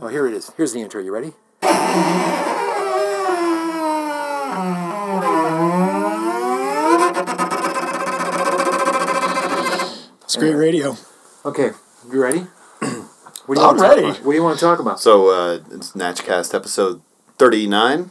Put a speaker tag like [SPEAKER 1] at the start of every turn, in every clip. [SPEAKER 1] Oh, Here's the intro. You ready?
[SPEAKER 2] It's great radio.
[SPEAKER 1] Okay. You ready? what do you
[SPEAKER 2] I'm
[SPEAKER 1] want to talk
[SPEAKER 2] ready.
[SPEAKER 1] about? What do you want to talk about?
[SPEAKER 3] So uh, it's Natchcast episode 39?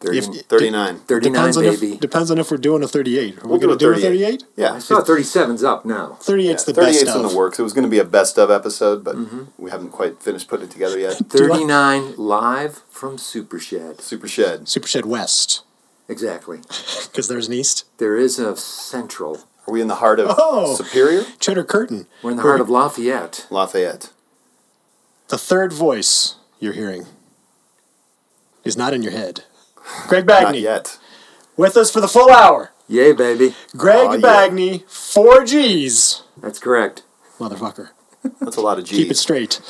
[SPEAKER 1] 30,
[SPEAKER 2] If-
[SPEAKER 3] 39.
[SPEAKER 1] Thirty-nine,
[SPEAKER 2] depends on if-
[SPEAKER 1] baby.
[SPEAKER 2] depends on if we're doing a 38. Are we
[SPEAKER 3] We'll do
[SPEAKER 2] going to
[SPEAKER 3] a
[SPEAKER 2] do a
[SPEAKER 3] 38.
[SPEAKER 2] 38?
[SPEAKER 3] Yeah.
[SPEAKER 1] I saw 37's up now.
[SPEAKER 2] 38's the
[SPEAKER 3] 38's
[SPEAKER 2] best
[SPEAKER 3] in
[SPEAKER 2] of. Mm-hmm.
[SPEAKER 3] the works. It was going to be a best of episode, but we haven't quite finished putting it together yet.
[SPEAKER 2] Do I-
[SPEAKER 1] 39 live from Super Shed.
[SPEAKER 3] Super Shed.
[SPEAKER 2] Super Shed West,
[SPEAKER 1] Exactly.
[SPEAKER 2] because there's an East.
[SPEAKER 1] There is a central.
[SPEAKER 3] Are we in the heart of
[SPEAKER 2] Oh.
[SPEAKER 3] Superior?
[SPEAKER 2] Cheddar Curtain,
[SPEAKER 1] We're in the heart of Lafayette.
[SPEAKER 3] Lafayette.
[SPEAKER 2] the third voice you're hearing, is not in your head. Greg Bagney,
[SPEAKER 3] Not yet.
[SPEAKER 2] with us for the full hour.
[SPEAKER 1] Yay, baby.
[SPEAKER 2] Greg
[SPEAKER 3] Aw, yeah.
[SPEAKER 2] Bagney, four G's.
[SPEAKER 1] That's correct.
[SPEAKER 2] Motherfucker.
[SPEAKER 3] That's a lot of G's.
[SPEAKER 2] Keep it straight.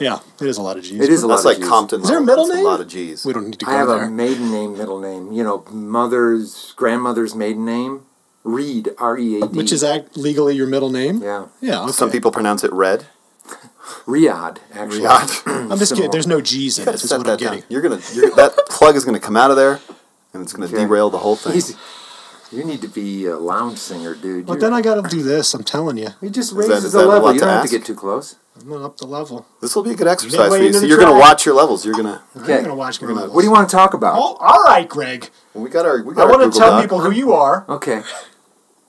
[SPEAKER 2] yeah, it is a lot of G's.
[SPEAKER 1] It is a lot
[SPEAKER 3] That's
[SPEAKER 1] of
[SPEAKER 3] like
[SPEAKER 1] G's.
[SPEAKER 3] Compton.
[SPEAKER 2] Is there a
[SPEAKER 3] level.
[SPEAKER 2] middle
[SPEAKER 3] That's
[SPEAKER 2] name?
[SPEAKER 3] a lot of G's.
[SPEAKER 2] We don't need to go
[SPEAKER 1] I have
[SPEAKER 2] there.
[SPEAKER 1] a maiden name, middle name. You know, mother's, grandmother's maiden name. Reed, R E A D.
[SPEAKER 2] Which is act legally your middle name?
[SPEAKER 1] Yeah.
[SPEAKER 2] Yeah. Okay.
[SPEAKER 3] Some people pronounce it red.
[SPEAKER 1] Riyadh, actually.
[SPEAKER 3] God.
[SPEAKER 2] I'm just kidding.
[SPEAKER 1] similar.
[SPEAKER 2] There's no G's in it. Is
[SPEAKER 3] Set
[SPEAKER 2] what I'm
[SPEAKER 3] that down.
[SPEAKER 2] getting.
[SPEAKER 3] You're gonna you're, that plug is gonna come out of there, and it's gonna
[SPEAKER 1] Okay.
[SPEAKER 3] derail the whole thing.
[SPEAKER 1] He's- you need to be a lounge singer, dude.
[SPEAKER 2] But
[SPEAKER 1] You're-
[SPEAKER 2] then I got to do this. I'm telling you,
[SPEAKER 1] He just
[SPEAKER 3] that-
[SPEAKER 1] raises
[SPEAKER 3] is
[SPEAKER 1] the
[SPEAKER 3] that a
[SPEAKER 1] level.
[SPEAKER 3] lot
[SPEAKER 1] You
[SPEAKER 3] to
[SPEAKER 1] don't have
[SPEAKER 3] ask?
[SPEAKER 1] to get too close.
[SPEAKER 2] I'm going up the level.
[SPEAKER 3] This will be a good exercise
[SPEAKER 2] Midway
[SPEAKER 3] for you.
[SPEAKER 2] into
[SPEAKER 3] So
[SPEAKER 2] the
[SPEAKER 3] you're gonna
[SPEAKER 2] track.
[SPEAKER 3] watch your levels. You're gonna.
[SPEAKER 1] Okay.
[SPEAKER 2] I'm gonna watch my levels.
[SPEAKER 1] What do you want to talk about?
[SPEAKER 2] Oh, all right, Greg.
[SPEAKER 3] We got our. We
[SPEAKER 2] I
[SPEAKER 3] got
[SPEAKER 2] want to tell people who you are.
[SPEAKER 1] Okay.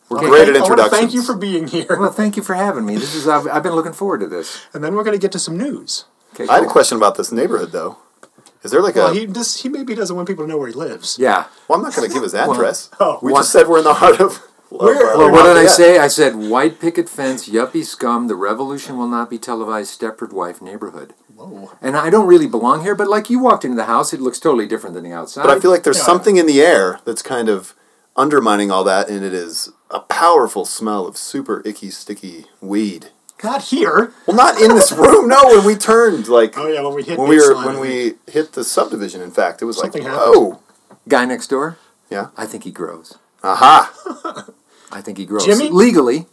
[SPEAKER 2] We're
[SPEAKER 3] great at
[SPEAKER 2] I want to thank
[SPEAKER 3] introductions.
[SPEAKER 2] you for being
[SPEAKER 1] Well,
[SPEAKER 2] here.
[SPEAKER 1] thank you for having me. This is I've, I've been looking forward to this.
[SPEAKER 2] And then we're going to get to some news.
[SPEAKER 1] Okay,
[SPEAKER 3] I had a
[SPEAKER 1] cool.
[SPEAKER 3] question about this neighborhood though. Is there like
[SPEAKER 2] Well,
[SPEAKER 3] a?
[SPEAKER 2] he just, he maybe doesn't want people to know where he lives.
[SPEAKER 1] Yeah.
[SPEAKER 3] well, I'm not gonna give his address.
[SPEAKER 2] Oh.
[SPEAKER 3] we
[SPEAKER 1] What?
[SPEAKER 3] just said we're in the heart of.
[SPEAKER 2] Where-
[SPEAKER 3] of, uh,
[SPEAKER 1] Well, what did I
[SPEAKER 3] Lafayette.
[SPEAKER 1] say? I said white picket fence, yuppie scum. The revolution will not be televised. Stepford wife neighborhood.
[SPEAKER 2] Whoa.
[SPEAKER 1] And I don't really belong here, but like you walked into the house, it looks totally different than the outside.
[SPEAKER 3] But I feel like there's
[SPEAKER 2] Yeah.
[SPEAKER 3] something in the air that's kind of undermining all that, and it is a powerful smell of super icky, sticky weed.
[SPEAKER 2] Not here.
[SPEAKER 3] Well, not in this room. No, when we turned, like
[SPEAKER 2] Oh yeah, when we hit
[SPEAKER 3] when we were
[SPEAKER 2] baseline,
[SPEAKER 3] when
[SPEAKER 2] I
[SPEAKER 3] we hit the subdivision. In fact, it was
[SPEAKER 2] Something
[SPEAKER 3] like,
[SPEAKER 2] happened.
[SPEAKER 3] oh,
[SPEAKER 1] guy next door.
[SPEAKER 3] yeah,
[SPEAKER 1] I think he grows.
[SPEAKER 3] aha,
[SPEAKER 1] I think he grows.
[SPEAKER 2] Jimmy?
[SPEAKER 1] legally,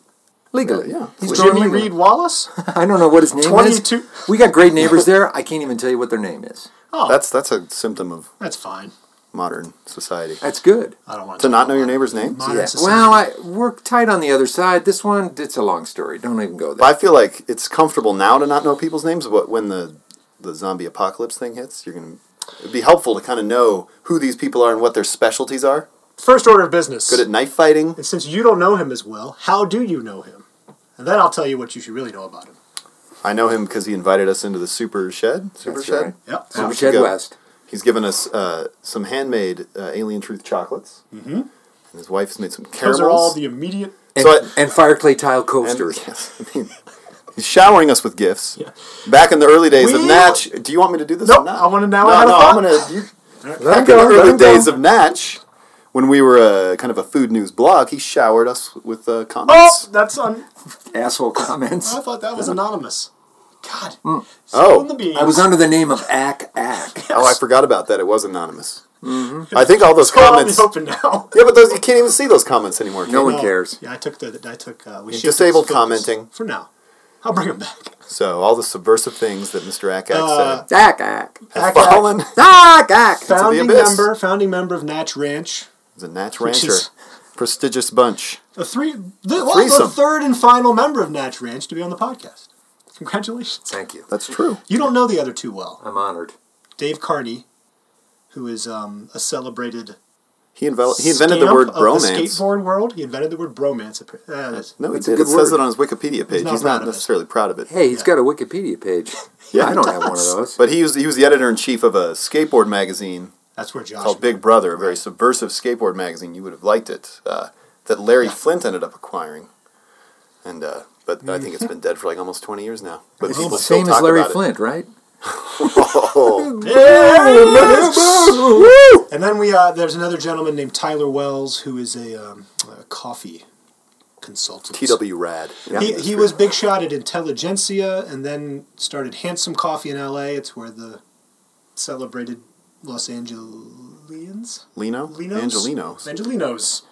[SPEAKER 1] legally.
[SPEAKER 3] Yeah, yeah.
[SPEAKER 1] He's
[SPEAKER 2] think.
[SPEAKER 3] was-
[SPEAKER 1] grown
[SPEAKER 2] Jimmy
[SPEAKER 1] legally.
[SPEAKER 2] Reed Wallace.
[SPEAKER 1] I don't know what his name is.
[SPEAKER 2] 22.
[SPEAKER 1] We got great neighbors there. I can't even tell you what their name is.
[SPEAKER 2] Oh, that's
[SPEAKER 3] that's that's a symptom of
[SPEAKER 2] that's fine.
[SPEAKER 3] modern society.
[SPEAKER 1] That's good.
[SPEAKER 2] I don't want
[SPEAKER 3] To not know your neighbor's name.
[SPEAKER 2] Modern
[SPEAKER 1] Yeah.
[SPEAKER 2] society.
[SPEAKER 1] Well, I, we're tight on the other side. This one, it's a long story. Don't even go there.
[SPEAKER 3] I feel like it's comfortable now to not know people's names, but when the the zombie apocalypse thing hits, you're gonna. It'd be helpful to kind of know who these people are and what their specialties are.
[SPEAKER 2] First order of business.
[SPEAKER 3] Good at knife fighting.
[SPEAKER 2] And since you don't know him as well, how do you know him? And then I'll tell you what you should really know about him.
[SPEAKER 3] I know him because he invited us into the super shed. Super
[SPEAKER 1] That's
[SPEAKER 3] shed.
[SPEAKER 1] right.
[SPEAKER 2] Yep.
[SPEAKER 1] Super
[SPEAKER 3] we
[SPEAKER 1] Shed
[SPEAKER 3] should go.
[SPEAKER 1] West.
[SPEAKER 3] He's given us uh, some handmade uh, Alien Truth chocolates. Mm-hmm. And his wife's made some caramels.
[SPEAKER 2] Those are all the immediate.
[SPEAKER 1] And,
[SPEAKER 3] So I-
[SPEAKER 1] and fire clay tile
[SPEAKER 3] and,
[SPEAKER 1] coasters.
[SPEAKER 3] yes, I mean, he's showering us with gifts.
[SPEAKER 2] Yeah.
[SPEAKER 3] Back in the early days of
[SPEAKER 2] We-
[SPEAKER 3] Natch, do you want me to do this
[SPEAKER 2] Nope,
[SPEAKER 3] or not?
[SPEAKER 2] I wanna know.
[SPEAKER 3] No,
[SPEAKER 2] I had a
[SPEAKER 3] no,
[SPEAKER 2] thought.
[SPEAKER 3] I'm gonna. You,
[SPEAKER 1] Let
[SPEAKER 3] back in the early days of Natch, when we were uh, kind of a food news blog, he showered us with uh,
[SPEAKER 2] Oh,
[SPEAKER 3] comments.
[SPEAKER 2] that's un.
[SPEAKER 1] Asshole comments.
[SPEAKER 2] I thought that was anonymous. God.
[SPEAKER 3] Oh.
[SPEAKER 2] Spilling the beans.
[SPEAKER 1] I was under the name of Ack Ack.
[SPEAKER 3] Oh, I forgot about that. It was anonymous.
[SPEAKER 2] Mm-hmm.
[SPEAKER 3] I think all those
[SPEAKER 2] Well, it's
[SPEAKER 3] comments.
[SPEAKER 2] open now.
[SPEAKER 3] Yeah, but those you can't even see those comments anymore. can
[SPEAKER 1] No
[SPEAKER 3] you?
[SPEAKER 1] one cares.
[SPEAKER 2] Yeah, I took the. I took. Uh, we shifted
[SPEAKER 3] disabled
[SPEAKER 2] those filters.
[SPEAKER 3] commenting.
[SPEAKER 2] for now. I'll bring them back.
[SPEAKER 3] So all the subversive things that Mr. Akak
[SPEAKER 2] Uh,
[SPEAKER 3] said
[SPEAKER 1] Ack Ack.
[SPEAKER 3] have
[SPEAKER 2] Akak-
[SPEAKER 3] fallen.
[SPEAKER 1] Ack Ack.
[SPEAKER 2] Founding
[SPEAKER 3] abyss.
[SPEAKER 2] member, founding member of Natch Ranch.
[SPEAKER 3] He's a Natch
[SPEAKER 2] Which
[SPEAKER 3] rancher,
[SPEAKER 2] is-
[SPEAKER 3] prestigious bunch.
[SPEAKER 2] The three, the, well, the
[SPEAKER 3] threesome.
[SPEAKER 2] third and final member of Natch Ranch to be on the podcast. Congratulations.
[SPEAKER 1] Thank you.
[SPEAKER 3] That's true.
[SPEAKER 2] You don't know the other two well.
[SPEAKER 1] I'm honored.
[SPEAKER 2] Dave Carney, who is um, a celebrated
[SPEAKER 3] He, invel- he invented the
[SPEAKER 2] scamp
[SPEAKER 3] word
[SPEAKER 2] of
[SPEAKER 3] bromance.
[SPEAKER 2] skateboard world. He invented the word bromance. appar- uh, that's-
[SPEAKER 3] no, he
[SPEAKER 1] It's a
[SPEAKER 3] did.
[SPEAKER 1] good
[SPEAKER 3] It says
[SPEAKER 1] word.
[SPEAKER 3] it on his Wikipedia page.
[SPEAKER 2] not
[SPEAKER 3] He's
[SPEAKER 2] proud of
[SPEAKER 3] not
[SPEAKER 2] it.
[SPEAKER 3] necessarily proud of it.
[SPEAKER 1] Hey, he's got a Wikipedia page.
[SPEAKER 3] Yeah,
[SPEAKER 1] I
[SPEAKER 3] he
[SPEAKER 1] don't have one of
[SPEAKER 2] does.
[SPEAKER 1] those.
[SPEAKER 3] But he was he was the editor in chief of a skateboard magazine
[SPEAKER 2] that's where Josh.
[SPEAKER 3] called Big Brother, a very subversive skateboard magazine. You would have liked it. Uh, that Larry Flint ended up acquiring, and uh, but I think it's been dead for like almost twenty years now. But
[SPEAKER 1] It's
[SPEAKER 3] people
[SPEAKER 1] the
[SPEAKER 3] still
[SPEAKER 1] same as
[SPEAKER 3] talk
[SPEAKER 1] Larry
[SPEAKER 3] about it.
[SPEAKER 1] Flint, right?
[SPEAKER 3] Oh,
[SPEAKER 2] And then we uh, there's another gentleman named Tyler Wells who is a, um, a coffee consultant.
[SPEAKER 3] T.W. Rad.
[SPEAKER 2] He, he was big shot at Intelligentsia and then started Handsome Coffee in L.A. It's where the celebrated Los Angelians
[SPEAKER 3] Lino?
[SPEAKER 2] Linos?
[SPEAKER 3] Angelinos.
[SPEAKER 2] Angelinos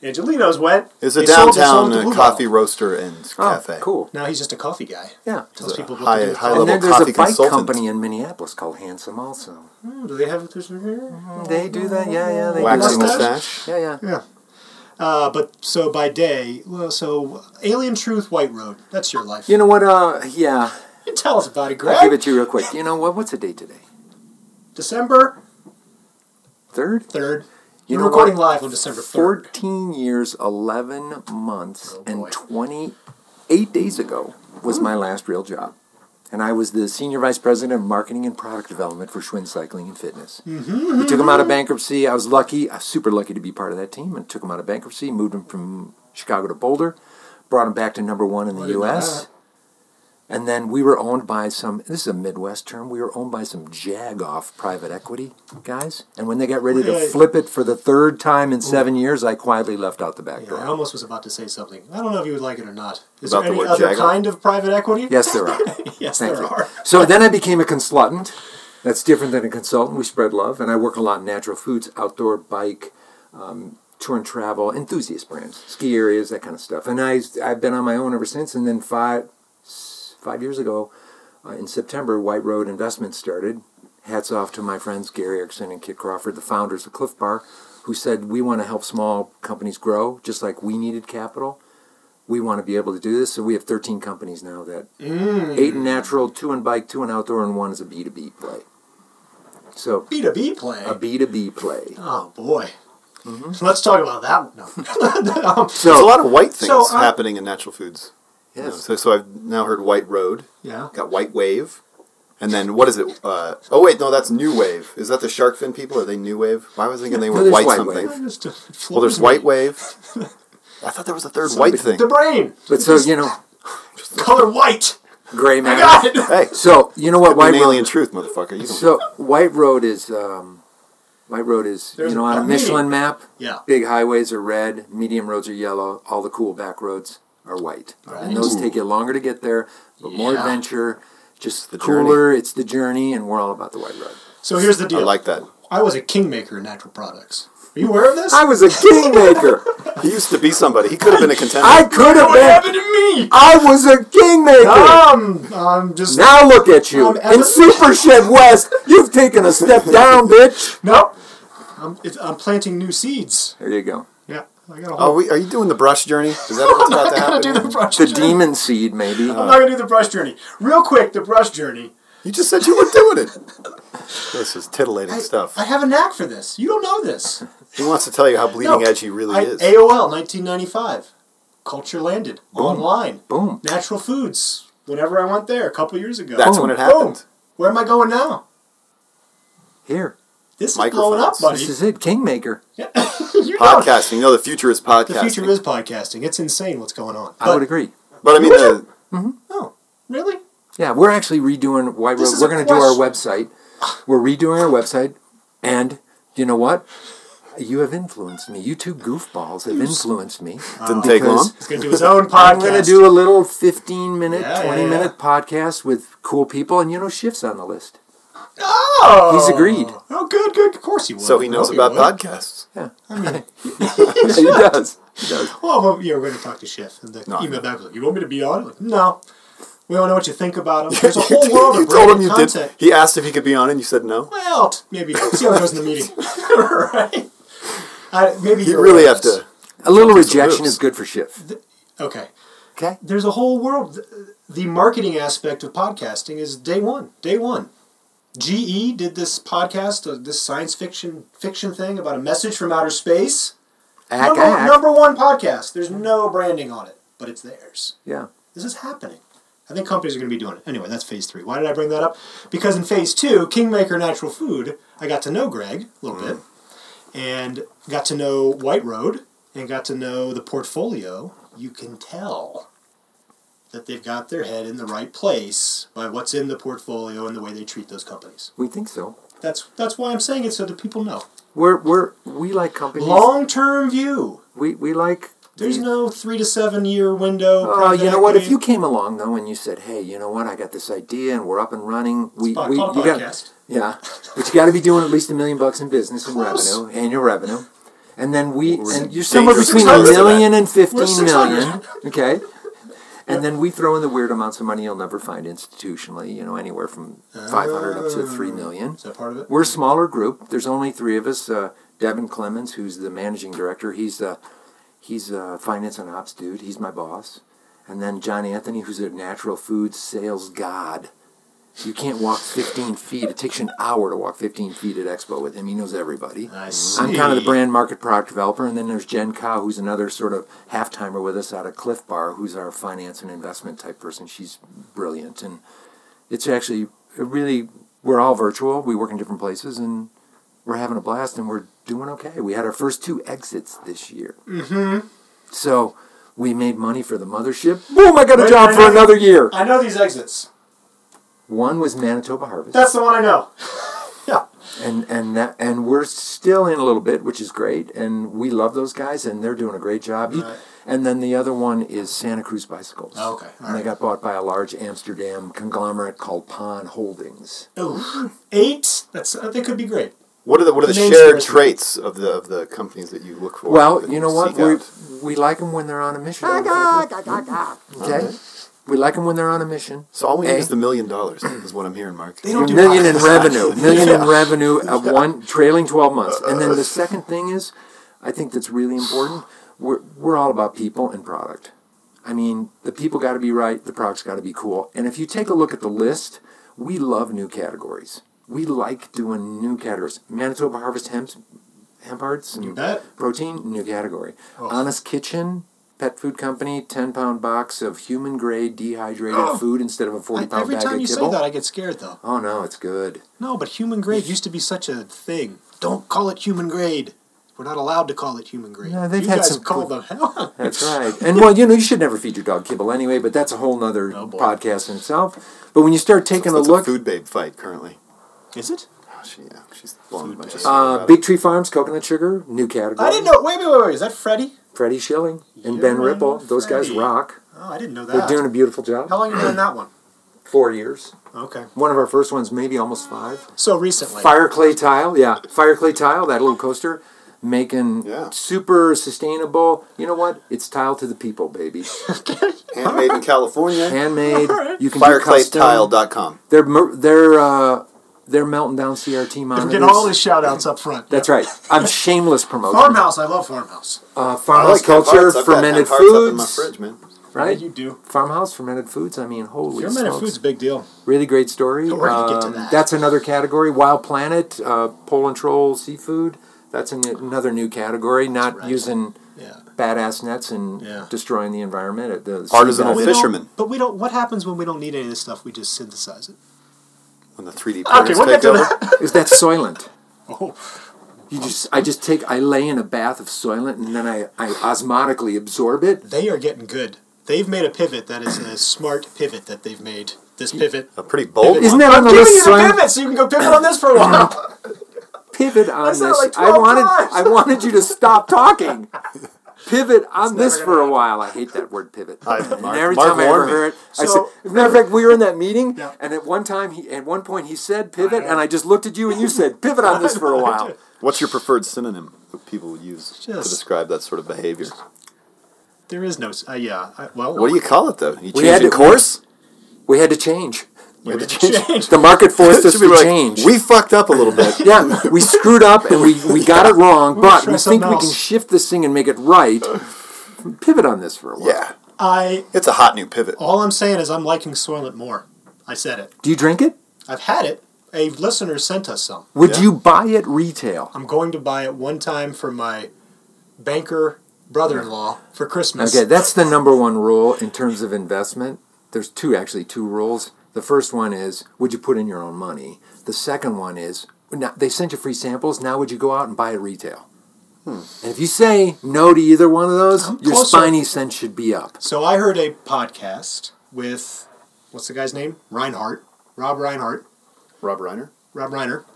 [SPEAKER 4] Angelino's went.
[SPEAKER 3] It's a
[SPEAKER 2] They sold- they sold
[SPEAKER 3] downtown
[SPEAKER 2] it to
[SPEAKER 3] uh,
[SPEAKER 2] Blue
[SPEAKER 3] coffee roaster and
[SPEAKER 1] Oh,
[SPEAKER 3] cafe.
[SPEAKER 1] cool.
[SPEAKER 2] Now he's just a coffee guy.
[SPEAKER 1] Yeah.
[SPEAKER 2] Tells people what
[SPEAKER 3] high-
[SPEAKER 2] to do. with
[SPEAKER 3] high
[SPEAKER 2] coffee.
[SPEAKER 1] And
[SPEAKER 3] level
[SPEAKER 1] then there's
[SPEAKER 3] coffee
[SPEAKER 1] a bike
[SPEAKER 3] consultant.
[SPEAKER 1] company in Minneapolis called Handsome also.
[SPEAKER 4] Hmm, do they have this in here?
[SPEAKER 1] They do that, yeah, yeah. They
[SPEAKER 3] Waxing
[SPEAKER 1] do that.
[SPEAKER 3] mustache.
[SPEAKER 1] Yeah, yeah.
[SPEAKER 2] Yeah. Uh, but so by day, well, so Alien Truth, White Road. That's your life.
[SPEAKER 1] You know what? Uh, yeah.
[SPEAKER 2] You tell us about it,
[SPEAKER 1] I'll give
[SPEAKER 2] Greg.
[SPEAKER 1] it to you real quick. You know what? What's the date today?
[SPEAKER 2] December
[SPEAKER 1] Third.
[SPEAKER 2] third.
[SPEAKER 1] You
[SPEAKER 2] We're
[SPEAKER 1] know
[SPEAKER 2] recording
[SPEAKER 1] what?
[SPEAKER 2] live on December third.
[SPEAKER 1] Fourteen years, eleven months,
[SPEAKER 2] Oh, boy.
[SPEAKER 1] and twenty-eight days ago was my last real job, and I was the senior vice president of marketing and product development for Schwinn Cycling and Fitness. We took them out
[SPEAKER 2] Mm-hmm.
[SPEAKER 1] of bankruptcy. I was lucky, I was super lucky to be part of that team, and took them out of bankruptcy, moved them from Chicago to Boulder, brought them back to number one in the
[SPEAKER 2] Look at
[SPEAKER 1] U.S.
[SPEAKER 2] that.
[SPEAKER 1] And then we were owned by some, this is a Midwest term, we were owned by some jagoff private equity guys. And when they got ready to
[SPEAKER 2] Right.
[SPEAKER 1] flip it for the third time in seven years, I quietly left out the back
[SPEAKER 2] Yeah, I
[SPEAKER 1] door.
[SPEAKER 2] almost was about to say something. I don't know if you would like it or not. Is
[SPEAKER 3] About the
[SPEAKER 2] there any
[SPEAKER 3] word
[SPEAKER 2] other
[SPEAKER 3] jagoff?
[SPEAKER 2] kind of private equity?
[SPEAKER 1] Yes, there are.
[SPEAKER 2] yes,
[SPEAKER 1] Thank
[SPEAKER 2] there
[SPEAKER 1] you.
[SPEAKER 2] are.
[SPEAKER 1] So then I became a consultant. That's different than a consultant. We spread love, and I work a lot in natural foods, outdoor bike, um, tour and travel, enthusiast brands, ski areas, that kind of stuff. And I, I've been on my own ever since. And then five, s- five years ago, uh, in September, White Road Investments started. Hats off to my friends Gary Erickson and Kit Crawford, the founders of Cliff Bar, who said we want to help small companies grow, just like we needed capital. We want to be able to do this, so we have 13 companies now that eight in natural, two in bike, two in outdoor, and one is a B2B play. So
[SPEAKER 2] B2B play.
[SPEAKER 1] a Mm-hmm. B2B play.
[SPEAKER 2] oh, boy. Let's talk about that one. No. Um,
[SPEAKER 3] There's a
[SPEAKER 1] So
[SPEAKER 3] lot of white things
[SPEAKER 2] So, uh,
[SPEAKER 3] happening in natural foods. You know,
[SPEAKER 1] yes,
[SPEAKER 3] so, so I've now heard White Road,
[SPEAKER 2] yeah.
[SPEAKER 3] got White Wave, and then what is it? Uh, oh wait, no, that's New Wave. Is that the shark fin people? Are they New Wave? Why was I thinking they
[SPEAKER 1] No,
[SPEAKER 3] were
[SPEAKER 1] there's
[SPEAKER 3] white,
[SPEAKER 1] White
[SPEAKER 3] something?
[SPEAKER 1] Wave.
[SPEAKER 2] I just- it
[SPEAKER 3] Well, there's
[SPEAKER 2] floors
[SPEAKER 3] White
[SPEAKER 2] me.
[SPEAKER 3] Wave. I thought there was a third white thing.
[SPEAKER 2] The brain.
[SPEAKER 1] but so you know,
[SPEAKER 2] Color white.
[SPEAKER 1] gray matter.
[SPEAKER 2] Got it.
[SPEAKER 3] Hey,
[SPEAKER 1] So you know what
[SPEAKER 3] White
[SPEAKER 1] White
[SPEAKER 3] an
[SPEAKER 1] Road?
[SPEAKER 3] alien truth, motherfucker. You don't
[SPEAKER 1] So White Road is um, White Road is
[SPEAKER 2] There's
[SPEAKER 1] you know on
[SPEAKER 2] a
[SPEAKER 1] a Michelin map.
[SPEAKER 2] Yeah.
[SPEAKER 1] Big highways are red, medium roads are yellow, all the cool back roads are white,
[SPEAKER 2] Right.
[SPEAKER 1] and those take you longer to get there, but more
[SPEAKER 2] Yeah.
[SPEAKER 1] adventure. Just
[SPEAKER 3] the
[SPEAKER 1] cooler. It's the journey, and we're all about the white road.
[SPEAKER 2] So here's the
[SPEAKER 3] I
[SPEAKER 2] deal.
[SPEAKER 3] like that.
[SPEAKER 2] I was a kingmaker in natural products. Are you aware of this?
[SPEAKER 1] I was a kingmaker.
[SPEAKER 3] He used to be somebody. He could have been a contender.
[SPEAKER 1] I could have
[SPEAKER 2] what
[SPEAKER 1] been.
[SPEAKER 2] happened to me?
[SPEAKER 1] I was a kingmaker.
[SPEAKER 2] Um, I'm just.
[SPEAKER 1] Now look at you.
[SPEAKER 2] Um,
[SPEAKER 1] In
[SPEAKER 2] ever-
[SPEAKER 1] Super Shed West, you've taken a step down, bitch.
[SPEAKER 2] Nope. I'm, it's, I'm planting new seeds.
[SPEAKER 1] There you go.
[SPEAKER 2] Yeah. I got a
[SPEAKER 3] Are
[SPEAKER 2] whole.
[SPEAKER 3] Oh, we? Are you doing the brush journey? Is that what's about to
[SPEAKER 2] I'm
[SPEAKER 3] happen?
[SPEAKER 2] going to do the brush
[SPEAKER 1] The
[SPEAKER 2] journey.
[SPEAKER 1] demon seed, maybe.
[SPEAKER 2] I'm not going to do the brush journey. Real quick, the brush journey.
[SPEAKER 3] you just said you were doing it. This is titillating stuff.
[SPEAKER 2] I have a knack for this. You don't know this.
[SPEAKER 3] he wants to tell you how bleeding
[SPEAKER 2] No,
[SPEAKER 3] edge he really
[SPEAKER 2] I-
[SPEAKER 3] is.
[SPEAKER 2] AOL 1995. Culture landed online.
[SPEAKER 1] Boom.
[SPEAKER 2] Natural foods. Whenever I went there a couple years ago.
[SPEAKER 3] That's
[SPEAKER 1] Boom.
[SPEAKER 3] when it
[SPEAKER 2] Boom.
[SPEAKER 3] happened.
[SPEAKER 2] Where am I going now?
[SPEAKER 1] Here.
[SPEAKER 2] This is blowing up,
[SPEAKER 3] Microphones.
[SPEAKER 2] buddy.
[SPEAKER 1] This is it, Kingmaker.
[SPEAKER 2] you know,
[SPEAKER 3] Podcasting. You know, the future is podcasting.
[SPEAKER 2] the future is podcasting. It's insane what's going on.
[SPEAKER 1] I would
[SPEAKER 2] But-
[SPEAKER 1] agree.
[SPEAKER 3] But I mean, the,
[SPEAKER 2] Oh, really?
[SPEAKER 1] Yeah, we're actually redoing White
[SPEAKER 2] This
[SPEAKER 1] Road.
[SPEAKER 2] is
[SPEAKER 1] We're
[SPEAKER 2] a
[SPEAKER 1] going to do our website. We're redoing our website. And you know what? You have influenced me. You two goofballs have influenced me.
[SPEAKER 3] didn't take
[SPEAKER 1] Because-
[SPEAKER 3] long.
[SPEAKER 2] He's going to do his own podcast.
[SPEAKER 1] I'm going to do a little 15 minute,
[SPEAKER 2] Yeah, yeah,
[SPEAKER 1] 20 minute podcast with cool people. And you know, Shift's on the list.
[SPEAKER 2] Oh!
[SPEAKER 1] He's agreed.
[SPEAKER 2] Oh, good, good. Of course he would. Oh,
[SPEAKER 3] So he
[SPEAKER 2] I
[SPEAKER 3] knows
[SPEAKER 2] hope
[SPEAKER 3] about
[SPEAKER 2] would.
[SPEAKER 3] podcasts.
[SPEAKER 1] Yeah. Yeah, he does. He does.
[SPEAKER 2] Well, well yeah, we're going to talk to Schiff. And the
[SPEAKER 3] No, I
[SPEAKER 2] email
[SPEAKER 3] know.
[SPEAKER 2] back was like, you want me to be on? it?" Like, no. We don't know what you think about him. There's a whole
[SPEAKER 3] You
[SPEAKER 2] world of
[SPEAKER 3] told him
[SPEAKER 2] branded
[SPEAKER 3] you
[SPEAKER 2] content.
[SPEAKER 3] did. He asked if he could be on, and you said no.
[SPEAKER 2] Well, t- maybe. See how it goes in the meeting. right? I, maybe
[SPEAKER 3] You
[SPEAKER 2] you're
[SPEAKER 3] really
[SPEAKER 2] right.
[SPEAKER 3] have to.
[SPEAKER 1] A little rejection
[SPEAKER 3] roots.
[SPEAKER 1] is good for Shift.
[SPEAKER 2] Okay.
[SPEAKER 1] Okay.
[SPEAKER 2] There's a whole world. th- The marketing aspect of podcasting is day one. Day one. GE did this podcast, uh, this science fiction fiction thing about a message from outer space.
[SPEAKER 1] Ack,
[SPEAKER 2] Number,
[SPEAKER 1] ack.
[SPEAKER 2] number one podcast. There's no branding on it, but it's theirs.
[SPEAKER 1] Yeah.
[SPEAKER 2] This is happening. I think companies are going to be doing it. Anyway, that's phase three. Why did I bring that up? Because in phase two, Kingmaker Natural Food, I got to know Greg a little bit and got to know White Road and got to know the portfolio. You can tell that they've got their head in the right place by what's in the portfolio and the way they treat those companies.
[SPEAKER 1] We think so.
[SPEAKER 2] That's that's why I'm saying it so that people know.
[SPEAKER 1] We're we're we like companies.
[SPEAKER 2] Long term view.
[SPEAKER 1] We we like.
[SPEAKER 2] There's no three to seven year window.
[SPEAKER 1] Oh,
[SPEAKER 2] private
[SPEAKER 1] you know what? If
[SPEAKER 2] equity.
[SPEAKER 1] you came along though and you said, "Hey, you know what? I got this idea and we're up and running. We
[SPEAKER 2] Pod-
[SPEAKER 1] we
[SPEAKER 2] called
[SPEAKER 1] you
[SPEAKER 2] podcast.
[SPEAKER 1] got yeah, but you got to be doing at least a million bucks in business and
[SPEAKER 2] Close.
[SPEAKER 1] revenue, annual revenue, and then we
[SPEAKER 3] We're
[SPEAKER 1] and you're somewhere
[SPEAKER 3] dangerous
[SPEAKER 1] between a
[SPEAKER 3] close to that.
[SPEAKER 1] million and
[SPEAKER 2] We're
[SPEAKER 1] fifteen
[SPEAKER 2] 600.
[SPEAKER 1] million. Okay. And then we throw in the weird amounts of money you'll never find institutionally, you know, anywhere from 500 up to 3 million.
[SPEAKER 2] Is that part of it?
[SPEAKER 1] We're a smaller group. There's only three of us. Uh, Devin Clemens, who's the managing director, he's a, he's a finance and ops dude. He's my boss. And then John Anthony, who's a natural food sales god. You can't walk 15 feet. It takes you an hour to walk 15 feet at Expo with him. He knows everybody.
[SPEAKER 2] I see.
[SPEAKER 1] I'm kind of the brand market product developer, and then there's Jen Kao, who's another sort of half timer with us out of Cliff Bar, who's our finance and investment type person. She's brilliant, and it's actually it really we're all virtual. We work in different places, and we're having a blast, and we're doing okay. We had our first two exits this year, mm-hmm. so we made money for the mothership. Boom! I got a
[SPEAKER 4] Wait,
[SPEAKER 1] job
[SPEAKER 4] wait,
[SPEAKER 1] for
[SPEAKER 4] wait.
[SPEAKER 1] another year.
[SPEAKER 4] I know these exits.
[SPEAKER 1] One was Manitoba Harvest.
[SPEAKER 4] That's the one I know.
[SPEAKER 2] Yeah.
[SPEAKER 1] and and that and we're still in a little bit, which is great, and we love those guys, and they're doing a great job.
[SPEAKER 2] Right.
[SPEAKER 1] And then the other one is Santa Cruz Bicycles.
[SPEAKER 2] Oh, okay.
[SPEAKER 1] and they got bought by a large Amsterdam conglomerate called Pon Holdings.
[SPEAKER 2] Ooh. Eight. That's uh, they could be great.
[SPEAKER 3] What are the what are the
[SPEAKER 2] Name
[SPEAKER 3] shared
[SPEAKER 2] scares me.
[SPEAKER 3] traits of the of the companies that you look for?
[SPEAKER 1] Well,
[SPEAKER 3] that
[SPEAKER 1] you know what?
[SPEAKER 3] seek
[SPEAKER 1] We
[SPEAKER 3] out?
[SPEAKER 1] we like them when they're on a mission. Okay, we like them when they're on a mission.
[SPEAKER 3] So all we need
[SPEAKER 1] A.
[SPEAKER 3] is the million dollars. Is what I'm hearing, Mark.
[SPEAKER 2] They don't do
[SPEAKER 1] million in
[SPEAKER 2] podcasts.
[SPEAKER 1] revenue, million in revenue at one trailing twelve months. And
[SPEAKER 2] Uh,
[SPEAKER 1] then the second thing is, I think that's really important. We're we're all about people and product. I mean, the people got to be right, the product's got to be cool. And if you take a look at the list, we love new categories. We like doing new categories. Manitoba Harvest hemp, hemp hearts, and
[SPEAKER 2] You bet. Oh.
[SPEAKER 1] protein, new category. Honest Kitchen. Pet food company, ten pound box of human grade dehydrated
[SPEAKER 2] Oh.
[SPEAKER 1] food instead of a forty
[SPEAKER 2] I,
[SPEAKER 1] pound
[SPEAKER 2] every
[SPEAKER 1] bag
[SPEAKER 2] time
[SPEAKER 1] of
[SPEAKER 2] you
[SPEAKER 1] kibble.
[SPEAKER 2] say that, I get scared though.
[SPEAKER 1] Oh no, it's good.
[SPEAKER 2] No, but human grade used to be such a thing. Don't call it human grade. We're not allowed to call it human grade.
[SPEAKER 1] No, they've
[SPEAKER 2] you
[SPEAKER 1] had
[SPEAKER 2] guys
[SPEAKER 1] some
[SPEAKER 2] call the hell.
[SPEAKER 1] That's right. And well, you know, you should never feed your dog kibble anyway, but that's a whole nother
[SPEAKER 2] Oh, boy.
[SPEAKER 1] podcast in itself. But when you start taking
[SPEAKER 3] That's
[SPEAKER 1] a look,
[SPEAKER 3] food babe fight currently.
[SPEAKER 2] Is it?
[SPEAKER 3] Oh, she, yeah, she's blowing a bunch of
[SPEAKER 2] babe.
[SPEAKER 3] stuff
[SPEAKER 1] uh,
[SPEAKER 3] about
[SPEAKER 1] Big Tree Farms coconut sugar, new category.
[SPEAKER 2] I didn't know. Wait, wait, wait, wait. Is that Freddie?
[SPEAKER 1] Freddie Schilling and
[SPEAKER 2] Yeah,
[SPEAKER 1] Ben Ripple, those guys
[SPEAKER 2] Freddie.
[SPEAKER 1] rock.
[SPEAKER 2] Oh, I didn't know
[SPEAKER 1] They're
[SPEAKER 2] that.
[SPEAKER 1] doing a beautiful job.
[SPEAKER 2] How long you doing that one?
[SPEAKER 1] Four years.
[SPEAKER 2] Okay.
[SPEAKER 1] One of our first ones, maybe almost five.
[SPEAKER 2] So recently.
[SPEAKER 1] Fire clay tile, yeah, fire clay tile. That little coaster, making
[SPEAKER 3] Yeah.
[SPEAKER 1] super sustainable. You know what? It's tile to the people, baby.
[SPEAKER 3] it. handmade in California.
[SPEAKER 1] Handmade. You can do custom.
[SPEAKER 3] Fireclaytile.com.
[SPEAKER 1] They're mer- they're uh, they're melting down CRT
[SPEAKER 2] We're
[SPEAKER 1] monitors.
[SPEAKER 2] getting all the shout outs up front.
[SPEAKER 1] That's right. I'm shameless promoting
[SPEAKER 2] Farmhouse. I love Farmhouse.
[SPEAKER 1] uh,
[SPEAKER 3] I
[SPEAKER 1] farmhouse
[SPEAKER 3] like Camp
[SPEAKER 1] culture,
[SPEAKER 3] Hearts. I've got Camp
[SPEAKER 1] fermented
[SPEAKER 3] Hearts up in my
[SPEAKER 1] foods,
[SPEAKER 3] fridge, man.
[SPEAKER 1] right?
[SPEAKER 2] You do.
[SPEAKER 1] Farmhouse fermented foods. I mean, holy
[SPEAKER 2] Your minute
[SPEAKER 1] smokes.
[SPEAKER 2] food's a big deal.
[SPEAKER 1] Really great story.
[SPEAKER 2] We're gonna get to
[SPEAKER 1] Um,
[SPEAKER 2] that.
[SPEAKER 1] That's another category. Wild Planet, uh, Poland Troll seafood. That's an, another new category. Not
[SPEAKER 2] right.
[SPEAKER 1] using
[SPEAKER 2] Yeah.
[SPEAKER 1] badass nets and
[SPEAKER 2] Yeah.
[SPEAKER 1] destroying the environment. At the
[SPEAKER 3] Artisanal
[SPEAKER 2] We
[SPEAKER 1] sea
[SPEAKER 2] don't-
[SPEAKER 3] fishermen.
[SPEAKER 2] But we don't. What happens when we don't need any of this stuff? We just synthesize it.
[SPEAKER 3] When the 3D
[SPEAKER 2] Okay,
[SPEAKER 3] printers
[SPEAKER 2] we'll get
[SPEAKER 3] take
[SPEAKER 2] to
[SPEAKER 3] over.
[SPEAKER 2] that.
[SPEAKER 1] bass. Is that Soylent?
[SPEAKER 2] Oh,
[SPEAKER 1] You just, I just take, I lay in a bath of Soylent and then I, I osmotically absorb it.
[SPEAKER 2] they are getting good. They've made a pivot that is a smart pivot that they've made. This pivot.
[SPEAKER 3] A pretty bold
[SPEAKER 1] Isn't
[SPEAKER 3] one.
[SPEAKER 1] that on
[SPEAKER 2] I'm
[SPEAKER 1] the
[SPEAKER 2] giving
[SPEAKER 1] list?
[SPEAKER 2] you the
[SPEAKER 1] Soylent?
[SPEAKER 2] pivot, so you can go pivot on this for a while.
[SPEAKER 1] pivot on
[SPEAKER 2] said it
[SPEAKER 1] this.
[SPEAKER 2] like
[SPEAKER 1] I
[SPEAKER 2] 12
[SPEAKER 1] wanted
[SPEAKER 2] times.
[SPEAKER 1] I wanted you to stop talking. Pivot on this for a while. I hate that word pivot.
[SPEAKER 3] I-
[SPEAKER 1] and
[SPEAKER 3] Mark-
[SPEAKER 1] every
[SPEAKER 3] Mark
[SPEAKER 1] time I ever
[SPEAKER 3] warned me.
[SPEAKER 1] heard it, I said.
[SPEAKER 2] So-
[SPEAKER 1] As a matter of fact, we were in that meeting,
[SPEAKER 2] Yeah.
[SPEAKER 1] and at one time, he at one point he said pivot, and I just looked at you and you said pivot on this for a while.
[SPEAKER 3] What's your preferred synonym that people would use to
[SPEAKER 2] Just-
[SPEAKER 3] describe that sort of behavior?
[SPEAKER 2] there is no. s- Uh, yeah. I, well,
[SPEAKER 3] What do you call it, though? You
[SPEAKER 1] We had
[SPEAKER 3] changing
[SPEAKER 1] to-
[SPEAKER 3] course?
[SPEAKER 1] We had to change.
[SPEAKER 2] we
[SPEAKER 3] had to
[SPEAKER 2] had to
[SPEAKER 3] change.
[SPEAKER 2] change.
[SPEAKER 1] The market forced us
[SPEAKER 3] Should be
[SPEAKER 1] to
[SPEAKER 3] like,
[SPEAKER 1] change.
[SPEAKER 3] We fucked up a little bit.
[SPEAKER 1] yeah, we screwed up and we, we got it wrong, but we
[SPEAKER 2] trying
[SPEAKER 1] think
[SPEAKER 2] something
[SPEAKER 1] we can
[SPEAKER 2] else.
[SPEAKER 1] shift this thing and make it right. Pivot on this for a while.
[SPEAKER 3] Yeah.
[SPEAKER 2] I.
[SPEAKER 3] It's a hot new pivot.
[SPEAKER 1] Oh.
[SPEAKER 2] All I'm saying is I'm liking Soylent more. I said it.
[SPEAKER 1] Do you drink it?
[SPEAKER 2] I've had it. A listener sent us some.
[SPEAKER 1] Would
[SPEAKER 3] Yeah.
[SPEAKER 1] you buy it retail?
[SPEAKER 2] I'm going to buy it one time for my banker brother-in-law for Christmas.
[SPEAKER 1] Okay, that's the number one rule in terms of investment. There's two actually two rules. The first one is would you put in your own money? The second one is now, they sent you free samples. Now would you go out and buy it retail? And if you say no to either one of those,
[SPEAKER 2] I'm
[SPEAKER 1] your
[SPEAKER 2] closer.
[SPEAKER 1] spiny sense should be up.
[SPEAKER 2] So I heard a podcast with what's the guy's name? Reinhardt, Rob Reinhardt,
[SPEAKER 3] Rob Reiner?
[SPEAKER 2] Rob Reiner.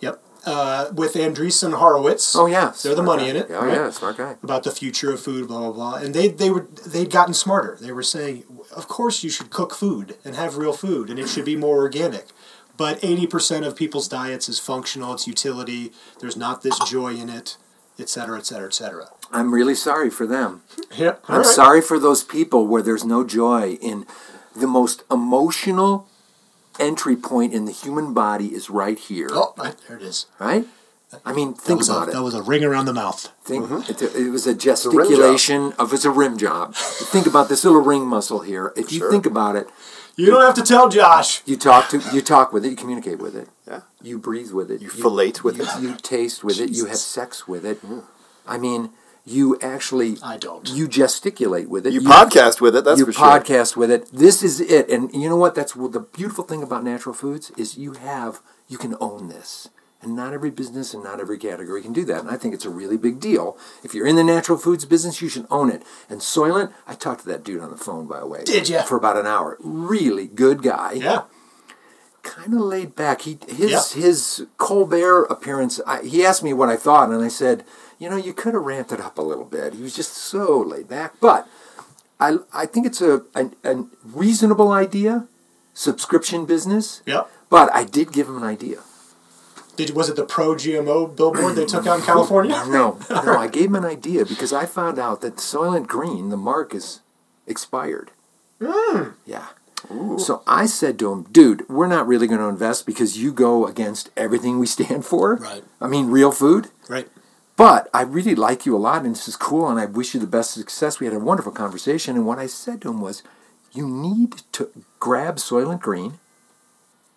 [SPEAKER 2] Yep. Uh, with Andreessen Horowitz.
[SPEAKER 1] Oh yeah,
[SPEAKER 2] They're the
[SPEAKER 1] smart
[SPEAKER 2] money
[SPEAKER 1] guy.
[SPEAKER 2] in it,
[SPEAKER 1] Oh
[SPEAKER 2] right?
[SPEAKER 1] yeah, smart guy.
[SPEAKER 2] About the future of food, blah blah blah, and they they were they'd gotten smarter. They were saying, of course you should cook food and have real food, and it should be more organic. But eighty percent of people's diets is functional. It's utility. There's not this joy in it. et cetera, et cetera, et cetera.
[SPEAKER 1] I'm really sorry for them.
[SPEAKER 2] Yeah,
[SPEAKER 1] I'm sorry for those people where there's no joy in the most emotional entry point in the human body is right here.
[SPEAKER 2] Oh, I- there it is.
[SPEAKER 1] Right? I mean,
[SPEAKER 2] That
[SPEAKER 1] think
[SPEAKER 2] was,
[SPEAKER 1] about
[SPEAKER 2] a,
[SPEAKER 1] it.
[SPEAKER 2] that was a ring around the mouth.
[SPEAKER 1] Think, it, it was a
[SPEAKER 3] rim job.
[SPEAKER 1] gesticulation of it's a rim job. think about this little ring muscle here. If you
[SPEAKER 3] Sure.
[SPEAKER 1] think about it,
[SPEAKER 2] You don't have to tell Josh.
[SPEAKER 1] you talk to you talk with it, you communicate with it,
[SPEAKER 3] Yeah.
[SPEAKER 1] you breathe with it,
[SPEAKER 3] You filate with
[SPEAKER 1] you,
[SPEAKER 3] it.
[SPEAKER 1] you taste with it, you have sex with it. I mean, you actually
[SPEAKER 2] I don't.
[SPEAKER 1] you gesticulate with it.
[SPEAKER 3] You podcast with it. That's
[SPEAKER 1] you
[SPEAKER 3] for sure.
[SPEAKER 1] podcast with it. This is it, and you know what? That's what the beautiful thing about natural foods is you have you can own this, and not every business and not every category can do that. And I think it's a really big deal. If you're in the natural foods business, you should own it. And Soylent, I talked to that dude on the phone by the way.
[SPEAKER 2] Did ya?
[SPEAKER 1] for about an hour? Really good guy.
[SPEAKER 2] Yeah.
[SPEAKER 1] kind of laid back. He his
[SPEAKER 2] Yeah.
[SPEAKER 1] his Colbert appearance. I, he asked me what I thought, and I said, you know, you could have ramped it up a little bit. He was just so laid back, but. I, I think it's a, a, a reasonable idea, subscription business.
[SPEAKER 2] Yep.
[SPEAKER 1] But I did give him an idea.
[SPEAKER 2] Did was it the pro GMO billboard they took out in California?
[SPEAKER 1] No, no, I gave him an idea because I found out that Soylent Green, the mark is expired. Yeah. So I said to him, dude, we're not really going to invest because you go against everything we stand for.
[SPEAKER 2] Right.
[SPEAKER 1] I mean, real food.
[SPEAKER 2] Right.
[SPEAKER 1] But I really like you a lot, and this is cool, and I wish you the best success. We had a wonderful conversation, and what I said to him was, you need to grab Soylent Green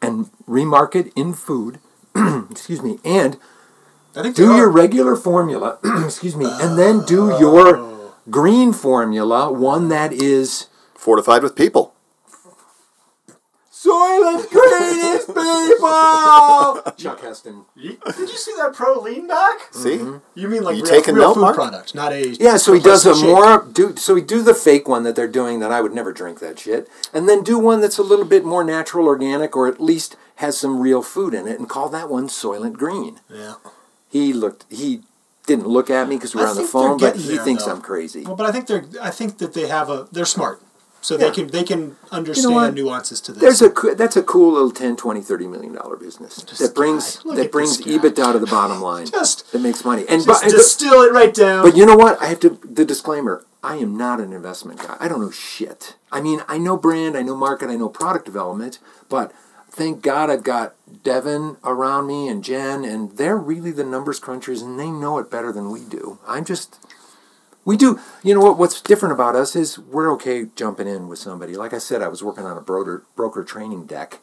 [SPEAKER 1] and remark it in food, excuse me, and
[SPEAKER 2] I think
[SPEAKER 1] do
[SPEAKER 2] they
[SPEAKER 1] your
[SPEAKER 2] are.
[SPEAKER 1] regular formula, excuse me, and then do your green formula, one that is
[SPEAKER 3] Fortified with people.
[SPEAKER 1] Soylent Green is people. Chuck Heston.
[SPEAKER 4] Did you see that pro lean back?
[SPEAKER 3] See?
[SPEAKER 1] Mm-hmm.
[SPEAKER 2] You mean like
[SPEAKER 3] You
[SPEAKER 2] real,
[SPEAKER 3] taking
[SPEAKER 2] real
[SPEAKER 3] note,
[SPEAKER 2] food
[SPEAKER 3] Mark?
[SPEAKER 2] product, not a
[SPEAKER 1] Yeah, so he
[SPEAKER 2] replace
[SPEAKER 1] does a
[SPEAKER 2] the shake.
[SPEAKER 1] more do so he do the fake one that they're doing that I would never drink that shit, and then do one that's a little bit more natural, organic, or at least has some real food in it, and call that one Soylent Green.
[SPEAKER 2] Yeah.
[SPEAKER 1] He looked he didn't look at me because we
[SPEAKER 2] I
[SPEAKER 1] were on the
[SPEAKER 2] think they're
[SPEAKER 1] phone, but
[SPEAKER 2] getting
[SPEAKER 1] he
[SPEAKER 2] there,
[SPEAKER 1] thinks
[SPEAKER 2] though.
[SPEAKER 1] I'm crazy.
[SPEAKER 2] Well, but I think they're. I think that they have a. They're smart, so
[SPEAKER 1] Yeah.
[SPEAKER 2] they can they can understand
[SPEAKER 1] what?
[SPEAKER 2] nuances to this.
[SPEAKER 1] There's a coo- that's a cool little 10, 20, 30 million dollar business that brings
[SPEAKER 2] guy. Look
[SPEAKER 1] that
[SPEAKER 2] at
[SPEAKER 1] brings
[SPEAKER 2] this guy.
[SPEAKER 1] EBITDA to the bottom line.
[SPEAKER 2] Just-
[SPEAKER 1] that makes money. And
[SPEAKER 2] Just
[SPEAKER 1] but,
[SPEAKER 2] distill it right down.
[SPEAKER 1] but you know what? I have to the disclaimer. I am not an investment guy. I don't know shit. I mean, I know brand, I know market, I know product development, but thank God I've got Devin around me and Jen, and they're really the numbers crunchers, and they know it better than we do. I'm just we do. You know what? What's different about us is we're okay jumping in with somebody. Like I said, I was working on a broker broker training deck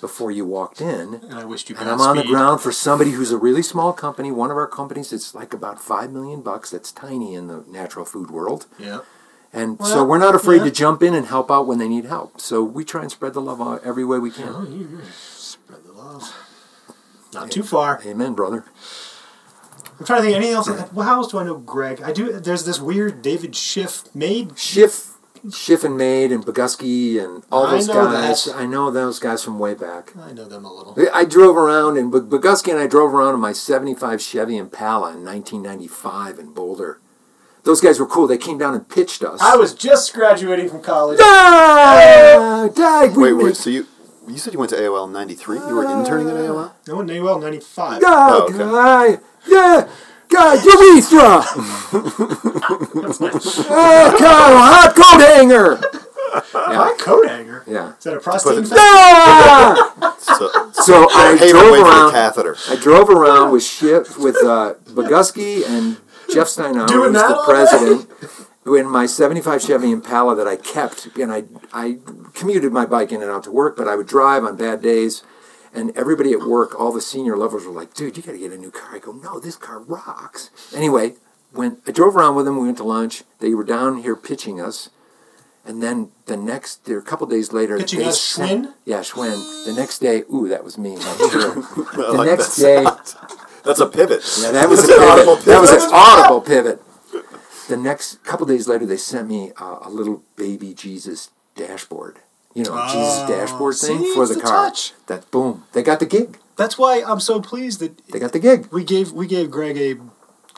[SPEAKER 1] before you walked in.
[SPEAKER 2] and I wished you.
[SPEAKER 1] And I'm on the
[SPEAKER 2] Godspeed.
[SPEAKER 1] ground for somebody who's a really small company, one of our companies that's like about five million bucks. That's tiny in the natural food world,
[SPEAKER 2] Yeah.
[SPEAKER 1] and so
[SPEAKER 2] Well,
[SPEAKER 1] we're not afraid to
[SPEAKER 2] yeah.
[SPEAKER 1] jump in and help out when they need help. So we try and spread the love out every way we can.
[SPEAKER 2] Spread the love. Not too far.
[SPEAKER 1] Amen, brother.
[SPEAKER 2] I'm trying to think of anything else. Well, how else do I know Greg? I do. There's this weird David Schiff made.
[SPEAKER 1] Schiff, Schiff and Maid and Bogusky and all
[SPEAKER 2] I
[SPEAKER 1] those
[SPEAKER 2] know
[SPEAKER 1] guys.
[SPEAKER 2] that.
[SPEAKER 1] I know those guys from way back.
[SPEAKER 2] I know them a little.
[SPEAKER 1] I drove around, and Bog- Bogusky and I drove around in my 75 Chevy Impala in 1995 in Boulder. Those guys were cool. They came down and pitched us.
[SPEAKER 4] I was just graduating from college.
[SPEAKER 1] Die! Die! We
[SPEAKER 3] Wait,
[SPEAKER 1] make-
[SPEAKER 3] wait. So you you said you went to AOL in '93. You were interning at AOL.
[SPEAKER 2] No one knew well. Ninety five.
[SPEAKER 1] Die,
[SPEAKER 3] okay.
[SPEAKER 1] guy! Yeah! God, you Easter! oh, God, hot coat hanger!
[SPEAKER 2] My coat hanger.
[SPEAKER 1] Yeah.
[SPEAKER 2] Is that a prostate
[SPEAKER 3] Put it-
[SPEAKER 2] infection?
[SPEAKER 1] Ah!
[SPEAKER 3] So
[SPEAKER 1] So I
[SPEAKER 3] pavement
[SPEAKER 1] drove
[SPEAKER 3] way for a
[SPEAKER 1] around.
[SPEAKER 3] catheter.
[SPEAKER 1] I drove around with Schiff, with uh, Bogusky and Jeff Steinauer, who
[SPEAKER 2] Doing
[SPEAKER 1] was
[SPEAKER 2] that
[SPEAKER 1] the
[SPEAKER 2] all day?
[SPEAKER 1] president, in my 75 Chevy Impala that I kept. And I, I commuted my bike in and out to work, but I would drive on bad days. And everybody at work, all the senior levels were like, dude, you got to get a new car. I go, no, this car rocks. Anyway, when I drove around with them, we went to lunch. They were down here pitching us. And then the next, a couple days later,
[SPEAKER 2] Pitching
[SPEAKER 1] they
[SPEAKER 2] us
[SPEAKER 1] sent-
[SPEAKER 2] Schwinn?
[SPEAKER 1] Yeah, Schwinn. The next day, ooh, that was me. not Schwinn.
[SPEAKER 3] I
[SPEAKER 1] the
[SPEAKER 3] like
[SPEAKER 1] next
[SPEAKER 3] that.
[SPEAKER 1] day,
[SPEAKER 3] That's a pivot.
[SPEAKER 1] yeah, that was a
[SPEAKER 3] That's an audible
[SPEAKER 1] pivot. That was
[SPEAKER 3] pivot.
[SPEAKER 1] an audible pivot. The next couple days later, they sent me uh, a little baby Jesus dashboard. You know,
[SPEAKER 3] Ah,
[SPEAKER 1] Jesus dashboard thing
[SPEAKER 2] see,
[SPEAKER 1] for
[SPEAKER 2] it's
[SPEAKER 1] the
[SPEAKER 2] the
[SPEAKER 1] car.
[SPEAKER 2] touch.
[SPEAKER 1] That boom, they got the gig.
[SPEAKER 2] That's why I'm so pleased that
[SPEAKER 1] They got the gig.
[SPEAKER 2] we gave we gave Greg a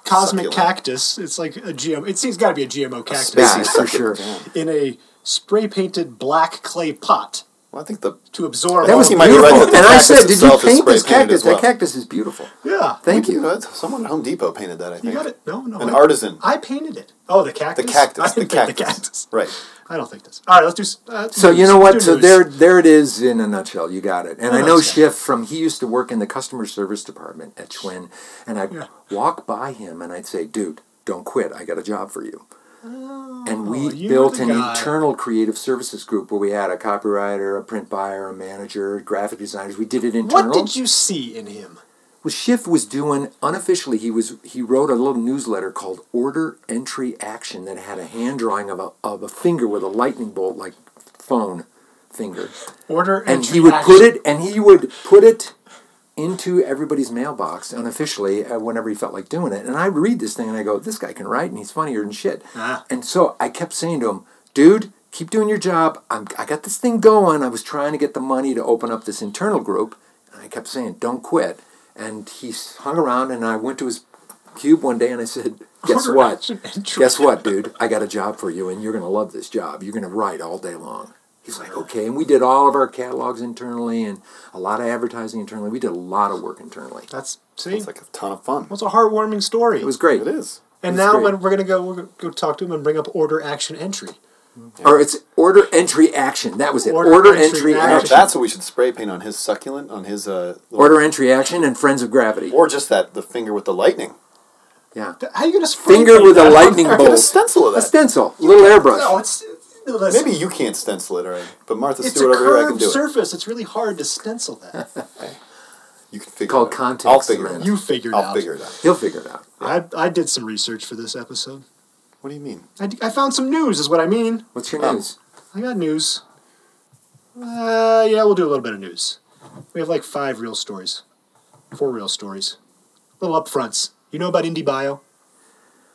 [SPEAKER 2] cosmic
[SPEAKER 3] Succulent.
[SPEAKER 2] cactus. It's like a GM. It's, it's got to be a GMO cactus
[SPEAKER 1] Yeah, for
[SPEAKER 3] Basically sucked it
[SPEAKER 1] sure.
[SPEAKER 3] down.
[SPEAKER 2] in a spray painted black clay pot.
[SPEAKER 3] Well, I think the
[SPEAKER 2] to absorb.
[SPEAKER 1] That
[SPEAKER 2] all
[SPEAKER 1] was
[SPEAKER 2] of
[SPEAKER 3] You
[SPEAKER 2] it.
[SPEAKER 3] might be
[SPEAKER 1] beautiful.
[SPEAKER 3] right that the
[SPEAKER 1] and I
[SPEAKER 3] cactus
[SPEAKER 1] said, did you
[SPEAKER 3] itself is
[SPEAKER 1] paint this
[SPEAKER 3] spray painted
[SPEAKER 1] cactus?
[SPEAKER 3] as well."
[SPEAKER 1] That cactus is beautiful.
[SPEAKER 2] yeah.
[SPEAKER 1] Thank
[SPEAKER 3] You
[SPEAKER 1] you.
[SPEAKER 3] know, that's- someone at Home Depot painted that. I think
[SPEAKER 2] You got it. No, no.
[SPEAKER 3] An
[SPEAKER 2] I-
[SPEAKER 3] artisan.
[SPEAKER 2] I painted it. Oh, the cactus.
[SPEAKER 3] The cactus.
[SPEAKER 2] I
[SPEAKER 3] The
[SPEAKER 2] didn't paint
[SPEAKER 3] cactus.
[SPEAKER 2] the cactus.
[SPEAKER 3] Right.
[SPEAKER 2] I don't think this. All right, let's do. s- Uh,
[SPEAKER 1] So you
[SPEAKER 2] news.
[SPEAKER 1] know what?
[SPEAKER 2] Let's
[SPEAKER 1] So
[SPEAKER 2] do
[SPEAKER 1] there,
[SPEAKER 2] news.
[SPEAKER 1] there it is in a nutshell. You got it. And I
[SPEAKER 2] no,
[SPEAKER 1] know
[SPEAKER 2] it's
[SPEAKER 1] Schiff from he used to work in the customer service department at Schwinn, and I'd
[SPEAKER 2] Yeah.
[SPEAKER 1] walk by him and I'd say, "Dude, don't quit. I got a job for you." and
[SPEAKER 2] Oh,
[SPEAKER 1] we
[SPEAKER 2] you
[SPEAKER 1] built
[SPEAKER 2] were
[SPEAKER 1] an
[SPEAKER 2] the guy.
[SPEAKER 1] internal creative services group where we had a copywriter, a print buyer, a manager, graphic designers. We did it internal.
[SPEAKER 2] What did you see in him?
[SPEAKER 1] Well, Schiff was doing unofficially. He was he wrote a little newsletter called Order Entry Action that had a hand drawing of a of a finger with a lightning bolt like phone finger,
[SPEAKER 2] Order
[SPEAKER 1] and
[SPEAKER 2] entry
[SPEAKER 1] he would
[SPEAKER 2] action.
[SPEAKER 1] put it and he would put it into everybody's mailbox unofficially uh, whenever he felt like doing it. And I read this thing and I go, this guy can write and he's funnier than shit.
[SPEAKER 2] Ah.
[SPEAKER 1] And so I kept saying to him, dude. Keep doing your job. I'm, I got this thing going. I was trying to get the money to open up this internal group. And I kept saying, don't quit. And he s- hung around, and I went to his cube one day and I said, guess
[SPEAKER 2] Order
[SPEAKER 1] what?
[SPEAKER 2] action entry.
[SPEAKER 1] Guess what, dude? I got a job for you, and you're going to love this job. You're going to write all day long. He's like, okay. And we did all of our catalogs internally and a lot of advertising internally. We did a lot of work internally.
[SPEAKER 2] That's see.
[SPEAKER 3] It's like a ton of fun.
[SPEAKER 2] What's a heartwarming story?
[SPEAKER 1] It was great.
[SPEAKER 3] It is.
[SPEAKER 2] and
[SPEAKER 1] it was
[SPEAKER 2] now
[SPEAKER 1] great.
[SPEAKER 2] when we're gonna go, we're gonna go talk to him and bring up order action entry.
[SPEAKER 1] Or it's order entry action. That was it. Order,
[SPEAKER 2] Order
[SPEAKER 1] entry,
[SPEAKER 2] entry
[SPEAKER 3] Now,
[SPEAKER 1] action.
[SPEAKER 2] action.
[SPEAKER 3] that's what we should spray paint on his succulent, on his uh, little-
[SPEAKER 1] Order entry action and friends of gravity.
[SPEAKER 3] or just that the finger with the lightning.
[SPEAKER 1] Yeah.
[SPEAKER 2] Th- How are you gonna spray
[SPEAKER 1] Finger
[SPEAKER 2] paint
[SPEAKER 1] with a
[SPEAKER 2] that?
[SPEAKER 1] lightning
[SPEAKER 3] Get a
[SPEAKER 1] bolt.
[SPEAKER 3] stencil of
[SPEAKER 1] A
[SPEAKER 3] that.
[SPEAKER 1] stencil. Little airbrush.
[SPEAKER 2] No, it's no, listen,
[SPEAKER 3] Maybe you can't stencil it already, but Martha
[SPEAKER 2] it's
[SPEAKER 3] Stewart
[SPEAKER 2] a
[SPEAKER 3] over here, I can
[SPEAKER 2] curved
[SPEAKER 3] do it.
[SPEAKER 2] surface. It's really hard to stencil that.
[SPEAKER 3] You can figure
[SPEAKER 1] Called
[SPEAKER 3] it out.
[SPEAKER 1] context,
[SPEAKER 3] I'll figure it
[SPEAKER 1] man.
[SPEAKER 3] out.
[SPEAKER 2] you figured
[SPEAKER 3] I'll
[SPEAKER 2] out.
[SPEAKER 3] figure it out.
[SPEAKER 1] He'll figure it out.
[SPEAKER 2] I I did some research for this episode.
[SPEAKER 3] What do you mean?
[SPEAKER 2] I, d- I found some news, is what I mean.
[SPEAKER 1] What's your
[SPEAKER 3] Oh.
[SPEAKER 1] news?
[SPEAKER 2] I got news. Uh, yeah, we'll do a little bit of news. We have like five real stories, four real stories, little upfronts. You know about IndieBio? Are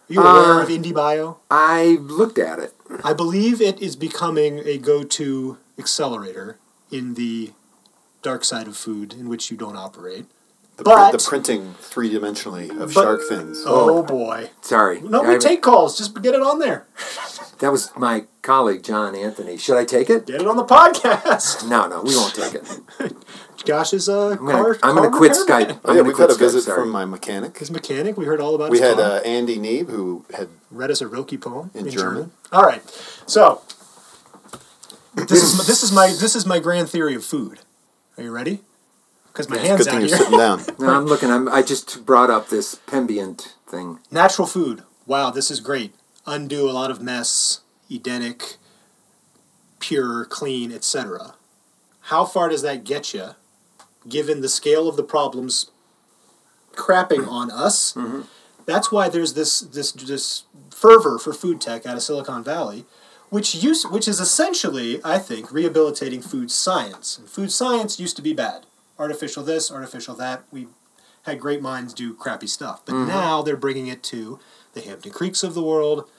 [SPEAKER 2] you aware
[SPEAKER 1] Uh,
[SPEAKER 2] of IndieBio?
[SPEAKER 1] I looked at it.
[SPEAKER 2] I believe it is becoming a go-to accelerator in the dark side of food in which you don't operate.
[SPEAKER 3] The,
[SPEAKER 2] But-
[SPEAKER 3] the printing three dimensionally of
[SPEAKER 2] But-
[SPEAKER 3] shark fins.
[SPEAKER 2] Oh, boy!
[SPEAKER 1] Sorry.
[SPEAKER 2] No,
[SPEAKER 1] I
[SPEAKER 2] we
[SPEAKER 1] haven't-
[SPEAKER 2] take calls. Just get it on there.
[SPEAKER 1] That was my colleague John Anthony. Should I take it?
[SPEAKER 2] Get it on the podcast.
[SPEAKER 1] No, no, we won't take it.
[SPEAKER 2] Josh's uh,
[SPEAKER 1] I'm gonna,
[SPEAKER 2] car.
[SPEAKER 1] I'm gonna
[SPEAKER 2] car
[SPEAKER 1] quit
[SPEAKER 2] repairman.
[SPEAKER 1] Skype.
[SPEAKER 3] Oh,
[SPEAKER 1] I'm
[SPEAKER 3] yeah,
[SPEAKER 1] gonna
[SPEAKER 3] we've had
[SPEAKER 1] quit
[SPEAKER 3] a
[SPEAKER 1] Skype,
[SPEAKER 3] visit
[SPEAKER 1] sorry.
[SPEAKER 3] from my mechanic.
[SPEAKER 2] His mechanic. We heard all about.
[SPEAKER 3] We
[SPEAKER 2] his
[SPEAKER 3] had
[SPEAKER 2] car.
[SPEAKER 3] uh, Andy Neeb, who had
[SPEAKER 2] read us a Rilke poem
[SPEAKER 3] In
[SPEAKER 2] in,
[SPEAKER 3] German.
[SPEAKER 2] German. All right, so this is my, this is my this is my grand theory of food. Are you ready? Because my
[SPEAKER 3] it's a
[SPEAKER 2] hands
[SPEAKER 3] good
[SPEAKER 2] out
[SPEAKER 3] thing you're
[SPEAKER 2] here.
[SPEAKER 3] sitting down.
[SPEAKER 1] No, I'm looking. I'm, I just brought up this Pembient thing.
[SPEAKER 2] Natural food. Wow, this is great. Undo a lot of mess. Edenic, pure, clean, etc. How far does that get you, given the scale of the problems crapping on us? That's why there's this this this fervor for food tech out of Silicon Valley, which use which is essentially, I think, rehabilitating food science. And food science used to be bad, artificial this, artificial that. We had great minds do crappy stuff, but now they're bringing it to the Hampton Creeks of the world,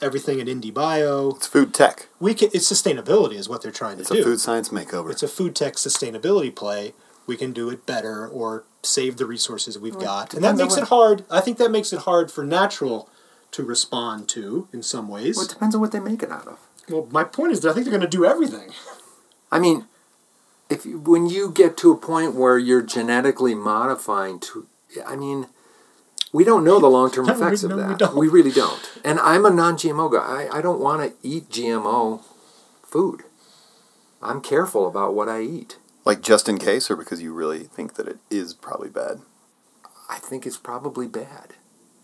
[SPEAKER 2] everything at IndieBio.
[SPEAKER 3] It's food tech.
[SPEAKER 2] We can, it's sustainability is what they're trying to
[SPEAKER 3] It's
[SPEAKER 2] do.
[SPEAKER 3] a food science makeover.
[SPEAKER 2] it's a food tech sustainability play. We can do it better or save the resources we've got. And that
[SPEAKER 1] depends on
[SPEAKER 2] makes
[SPEAKER 1] what-
[SPEAKER 2] it hard. I think that makes it hard for natural to respond to in some ways.
[SPEAKER 1] Well, it depends on what they make it out of.
[SPEAKER 2] Well, my point is that I think they're going to do everything.
[SPEAKER 1] I mean, if you, when you get to a point where you're genetically modifying to, I mean, we don't know the long term
[SPEAKER 2] No, we-
[SPEAKER 1] effects
[SPEAKER 2] no,
[SPEAKER 1] of
[SPEAKER 2] we
[SPEAKER 1] that.
[SPEAKER 2] don't.
[SPEAKER 1] really don't. And I'm a non-GMO guy. I, I don't want to eat GMO food. I'm careful about what I eat.
[SPEAKER 3] like just in case, or because you really think that it is probably bad.
[SPEAKER 1] I think it's probably bad.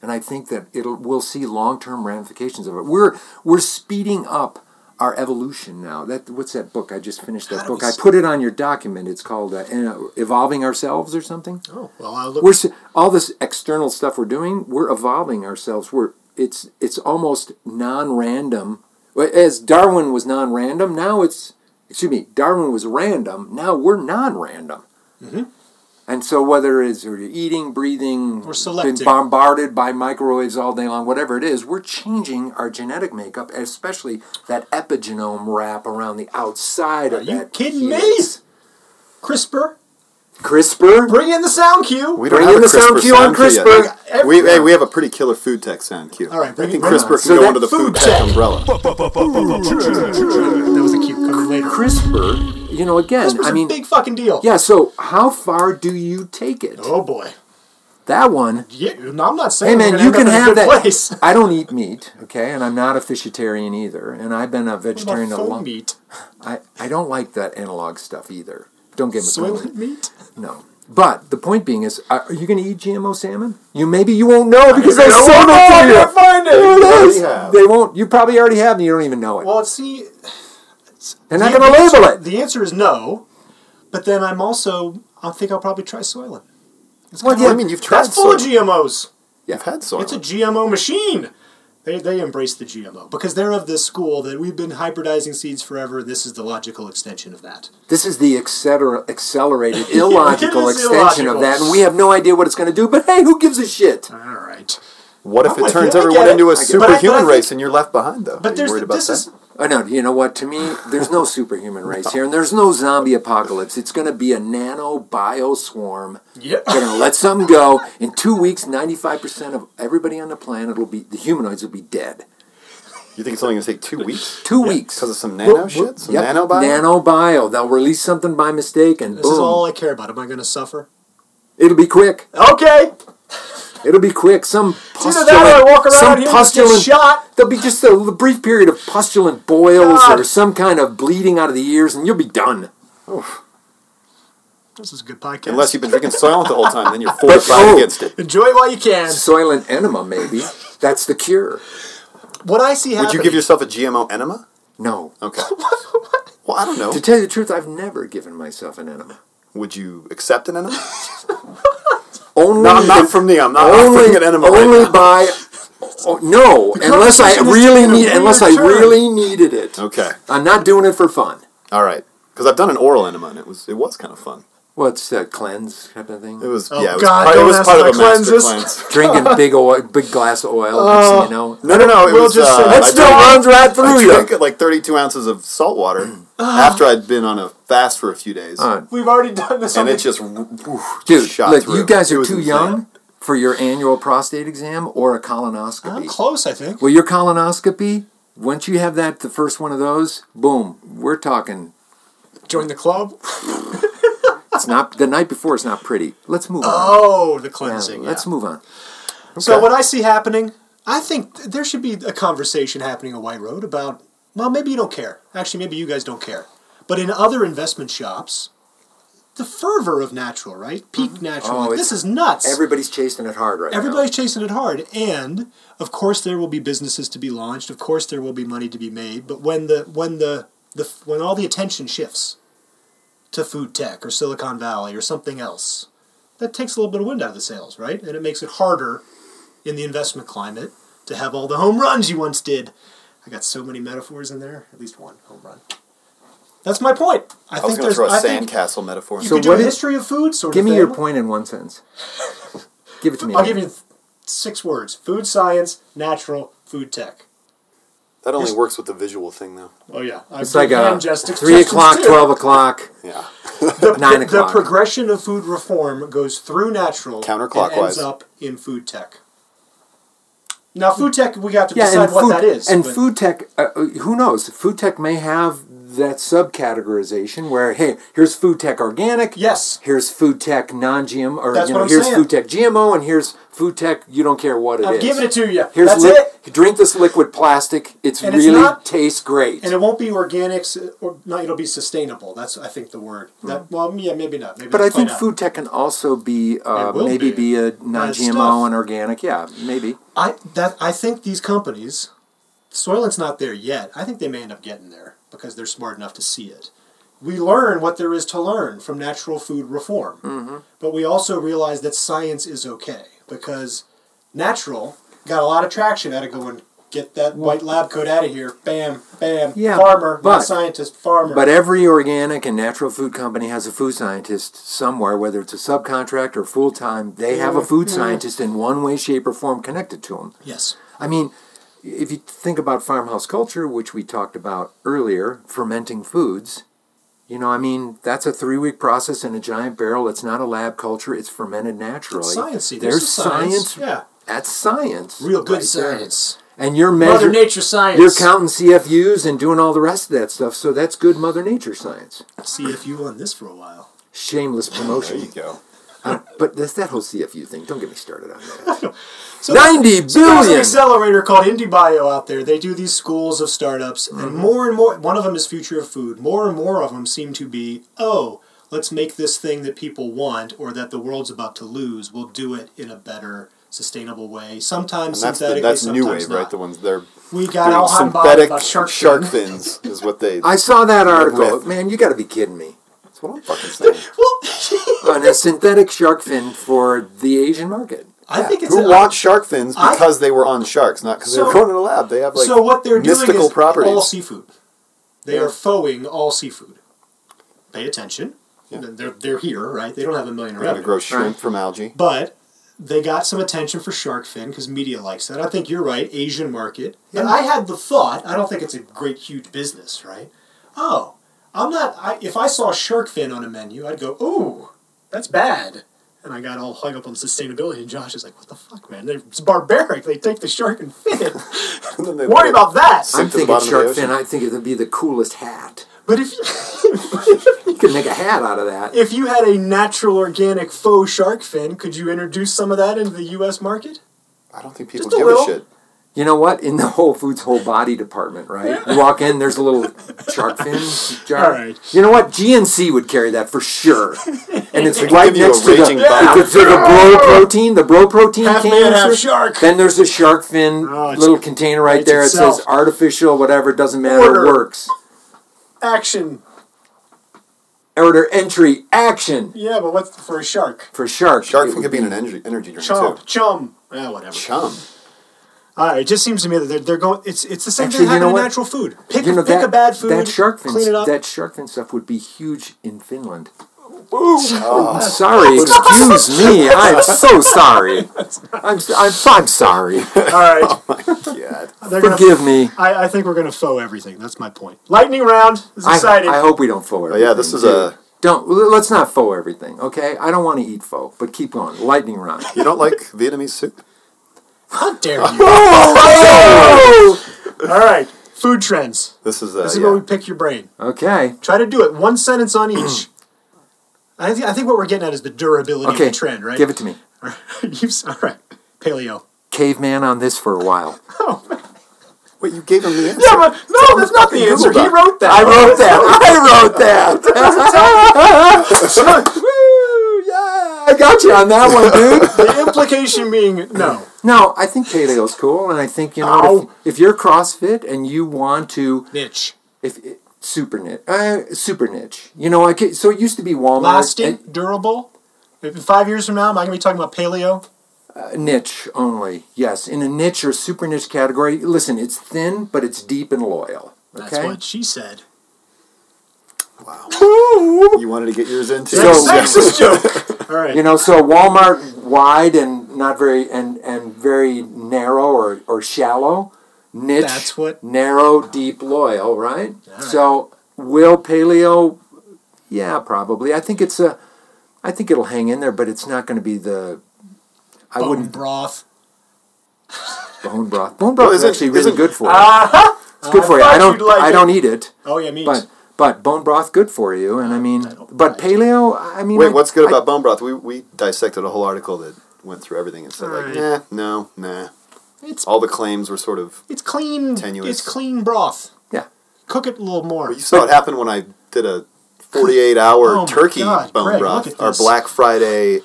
[SPEAKER 1] And I think that it'll we'll see long term ramifications of it. We're we're speeding up our evolution now. That what's that book? I just finished that
[SPEAKER 2] God, it
[SPEAKER 1] book.
[SPEAKER 2] was-
[SPEAKER 1] I put it on your document. It's called uh, uh, "Evolving Ourselves" or something.
[SPEAKER 2] Oh, well, I'll look.
[SPEAKER 1] We're s- all this external stuff we're doing. We're evolving ourselves. We're it's it's almost non random. As Darwin was non random, now it's excuse me. Darwin was random. Now we're non random.
[SPEAKER 2] Mm-hmm.
[SPEAKER 1] And so, whether it's you're eating, breathing,
[SPEAKER 2] Or selecting.
[SPEAKER 1] been bombarded by microwaves all day long, whatever it is, we're changing our genetic makeup, especially that epigenome wrap around the outside
[SPEAKER 2] Are
[SPEAKER 1] of
[SPEAKER 2] you
[SPEAKER 1] that.
[SPEAKER 2] kidding
[SPEAKER 1] human.
[SPEAKER 2] me? CRISPR?
[SPEAKER 1] CRISPR.
[SPEAKER 2] Bring in the sound cue.
[SPEAKER 3] We don't
[SPEAKER 1] Bring
[SPEAKER 3] have
[SPEAKER 1] in
[SPEAKER 3] a
[SPEAKER 1] the sound
[SPEAKER 3] CRISPR
[SPEAKER 1] cue on
[SPEAKER 3] sound yet.
[SPEAKER 1] CRISPR.
[SPEAKER 2] Every-
[SPEAKER 3] We, hey, we have a pretty killer food tech sound cue.
[SPEAKER 2] All right, bring
[SPEAKER 3] I
[SPEAKER 2] it-
[SPEAKER 3] think
[SPEAKER 2] bring it
[SPEAKER 3] CRISPR
[SPEAKER 2] on.
[SPEAKER 3] can
[SPEAKER 1] So
[SPEAKER 3] go
[SPEAKER 1] that
[SPEAKER 3] under the food
[SPEAKER 2] food
[SPEAKER 3] tech
[SPEAKER 2] tech.
[SPEAKER 3] umbrella.
[SPEAKER 2] that was a cue coming later.
[SPEAKER 1] CRISPR. You know, again,
[SPEAKER 2] CRISPR's
[SPEAKER 1] I mean,
[SPEAKER 2] a big fucking deal.
[SPEAKER 1] yeah. So how far do you take it?
[SPEAKER 2] Oh boy.
[SPEAKER 1] That one.
[SPEAKER 2] Yeah, no, I'm not saying.
[SPEAKER 1] Hey
[SPEAKER 2] we're
[SPEAKER 1] man,
[SPEAKER 2] gonna
[SPEAKER 1] you
[SPEAKER 2] end up
[SPEAKER 1] can
[SPEAKER 2] in a
[SPEAKER 1] have
[SPEAKER 2] good
[SPEAKER 1] that.
[SPEAKER 2] Place.
[SPEAKER 1] I don't eat meat, okay, and I'm not a fishitarian either, and I've been a
[SPEAKER 2] What
[SPEAKER 1] vegetarian
[SPEAKER 2] about
[SPEAKER 1] a
[SPEAKER 2] foam
[SPEAKER 1] long.
[SPEAKER 2] meat?
[SPEAKER 1] I I don't like that analog stuff either. Don't get me started.
[SPEAKER 2] Soylent meat?
[SPEAKER 1] No. But the point being is, uh, are are you going to eat GMO salmon? You maybe you won't know because they
[SPEAKER 2] don't
[SPEAKER 1] sold
[SPEAKER 2] know. I
[SPEAKER 1] it to you.
[SPEAKER 2] can't find it.
[SPEAKER 1] There it is.
[SPEAKER 3] already have.
[SPEAKER 1] They won't. You probably already have, and you don't even know it.
[SPEAKER 2] Well, it's- see,
[SPEAKER 1] They're not
[SPEAKER 2] the-
[SPEAKER 1] going to
[SPEAKER 2] the answer-
[SPEAKER 1] label it.
[SPEAKER 2] The answer is no, but then I'm also I think I'll probably try Soylent. It's
[SPEAKER 1] Well,
[SPEAKER 2] kinda
[SPEAKER 1] yeah,
[SPEAKER 3] I
[SPEAKER 2] like-
[SPEAKER 3] mean, you've tried
[SPEAKER 2] that's full of
[SPEAKER 3] soy.
[SPEAKER 2] GMOs.
[SPEAKER 1] Yeah.
[SPEAKER 3] You've had soy.
[SPEAKER 2] It's a GMO machine. They, they embrace the GMO because they're of this school that we've been hybridizing seeds forever. This is the logical extension of that.
[SPEAKER 1] This is the et cetera, accelerated, illogical
[SPEAKER 2] is
[SPEAKER 1] extension
[SPEAKER 2] illogical.
[SPEAKER 1] of that, and we have no idea what it's going to do. But hey, who gives a shit?
[SPEAKER 2] All right,
[SPEAKER 3] what if
[SPEAKER 2] I'm
[SPEAKER 3] it
[SPEAKER 2] with
[SPEAKER 3] turns
[SPEAKER 2] you, I
[SPEAKER 3] everyone
[SPEAKER 2] get it.
[SPEAKER 3] into a
[SPEAKER 2] I get it. But I- but I
[SPEAKER 3] superhuman
[SPEAKER 2] think-
[SPEAKER 3] race and you're left behind, though?
[SPEAKER 2] but
[SPEAKER 3] Are you
[SPEAKER 2] there's
[SPEAKER 3] worried about
[SPEAKER 2] this
[SPEAKER 3] that?
[SPEAKER 2] is
[SPEAKER 1] Oh no! You know what? To me, there's no superhuman race here, and there's no zombie apocalypse. It's going to be a nano bio swarm.
[SPEAKER 2] yeah.
[SPEAKER 1] They're going to let something go. In two weeks, 95% of everybody on the planet will be, the humanoids will be dead.
[SPEAKER 3] You think it's only going to take two weeks?
[SPEAKER 1] Two weeks.
[SPEAKER 3] Because of some nano shit? Some
[SPEAKER 1] Yep,
[SPEAKER 3] nanobio?
[SPEAKER 1] nanobio. They'll release something by mistake and
[SPEAKER 2] This
[SPEAKER 1] boom.
[SPEAKER 2] is all I care about. Am I going to suffer?
[SPEAKER 1] It'll be quick.
[SPEAKER 2] Okay,
[SPEAKER 1] It'll be quick. Some
[SPEAKER 2] it's either
[SPEAKER 1] pustulant.
[SPEAKER 2] that or I walk around
[SPEAKER 1] some
[SPEAKER 2] here and get
[SPEAKER 1] pustulant.
[SPEAKER 2] shot.
[SPEAKER 1] There'll be just a l- brief period of pustulant boils
[SPEAKER 2] God.
[SPEAKER 1] or some kind of bleeding out of the ears, and you'll be done.
[SPEAKER 2] This is a good podcast.
[SPEAKER 3] Unless you've been drinking Soylent the whole time, then you're
[SPEAKER 1] oh.
[SPEAKER 3] fortified against it.
[SPEAKER 2] enjoy it while you can.
[SPEAKER 1] Soylent enema, maybe. That's the cure.
[SPEAKER 2] What I see
[SPEAKER 3] Would
[SPEAKER 2] happening.
[SPEAKER 3] you give yourself a GMO enema?
[SPEAKER 1] No.
[SPEAKER 3] Okay. Well, I don't know.
[SPEAKER 1] To tell you the truth, I've never given myself an enema.
[SPEAKER 3] Would you accept an enema?
[SPEAKER 1] Only
[SPEAKER 3] No, I'm not from the. I'm not I'm
[SPEAKER 1] only,
[SPEAKER 3] thinking enema. right
[SPEAKER 1] only
[SPEAKER 3] now.
[SPEAKER 1] by oh, no unless i
[SPEAKER 2] conversation is
[SPEAKER 1] really
[SPEAKER 2] taking a
[SPEAKER 1] need unless i
[SPEAKER 2] weird turn.
[SPEAKER 1] really needed it
[SPEAKER 3] Okay.
[SPEAKER 1] i'm not doing it for fun
[SPEAKER 3] All right. Because I've done an oral enema and it was it was kind of fun.
[SPEAKER 1] what's that cleanse type of thing
[SPEAKER 3] It was
[SPEAKER 2] Oh,
[SPEAKER 3] yeah. It was
[SPEAKER 2] God,
[SPEAKER 3] part, it
[SPEAKER 2] don't
[SPEAKER 3] was
[SPEAKER 2] ask
[SPEAKER 3] part
[SPEAKER 2] my
[SPEAKER 3] of a master
[SPEAKER 2] cleanses.
[SPEAKER 3] cleanse.
[SPEAKER 1] drinking big oil big glass of oil next thing you know
[SPEAKER 3] Oh. No, no, no. It
[SPEAKER 2] We'll
[SPEAKER 3] was
[SPEAKER 2] just
[SPEAKER 3] uh,
[SPEAKER 2] say-
[SPEAKER 1] that
[SPEAKER 3] I
[SPEAKER 1] still
[SPEAKER 3] drank-
[SPEAKER 1] runs right
[SPEAKER 3] I
[SPEAKER 1] through
[SPEAKER 3] drank
[SPEAKER 1] you
[SPEAKER 3] it like 32 ounces of salt water
[SPEAKER 2] Ah.
[SPEAKER 3] after I'd been on a fast for a few days,
[SPEAKER 1] Uh,
[SPEAKER 2] We've already done this.
[SPEAKER 3] and
[SPEAKER 2] on
[SPEAKER 3] it
[SPEAKER 2] the-
[SPEAKER 3] just woof,
[SPEAKER 1] dude
[SPEAKER 3] shot
[SPEAKER 1] look
[SPEAKER 3] through.
[SPEAKER 1] you guys
[SPEAKER 3] It
[SPEAKER 1] are
[SPEAKER 3] was
[SPEAKER 1] too
[SPEAKER 3] insane.
[SPEAKER 1] young for your annual prostate exam or a colonoscopy
[SPEAKER 2] I'm close, I think.
[SPEAKER 1] well your colonoscopy once you have that the first one of those boom we're talking
[SPEAKER 2] Join the club.
[SPEAKER 1] it's not the night before it's not pretty let's move on
[SPEAKER 2] Oh, the
[SPEAKER 1] Yeah,
[SPEAKER 2] cleansing. yeah.
[SPEAKER 1] let's move on
[SPEAKER 2] So what I see happening, I think th- there should be a conversation happening on White Road about. Well, maybe you don't care. Actually, maybe you guys don't care. But in other investment shops, the fervor of natural, right? Peak natural.
[SPEAKER 1] Oh,
[SPEAKER 2] like,
[SPEAKER 1] it's-
[SPEAKER 2] this is nuts.
[SPEAKER 1] everybody's chasing it hard right now.
[SPEAKER 2] Everybody's chasing it hard, and of course there will be businesses to be launched. Of course there will be money to be made. But when the when the, the when all the attention shifts to food tech or Silicon Valley or something else, that takes a little bit of wind out of the sails, right? And it makes it harder in the investment climate to have all the home runs you once did. I got so many metaphors in there. At least one home run. That's my point. I,
[SPEAKER 3] I was
[SPEAKER 2] think
[SPEAKER 3] going to
[SPEAKER 2] there's.
[SPEAKER 3] throw a
[SPEAKER 2] I think
[SPEAKER 3] sandcastle metaphor.
[SPEAKER 2] you
[SPEAKER 1] So
[SPEAKER 2] could do
[SPEAKER 1] what
[SPEAKER 2] a
[SPEAKER 1] is-
[SPEAKER 2] history of food. Sort
[SPEAKER 1] Give
[SPEAKER 2] of
[SPEAKER 1] me your
[SPEAKER 2] thing.
[SPEAKER 1] point in one sentence. Give it to me.
[SPEAKER 2] I'll give you six words: food science, natural, food tech.
[SPEAKER 3] that only works with the visual thing, though.
[SPEAKER 2] Oh yeah, I
[SPEAKER 1] It's like
[SPEAKER 2] did
[SPEAKER 1] a
[SPEAKER 2] hand gest
[SPEAKER 1] three
[SPEAKER 2] expressions,
[SPEAKER 1] o'clock,
[SPEAKER 2] too.
[SPEAKER 1] twelve o'clock,
[SPEAKER 3] Yeah.
[SPEAKER 1] nine
[SPEAKER 2] The
[SPEAKER 1] o'clock.
[SPEAKER 2] progression of food reform goes through natural and
[SPEAKER 3] Counterclockwise.
[SPEAKER 2] ends up in food tech. Now, food tech, we have to
[SPEAKER 1] yeah,
[SPEAKER 2] decide
[SPEAKER 1] and
[SPEAKER 2] what
[SPEAKER 1] food,
[SPEAKER 2] that is.
[SPEAKER 1] and
[SPEAKER 2] but-
[SPEAKER 1] food tech. Uh, uh, who knows? Food tech may have that subcategorization where hey, here's food tech organic.
[SPEAKER 2] Yes.
[SPEAKER 1] Here's food tech non-GM, or
[SPEAKER 2] That's
[SPEAKER 1] you
[SPEAKER 2] what
[SPEAKER 1] know,
[SPEAKER 2] I'm
[SPEAKER 1] here's
[SPEAKER 2] saying.
[SPEAKER 1] food tech GMO, and here's food tech. You don't care what it
[SPEAKER 2] I'm
[SPEAKER 1] is.
[SPEAKER 2] giving it to you.
[SPEAKER 1] Here's
[SPEAKER 2] That's
[SPEAKER 1] li-
[SPEAKER 2] it.
[SPEAKER 1] Drink this liquid plastic. It's
[SPEAKER 2] And it's
[SPEAKER 1] really
[SPEAKER 2] not-
[SPEAKER 1] tastes great.
[SPEAKER 2] And it won't be organics, or not. It'll be sustainable. That's I think the word. That well, yeah, maybe not. Maybe
[SPEAKER 1] Hmm. But I
[SPEAKER 2] that's
[SPEAKER 1] think
[SPEAKER 2] fine.
[SPEAKER 1] food tech can also be uh,
[SPEAKER 2] It will
[SPEAKER 1] maybe
[SPEAKER 2] be.
[SPEAKER 1] be a
[SPEAKER 2] stuff.
[SPEAKER 1] non-GMO and organic. Yeah, maybe.
[SPEAKER 2] I that I think these companies, Soylent's not there yet. I think they may end up getting there because they're smart enough to see it. We learn what there is to learn from natural food reform,
[SPEAKER 1] Mm-hmm.
[SPEAKER 2] but we also realize that science is okay because natural got a lot of traction out of going get that white lab coat out of here, bam, bam,
[SPEAKER 1] Yeah,
[SPEAKER 2] farmer,
[SPEAKER 1] but-
[SPEAKER 2] not scientist, farmer.
[SPEAKER 1] But every organic and natural food company has a food scientist somewhere, whether it's a subcontract or full time. They have a
[SPEAKER 2] Mm-hmm.
[SPEAKER 1] food scientist in one way, shape, or form connected to them.
[SPEAKER 2] yes,
[SPEAKER 1] I mean, if you think about farmhouse culture, which we talked about earlier, fermenting foods, You know, I mean, that's a three week process in a giant barrel. It's not a lab culture, it's fermented naturally.
[SPEAKER 2] It's sciencey. There's
[SPEAKER 1] There's
[SPEAKER 2] some science.
[SPEAKER 1] science.
[SPEAKER 2] Yeah.
[SPEAKER 1] That's science.
[SPEAKER 2] Real
[SPEAKER 1] right
[SPEAKER 2] good
[SPEAKER 1] there.
[SPEAKER 2] science.
[SPEAKER 1] And you're
[SPEAKER 4] Mother
[SPEAKER 1] measuring.
[SPEAKER 4] Nature science.
[SPEAKER 1] You're counting CFUs and doing all the rest of that stuff, so that's good Mother Nature science.
[SPEAKER 2] See if you won this for a while.
[SPEAKER 1] Shameless
[SPEAKER 3] There you
[SPEAKER 1] promotion.
[SPEAKER 3] go.
[SPEAKER 1] Uh, but that's that whole CFU thing. Don't get me started on that.
[SPEAKER 2] So
[SPEAKER 1] Ninety
[SPEAKER 2] So there's an
[SPEAKER 1] billion.
[SPEAKER 2] accelerator called IndieBio out there. They do these schools of startups,
[SPEAKER 3] Mm-hmm.
[SPEAKER 2] and more and more, one of them is Future of Food. More and more of them seem to be, oh, let's make this thing that people want or that the world's about to lose. We'll do it in a better, sustainable way. Sometimes
[SPEAKER 3] And that's the,
[SPEAKER 2] synthetically,
[SPEAKER 3] that's
[SPEAKER 2] sometimes
[SPEAKER 3] new wave,
[SPEAKER 2] not.
[SPEAKER 3] right? The ones they're
[SPEAKER 2] we got
[SPEAKER 3] doing
[SPEAKER 2] all hot synthetic
[SPEAKER 3] synthetic
[SPEAKER 2] about shark,
[SPEAKER 3] shark
[SPEAKER 2] fin.
[SPEAKER 3] fins is what they.
[SPEAKER 1] I saw that article.
[SPEAKER 3] breath.
[SPEAKER 1] Man, you got to be kidding me.
[SPEAKER 3] That's what I'm fucking saying.
[SPEAKER 2] Well,
[SPEAKER 1] On a synthetic shark fin for the Asian market.
[SPEAKER 2] I think it's
[SPEAKER 3] Who
[SPEAKER 2] a-
[SPEAKER 3] wants shark fins
[SPEAKER 2] I-
[SPEAKER 3] because they were on sharks, not because they
[SPEAKER 2] So-
[SPEAKER 3] were grown in a lab. They have like
[SPEAKER 2] so what they're doing
[SPEAKER 3] mystical
[SPEAKER 2] is
[SPEAKER 3] properties.
[SPEAKER 2] all seafood. They
[SPEAKER 3] Yeah.
[SPEAKER 2] are foeing all seafood. Pay attention.
[SPEAKER 3] Yeah.
[SPEAKER 2] They're, they're here, right? They don't have a million
[SPEAKER 3] They're gonna
[SPEAKER 2] revenue.
[SPEAKER 3] grow shrimp
[SPEAKER 1] Right.
[SPEAKER 3] from algae.
[SPEAKER 2] But they got some attention for shark fin because media likes that. I think you're right, Asian market. And
[SPEAKER 1] Yeah.
[SPEAKER 2] I had the thought, I don't think it's a great, huge business, right? Oh, I'm not, I, if I saw shark fin on a menu, I'd go, ooh, that's bad. And I got all hung up on sustainability, and Josh is like, what the fuck, man? They're, it's barbaric. They take the shark and fin it.
[SPEAKER 3] And then they
[SPEAKER 2] Worry
[SPEAKER 3] put-
[SPEAKER 2] about that.
[SPEAKER 3] Sink
[SPEAKER 1] I'm
[SPEAKER 3] to the
[SPEAKER 1] thinking
[SPEAKER 3] bottom of the
[SPEAKER 1] shark
[SPEAKER 3] ocean.
[SPEAKER 1] fin. I think it'd be the coolest hat.
[SPEAKER 2] But if you,
[SPEAKER 1] You could make a hat out of that.
[SPEAKER 2] if you had a natural organic faux shark fin, could you introduce some of that into the U.S. market?
[SPEAKER 3] I don't think people
[SPEAKER 2] Just a
[SPEAKER 3] give
[SPEAKER 2] little.
[SPEAKER 3] a shit.
[SPEAKER 1] You know what? In the Whole Foods whole body department, right? You walk in, there's a little shark fin jar.
[SPEAKER 2] All right.
[SPEAKER 1] You know what? GNC would carry that for sure. And it's
[SPEAKER 3] They
[SPEAKER 1] right
[SPEAKER 3] give you a
[SPEAKER 1] next to the,
[SPEAKER 3] raging bout.
[SPEAKER 1] to the bro protein, the bro protein
[SPEAKER 2] Half
[SPEAKER 1] can.
[SPEAKER 2] man, half
[SPEAKER 1] sir.
[SPEAKER 2] shark.
[SPEAKER 1] Then there's a shark fin
[SPEAKER 2] Oh, it's-
[SPEAKER 1] little container right
[SPEAKER 2] it's
[SPEAKER 1] there. It
[SPEAKER 2] itself.
[SPEAKER 1] says artificial, whatever, doesn't matter,
[SPEAKER 2] Order.
[SPEAKER 1] works.
[SPEAKER 2] Action.
[SPEAKER 1] Order entry action
[SPEAKER 2] Yeah, but what's for a shark?
[SPEAKER 1] for shark. It
[SPEAKER 3] Shark fin
[SPEAKER 1] would
[SPEAKER 3] could be in an energy energy drink
[SPEAKER 2] Chum.
[SPEAKER 3] too.
[SPEAKER 2] Chum. Yeah, whatever.
[SPEAKER 3] Chum.
[SPEAKER 2] All right, it just seems to me that they're, they're going. It's it's the same
[SPEAKER 1] Actually,
[SPEAKER 2] thing
[SPEAKER 1] you
[SPEAKER 2] happening
[SPEAKER 1] know
[SPEAKER 2] to
[SPEAKER 1] what?
[SPEAKER 2] natural food. Pick,
[SPEAKER 1] You know,
[SPEAKER 2] pick
[SPEAKER 1] that,
[SPEAKER 2] a bad food,
[SPEAKER 1] that shark fin,
[SPEAKER 2] clean it up.
[SPEAKER 1] that shark fin stuff would be huge in Finland.
[SPEAKER 3] Oh,
[SPEAKER 1] I'm sorry, excuse me. I'm so sorry. I'm s- I'm, I'm sorry.
[SPEAKER 2] All right,
[SPEAKER 3] God.
[SPEAKER 2] they're gonna-
[SPEAKER 1] Oh, Forgive me.
[SPEAKER 2] I, I think we're gonna faux everything. That's my point. Lightning round is
[SPEAKER 1] I,
[SPEAKER 2] exciting.
[SPEAKER 1] I hope we don't foe
[SPEAKER 3] But
[SPEAKER 1] everything.
[SPEAKER 3] Oh, yeah, this is
[SPEAKER 1] dude.
[SPEAKER 3] a.
[SPEAKER 1] Don't l- let's not foe everything, okay? I don't want to eat foe, but keep going. Lightning round.
[SPEAKER 3] You don't like Vietnamese soup?
[SPEAKER 2] How dare you? All right, food trends.
[SPEAKER 3] This is uh,
[SPEAKER 2] This is
[SPEAKER 3] yeah.
[SPEAKER 2] where we pick your brain.
[SPEAKER 1] Okay.
[SPEAKER 2] Try to do it one sentence on each. I think I think what we're getting at is the durability
[SPEAKER 1] Okay.
[SPEAKER 2] of the trend, right?
[SPEAKER 1] Give it to me.
[SPEAKER 2] You've s- all right, paleo.
[SPEAKER 1] Caveman on this for a while.
[SPEAKER 3] Wait, you gave him the answer.
[SPEAKER 2] Yeah, but no, that's not the
[SPEAKER 3] Google
[SPEAKER 2] answer. He
[SPEAKER 3] Doc.
[SPEAKER 2] wrote that.
[SPEAKER 1] I wrote that. I wrote that. Woo! Yeah, I got you on that one, dude.
[SPEAKER 2] the implication being no.
[SPEAKER 1] No, I think paleo's cool, and I think you know
[SPEAKER 2] Ow.
[SPEAKER 1] if, if you're CrossFit and you want to
[SPEAKER 2] Niche.
[SPEAKER 1] if it, super niche, uh, super niche. You know, I could, so it used to be Walmart uh,
[SPEAKER 2] Lasting,
[SPEAKER 1] and-
[SPEAKER 2] durable. If Five years from now, am I going to be talking about paleo?
[SPEAKER 1] uh, niche only. Yes, in a niche or super niche category. Listen, it's thin, but it's deep and loyal. Okay.
[SPEAKER 2] That's what she said.
[SPEAKER 3] Wow. You wanted to get yours in too.
[SPEAKER 1] So-
[SPEAKER 2] Sexist joke. All right.
[SPEAKER 1] You know, so Walmart wide and not very and and very narrow or or shallow niche.
[SPEAKER 2] That's what-
[SPEAKER 1] narrow, deep, loyal, right? So will paleo? Yeah, probably. I think it's a. I think it'll hang in there, but it's not going to be the. I
[SPEAKER 2] Bone
[SPEAKER 1] wouldn't
[SPEAKER 2] broth.
[SPEAKER 1] bone broth. Bone broth is
[SPEAKER 3] isn't-
[SPEAKER 1] actually really
[SPEAKER 3] isn't- Uh-huh.
[SPEAKER 1] good for you. It's good for you.
[SPEAKER 2] thought
[SPEAKER 1] I don't.
[SPEAKER 2] you'd like
[SPEAKER 1] I
[SPEAKER 2] it.
[SPEAKER 1] don't eat it,
[SPEAKER 2] Oh yeah, meat.
[SPEAKER 1] but but bone broth good for you. And I mean,
[SPEAKER 2] don't
[SPEAKER 1] but
[SPEAKER 2] like it.
[SPEAKER 1] paleo. I mean, I-
[SPEAKER 3] Wait, what's good
[SPEAKER 1] I-
[SPEAKER 3] about bone broth? We we dissected a whole article that went through everything and said
[SPEAKER 2] Right.
[SPEAKER 3] like, nah, no, nah.
[SPEAKER 2] it's
[SPEAKER 3] All the claims were sort of.
[SPEAKER 2] it's clean.
[SPEAKER 3] Tenuous.
[SPEAKER 2] It's clean broth.
[SPEAKER 1] Yeah.
[SPEAKER 2] Cook it a little more.
[SPEAKER 3] You saw it happen when I did a 48 hour
[SPEAKER 2] Oh my
[SPEAKER 3] turkey
[SPEAKER 2] God,
[SPEAKER 3] bone
[SPEAKER 2] Greg,
[SPEAKER 3] broth
[SPEAKER 2] look at
[SPEAKER 3] or
[SPEAKER 2] this.
[SPEAKER 3] Black Friday.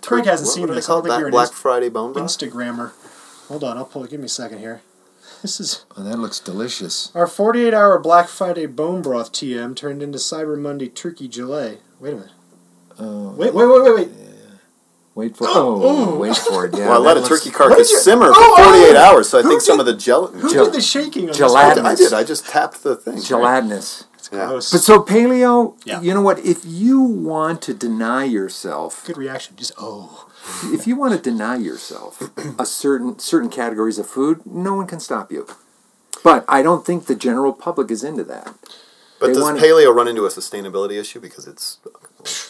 [SPEAKER 2] Craig hasn't
[SPEAKER 3] what-
[SPEAKER 2] seen
[SPEAKER 3] what do they
[SPEAKER 2] this.
[SPEAKER 3] call
[SPEAKER 2] I think
[SPEAKER 3] it?
[SPEAKER 2] you're an
[SPEAKER 3] Black, Black
[SPEAKER 2] Inst-
[SPEAKER 3] Friday bone broth.
[SPEAKER 2] Instagrammer. Hold on, I'll pull it. Give me a second here. This is
[SPEAKER 5] Oh, that looks delicious.
[SPEAKER 2] our 48 hour Black Friday bone broth TM turned into Cyber Monday turkey gelée. Wait a minute.
[SPEAKER 5] Oh,
[SPEAKER 2] Wait, wait, wait, wait, wait.
[SPEAKER 5] wait for oh, wait for it. Yeah,
[SPEAKER 3] well, I let
[SPEAKER 5] that
[SPEAKER 3] a
[SPEAKER 5] looks-
[SPEAKER 3] turkey
[SPEAKER 2] What did you-
[SPEAKER 3] carcass simmer
[SPEAKER 2] Oh,
[SPEAKER 3] for 48
[SPEAKER 2] oh!
[SPEAKER 3] hours, so I
[SPEAKER 2] Who
[SPEAKER 3] think some
[SPEAKER 2] did-
[SPEAKER 3] of the gelatin.
[SPEAKER 2] Who
[SPEAKER 1] Gel-
[SPEAKER 2] did the shaking on
[SPEAKER 1] gelatinous.
[SPEAKER 3] I
[SPEAKER 2] this?
[SPEAKER 3] did. I just tapped the thing.
[SPEAKER 1] gelatinous?
[SPEAKER 3] Yeah.
[SPEAKER 2] Gross.
[SPEAKER 1] But so paleo,
[SPEAKER 2] Yeah.
[SPEAKER 1] you know what? If you want to deny yourself,
[SPEAKER 2] Good reaction. Just, oh.
[SPEAKER 1] if you want to deny yourself a certain certain categories of food, no one can stop you. But I don't think the general public is into that.
[SPEAKER 3] But
[SPEAKER 1] They
[SPEAKER 3] does
[SPEAKER 1] wanna-
[SPEAKER 3] paleo run into a sustainability issue because it's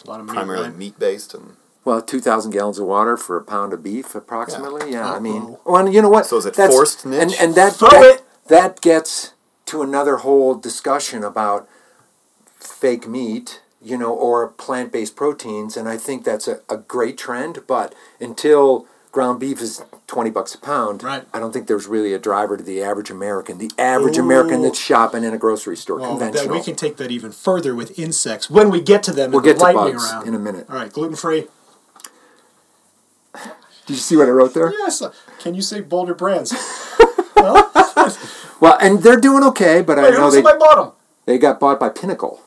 [SPEAKER 2] A lot of meat,
[SPEAKER 3] primarily
[SPEAKER 2] right?
[SPEAKER 3] meat based and
[SPEAKER 1] Well, two thousand gallons of water for a pound of beef, approximately. Yeah, I mean,
[SPEAKER 2] Uh-oh.
[SPEAKER 1] well, and you know what?
[SPEAKER 3] So is it forced, Mitch?
[SPEAKER 1] And and that
[SPEAKER 2] Throw
[SPEAKER 1] that,
[SPEAKER 2] it!
[SPEAKER 1] that gets to another whole discussion about fake meat, you know, or plant-based proteins, and I think that's a, a great trend. But until ground beef is twenty bucks a pound,
[SPEAKER 2] Right.
[SPEAKER 1] I don't think there's really a driver to the average American, the average American
[SPEAKER 2] Ooh.
[SPEAKER 1] that's shopping in a grocery store,
[SPEAKER 2] Well, that
[SPEAKER 1] conventional.
[SPEAKER 2] we can take that even further with insects when we get to them.
[SPEAKER 1] We'll
[SPEAKER 2] in the
[SPEAKER 1] get to
[SPEAKER 2] lightning
[SPEAKER 1] bugs
[SPEAKER 2] round.
[SPEAKER 1] in a minute.
[SPEAKER 2] All right, gluten free.
[SPEAKER 1] Did you see what I wrote there?
[SPEAKER 2] Yes. uh, Can you say Boulder brands?
[SPEAKER 1] Well, and they're doing okay, but
[SPEAKER 2] Wait,
[SPEAKER 1] I know
[SPEAKER 2] who's
[SPEAKER 1] they
[SPEAKER 2] in my bottom?
[SPEAKER 1] they got bought by Pinnacle.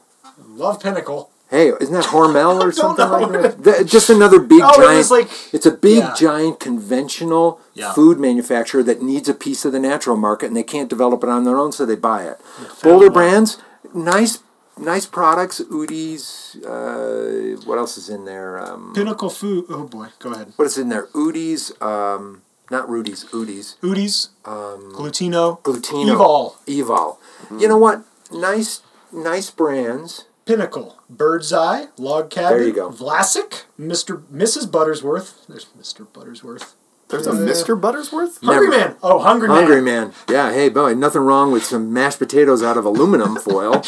[SPEAKER 2] Love Pinnacle.
[SPEAKER 1] Hey, isn't that Hormel or something
[SPEAKER 2] know
[SPEAKER 1] like that? Th- Just another big
[SPEAKER 2] Oh,
[SPEAKER 1] giant.
[SPEAKER 2] it was like-
[SPEAKER 1] it's a big
[SPEAKER 2] yeah.
[SPEAKER 1] giant conventional
[SPEAKER 2] Yeah.
[SPEAKER 1] food manufacturer that needs a piece of the natural market, and they can't develop it on their own, so they buy it. Boulder Brands, nice, nice products. Udi's, uh, what else is in there? Um,
[SPEAKER 2] Pinnacle food. Oh boy, go ahead.
[SPEAKER 1] what is in there? Udi's, um, not Rudy's. Udi's.
[SPEAKER 2] Udi's.
[SPEAKER 1] Um,
[SPEAKER 2] Glutino.
[SPEAKER 1] Glutino.
[SPEAKER 2] Evol.
[SPEAKER 1] Evol.
[SPEAKER 2] Mm.
[SPEAKER 1] You know what? Nice, nice brands.
[SPEAKER 2] Pinnacle. Bird's Eye. Log Cabin.
[SPEAKER 1] There you go.
[SPEAKER 2] Vlasic. Mr. Mrs. Buttersworth. There's Mr. Buttersworth.
[SPEAKER 3] there's a Mr. Buttersworth.
[SPEAKER 2] Hungry
[SPEAKER 1] Never-
[SPEAKER 2] Man. Oh, Hungry Man.
[SPEAKER 1] Hungry man. Yeah, hey, boy, nothing wrong with some mashed potatoes out of aluminum foil.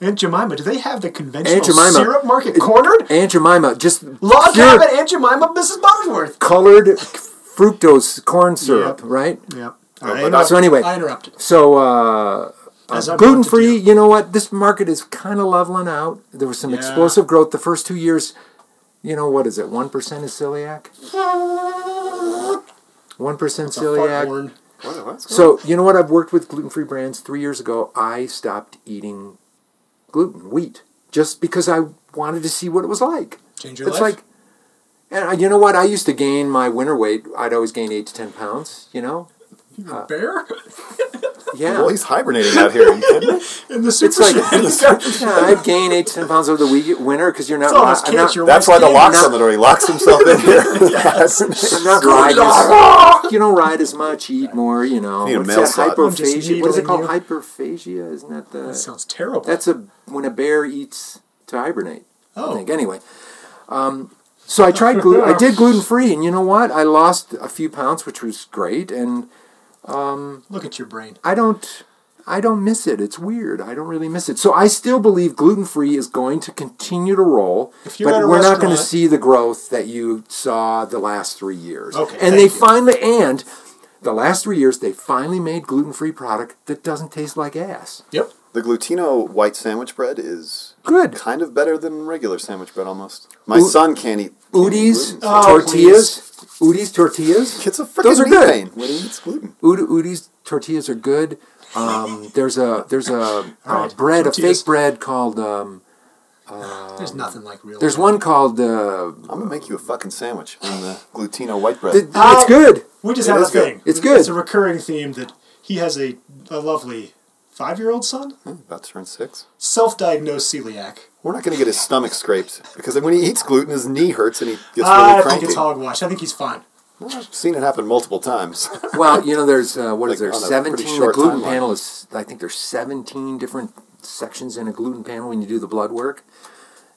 [SPEAKER 2] Aunt Jemima. Do they have the conventional
[SPEAKER 1] Aunt Jemima.
[SPEAKER 2] syrup market cornered?
[SPEAKER 1] Aunt Jemima, just
[SPEAKER 2] Log
[SPEAKER 1] pure
[SPEAKER 2] Cabin. Aunt Jemima. Mrs. Buttersworth.
[SPEAKER 1] colored fructose corn syrup,
[SPEAKER 2] Yep.
[SPEAKER 1] right?
[SPEAKER 2] Yep.
[SPEAKER 3] but
[SPEAKER 2] I interrupted-
[SPEAKER 1] so anyway.
[SPEAKER 2] I interrupted.
[SPEAKER 1] So, uh,
[SPEAKER 2] As I'm
[SPEAKER 1] gluten
[SPEAKER 2] wont to
[SPEAKER 1] free,
[SPEAKER 2] do.
[SPEAKER 1] you know what? This market is kind of leveling out. There was some
[SPEAKER 2] Yeah.
[SPEAKER 1] explosive growth the first two years. You know, what is it? 1% is celiac? 1%
[SPEAKER 2] It's a fart
[SPEAKER 1] celiac.
[SPEAKER 2] horn.
[SPEAKER 3] What- what's going
[SPEAKER 1] So, you know what? I've worked with gluten free brands. Three years ago, I stopped eating gluten, wheat, just because I wanted to see what it was like.
[SPEAKER 2] Change your
[SPEAKER 1] it's
[SPEAKER 2] life?
[SPEAKER 1] like, and I, you know what? I used to gain my winter weight. I'd always gain eight to 10 pounds, you know? uh,
[SPEAKER 2] Bear?
[SPEAKER 1] Yeah.
[SPEAKER 3] on? Well, he's hibernating out here. Are you kidding me?
[SPEAKER 2] In the
[SPEAKER 1] it's
[SPEAKER 2] super
[SPEAKER 1] like, yeah, I'd gain eight to 10 pounds over the week, winter because you're not,
[SPEAKER 2] all those
[SPEAKER 1] ri- I'm
[SPEAKER 2] kids
[SPEAKER 1] not,
[SPEAKER 2] you're
[SPEAKER 3] That's why the
[SPEAKER 2] Damn,
[SPEAKER 3] locks
[SPEAKER 1] no.
[SPEAKER 3] on the door. He locks himself in here.
[SPEAKER 1] I'm not riding as, you don't ride as much, eat more, you know.
[SPEAKER 3] You need a
[SPEAKER 1] What's
[SPEAKER 3] mail
[SPEAKER 1] that?
[SPEAKER 3] slot.
[SPEAKER 2] I'm just
[SPEAKER 1] Hyperphagia. What is it
[SPEAKER 2] needling
[SPEAKER 1] called?
[SPEAKER 2] you.
[SPEAKER 1] Hyperphagia? Isn't that the.
[SPEAKER 2] That sounds terrible.
[SPEAKER 1] That's a when a bear eats to hibernate. I
[SPEAKER 2] Oh.
[SPEAKER 1] think anyway. Um, so I tried gluten. I did gluten free, and you know what? I lost a few pounds, which was great, and
[SPEAKER 2] Look at your brain.
[SPEAKER 1] I don't. I don't miss it. It's weird. I don't really miss it. So I still believe gluten free is going to continue to roll,
[SPEAKER 2] If you're at
[SPEAKER 1] but
[SPEAKER 2] a
[SPEAKER 1] we're not going to
[SPEAKER 2] restaurant-
[SPEAKER 1] see the growth that you saw the last three years.
[SPEAKER 2] Okay,
[SPEAKER 1] and
[SPEAKER 2] thank
[SPEAKER 1] they
[SPEAKER 2] you.
[SPEAKER 1] finally and the last three years they finally made gluten free product that doesn't taste like ass.
[SPEAKER 2] Yep.
[SPEAKER 3] The glutino white sandwich bread is
[SPEAKER 1] Good.
[SPEAKER 3] kind of better than regular sandwich bread almost. My son can't eat can't eat
[SPEAKER 1] Udi's
[SPEAKER 3] gluten, so-
[SPEAKER 2] Oh,
[SPEAKER 1] tortillas. Udi's tortillas.
[SPEAKER 3] It's a freaking
[SPEAKER 1] Those are
[SPEAKER 3] knee
[SPEAKER 1] good.
[SPEAKER 3] pain when he eats gluten.
[SPEAKER 1] Ud- Udi's tortillas are good. Um, there's a there's a uh,
[SPEAKER 2] right,
[SPEAKER 1] bread, a
[SPEAKER 2] tortillas.
[SPEAKER 1] fake bread called. Um,
[SPEAKER 2] There's nothing like real.
[SPEAKER 1] there's one called. Uh,
[SPEAKER 3] I'm gonna make you a fucking sandwich on the glutino white bread.
[SPEAKER 1] th- th-
[SPEAKER 2] Ah.
[SPEAKER 1] it's good.
[SPEAKER 2] We just
[SPEAKER 3] It
[SPEAKER 2] have a
[SPEAKER 3] is good.
[SPEAKER 2] thing.
[SPEAKER 1] It's good.
[SPEAKER 2] It's a recurring theme that he has a, a lovely five year old son,
[SPEAKER 3] About to turn six.
[SPEAKER 2] self diagnosed celiac.
[SPEAKER 3] We're not gonna get his stomach scraped because when he eats gluten, his knee hurts and he
[SPEAKER 2] Ah,
[SPEAKER 3] gets
[SPEAKER 2] I
[SPEAKER 3] really
[SPEAKER 2] think
[SPEAKER 3] cranky.
[SPEAKER 2] it's hogwash. I think he's fine.
[SPEAKER 3] Well, I've seen it happen multiple times.
[SPEAKER 1] Well, you know, there's uh, what is
[SPEAKER 3] Like,
[SPEAKER 1] there?
[SPEAKER 3] on a pretty
[SPEAKER 1] Seventeen. The
[SPEAKER 3] short
[SPEAKER 1] gluten
[SPEAKER 3] timeline.
[SPEAKER 1] panel is. I think there's seventeen different sections in a gluten panel when you do the blood work.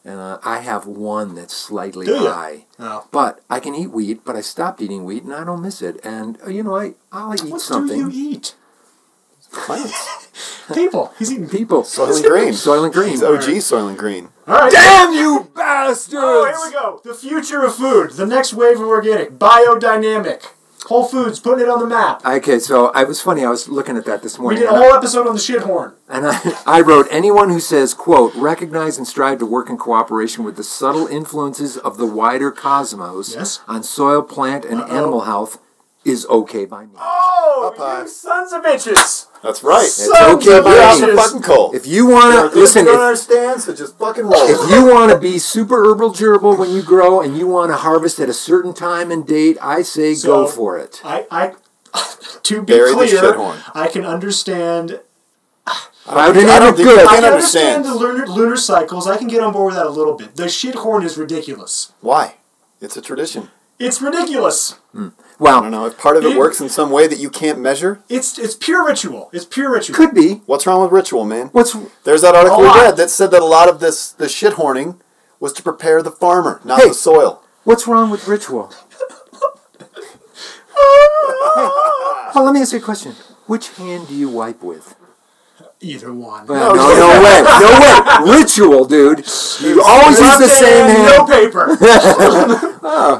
[SPEAKER 1] And uh, I have one that's slightly
[SPEAKER 2] Do ya?
[SPEAKER 1] high.
[SPEAKER 2] Oh.
[SPEAKER 1] But I can eat wheat, but I stopped eating wheat and I don't miss it. And uh, you know, I I'll eat
[SPEAKER 2] What
[SPEAKER 1] something.
[SPEAKER 2] do you eat?
[SPEAKER 3] Plants.
[SPEAKER 2] People. He's eating
[SPEAKER 1] People.
[SPEAKER 2] people.
[SPEAKER 3] Soylent Green.
[SPEAKER 1] Soylent Green.
[SPEAKER 3] He's OG Soylent Green.
[SPEAKER 2] All right.
[SPEAKER 1] Damn you bastards!
[SPEAKER 2] Oh, here we go. The future of food. The next wave of organic. Biodynamic. Whole Foods putting it on the map.
[SPEAKER 1] Okay, so I was funny. I was looking at that this
[SPEAKER 2] We
[SPEAKER 1] morning,
[SPEAKER 2] did a
[SPEAKER 1] and,
[SPEAKER 2] whole
[SPEAKER 1] I,
[SPEAKER 2] episode on the shit horn.
[SPEAKER 1] and I, I wrote, "Anyone who says quote recognize and strive to work in cooperation with the subtle influences of the wider cosmos
[SPEAKER 2] Yes.
[SPEAKER 1] on soil, plant, and animal health is okay by me."
[SPEAKER 2] Oh,
[SPEAKER 3] Up
[SPEAKER 1] uh,
[SPEAKER 3] high.
[SPEAKER 2] you sons of bitches!
[SPEAKER 3] That's right.
[SPEAKER 2] Sons
[SPEAKER 1] okay,
[SPEAKER 2] of
[SPEAKER 1] but
[SPEAKER 3] You're out in the
[SPEAKER 2] bitches.
[SPEAKER 3] fucking cold.
[SPEAKER 1] If you wanna listen, if,
[SPEAKER 3] understand, so just fucking roll.
[SPEAKER 1] if you wanna be super herbal gerbil when you grow, and you wanna harvest at a certain time and date, I say go
[SPEAKER 2] So-
[SPEAKER 1] for it.
[SPEAKER 2] I, I, to be
[SPEAKER 3] Bury the
[SPEAKER 2] clear,
[SPEAKER 3] shithorn.
[SPEAKER 2] I can understand.
[SPEAKER 3] I
[SPEAKER 1] Biodynamic
[SPEAKER 3] don't think
[SPEAKER 1] good.
[SPEAKER 3] you
[SPEAKER 2] I
[SPEAKER 3] can
[SPEAKER 2] can understand,
[SPEAKER 3] understand.
[SPEAKER 2] the lunar, lunar cycles. I can get on board with that a little bit. The shit horn is ridiculous.
[SPEAKER 3] Why? It's a tradition.
[SPEAKER 2] It's ridiculous.
[SPEAKER 3] I don't
[SPEAKER 1] Well,
[SPEAKER 3] know if part of it
[SPEAKER 2] You-
[SPEAKER 3] works in some way that you can't measure.
[SPEAKER 2] It's it's pure ritual. It's pure ritual.
[SPEAKER 1] could be.
[SPEAKER 3] What's wrong with ritual, man?
[SPEAKER 1] What's
[SPEAKER 3] There's that article
[SPEAKER 2] A
[SPEAKER 3] we
[SPEAKER 2] lot.
[SPEAKER 3] read that said that a lot of this the shit horning was to prepare the farmer, not
[SPEAKER 1] Hey.
[SPEAKER 3] the soil.
[SPEAKER 1] what's wrong with ritual? well, let me ask you a question. Which hand do you wipe with?
[SPEAKER 2] Either one.
[SPEAKER 1] Well, no, no way, no way. Ritual, dude. You always use
[SPEAKER 2] One
[SPEAKER 1] the
[SPEAKER 2] day
[SPEAKER 1] same
[SPEAKER 2] and
[SPEAKER 1] hand. Oh.
[SPEAKER 2] No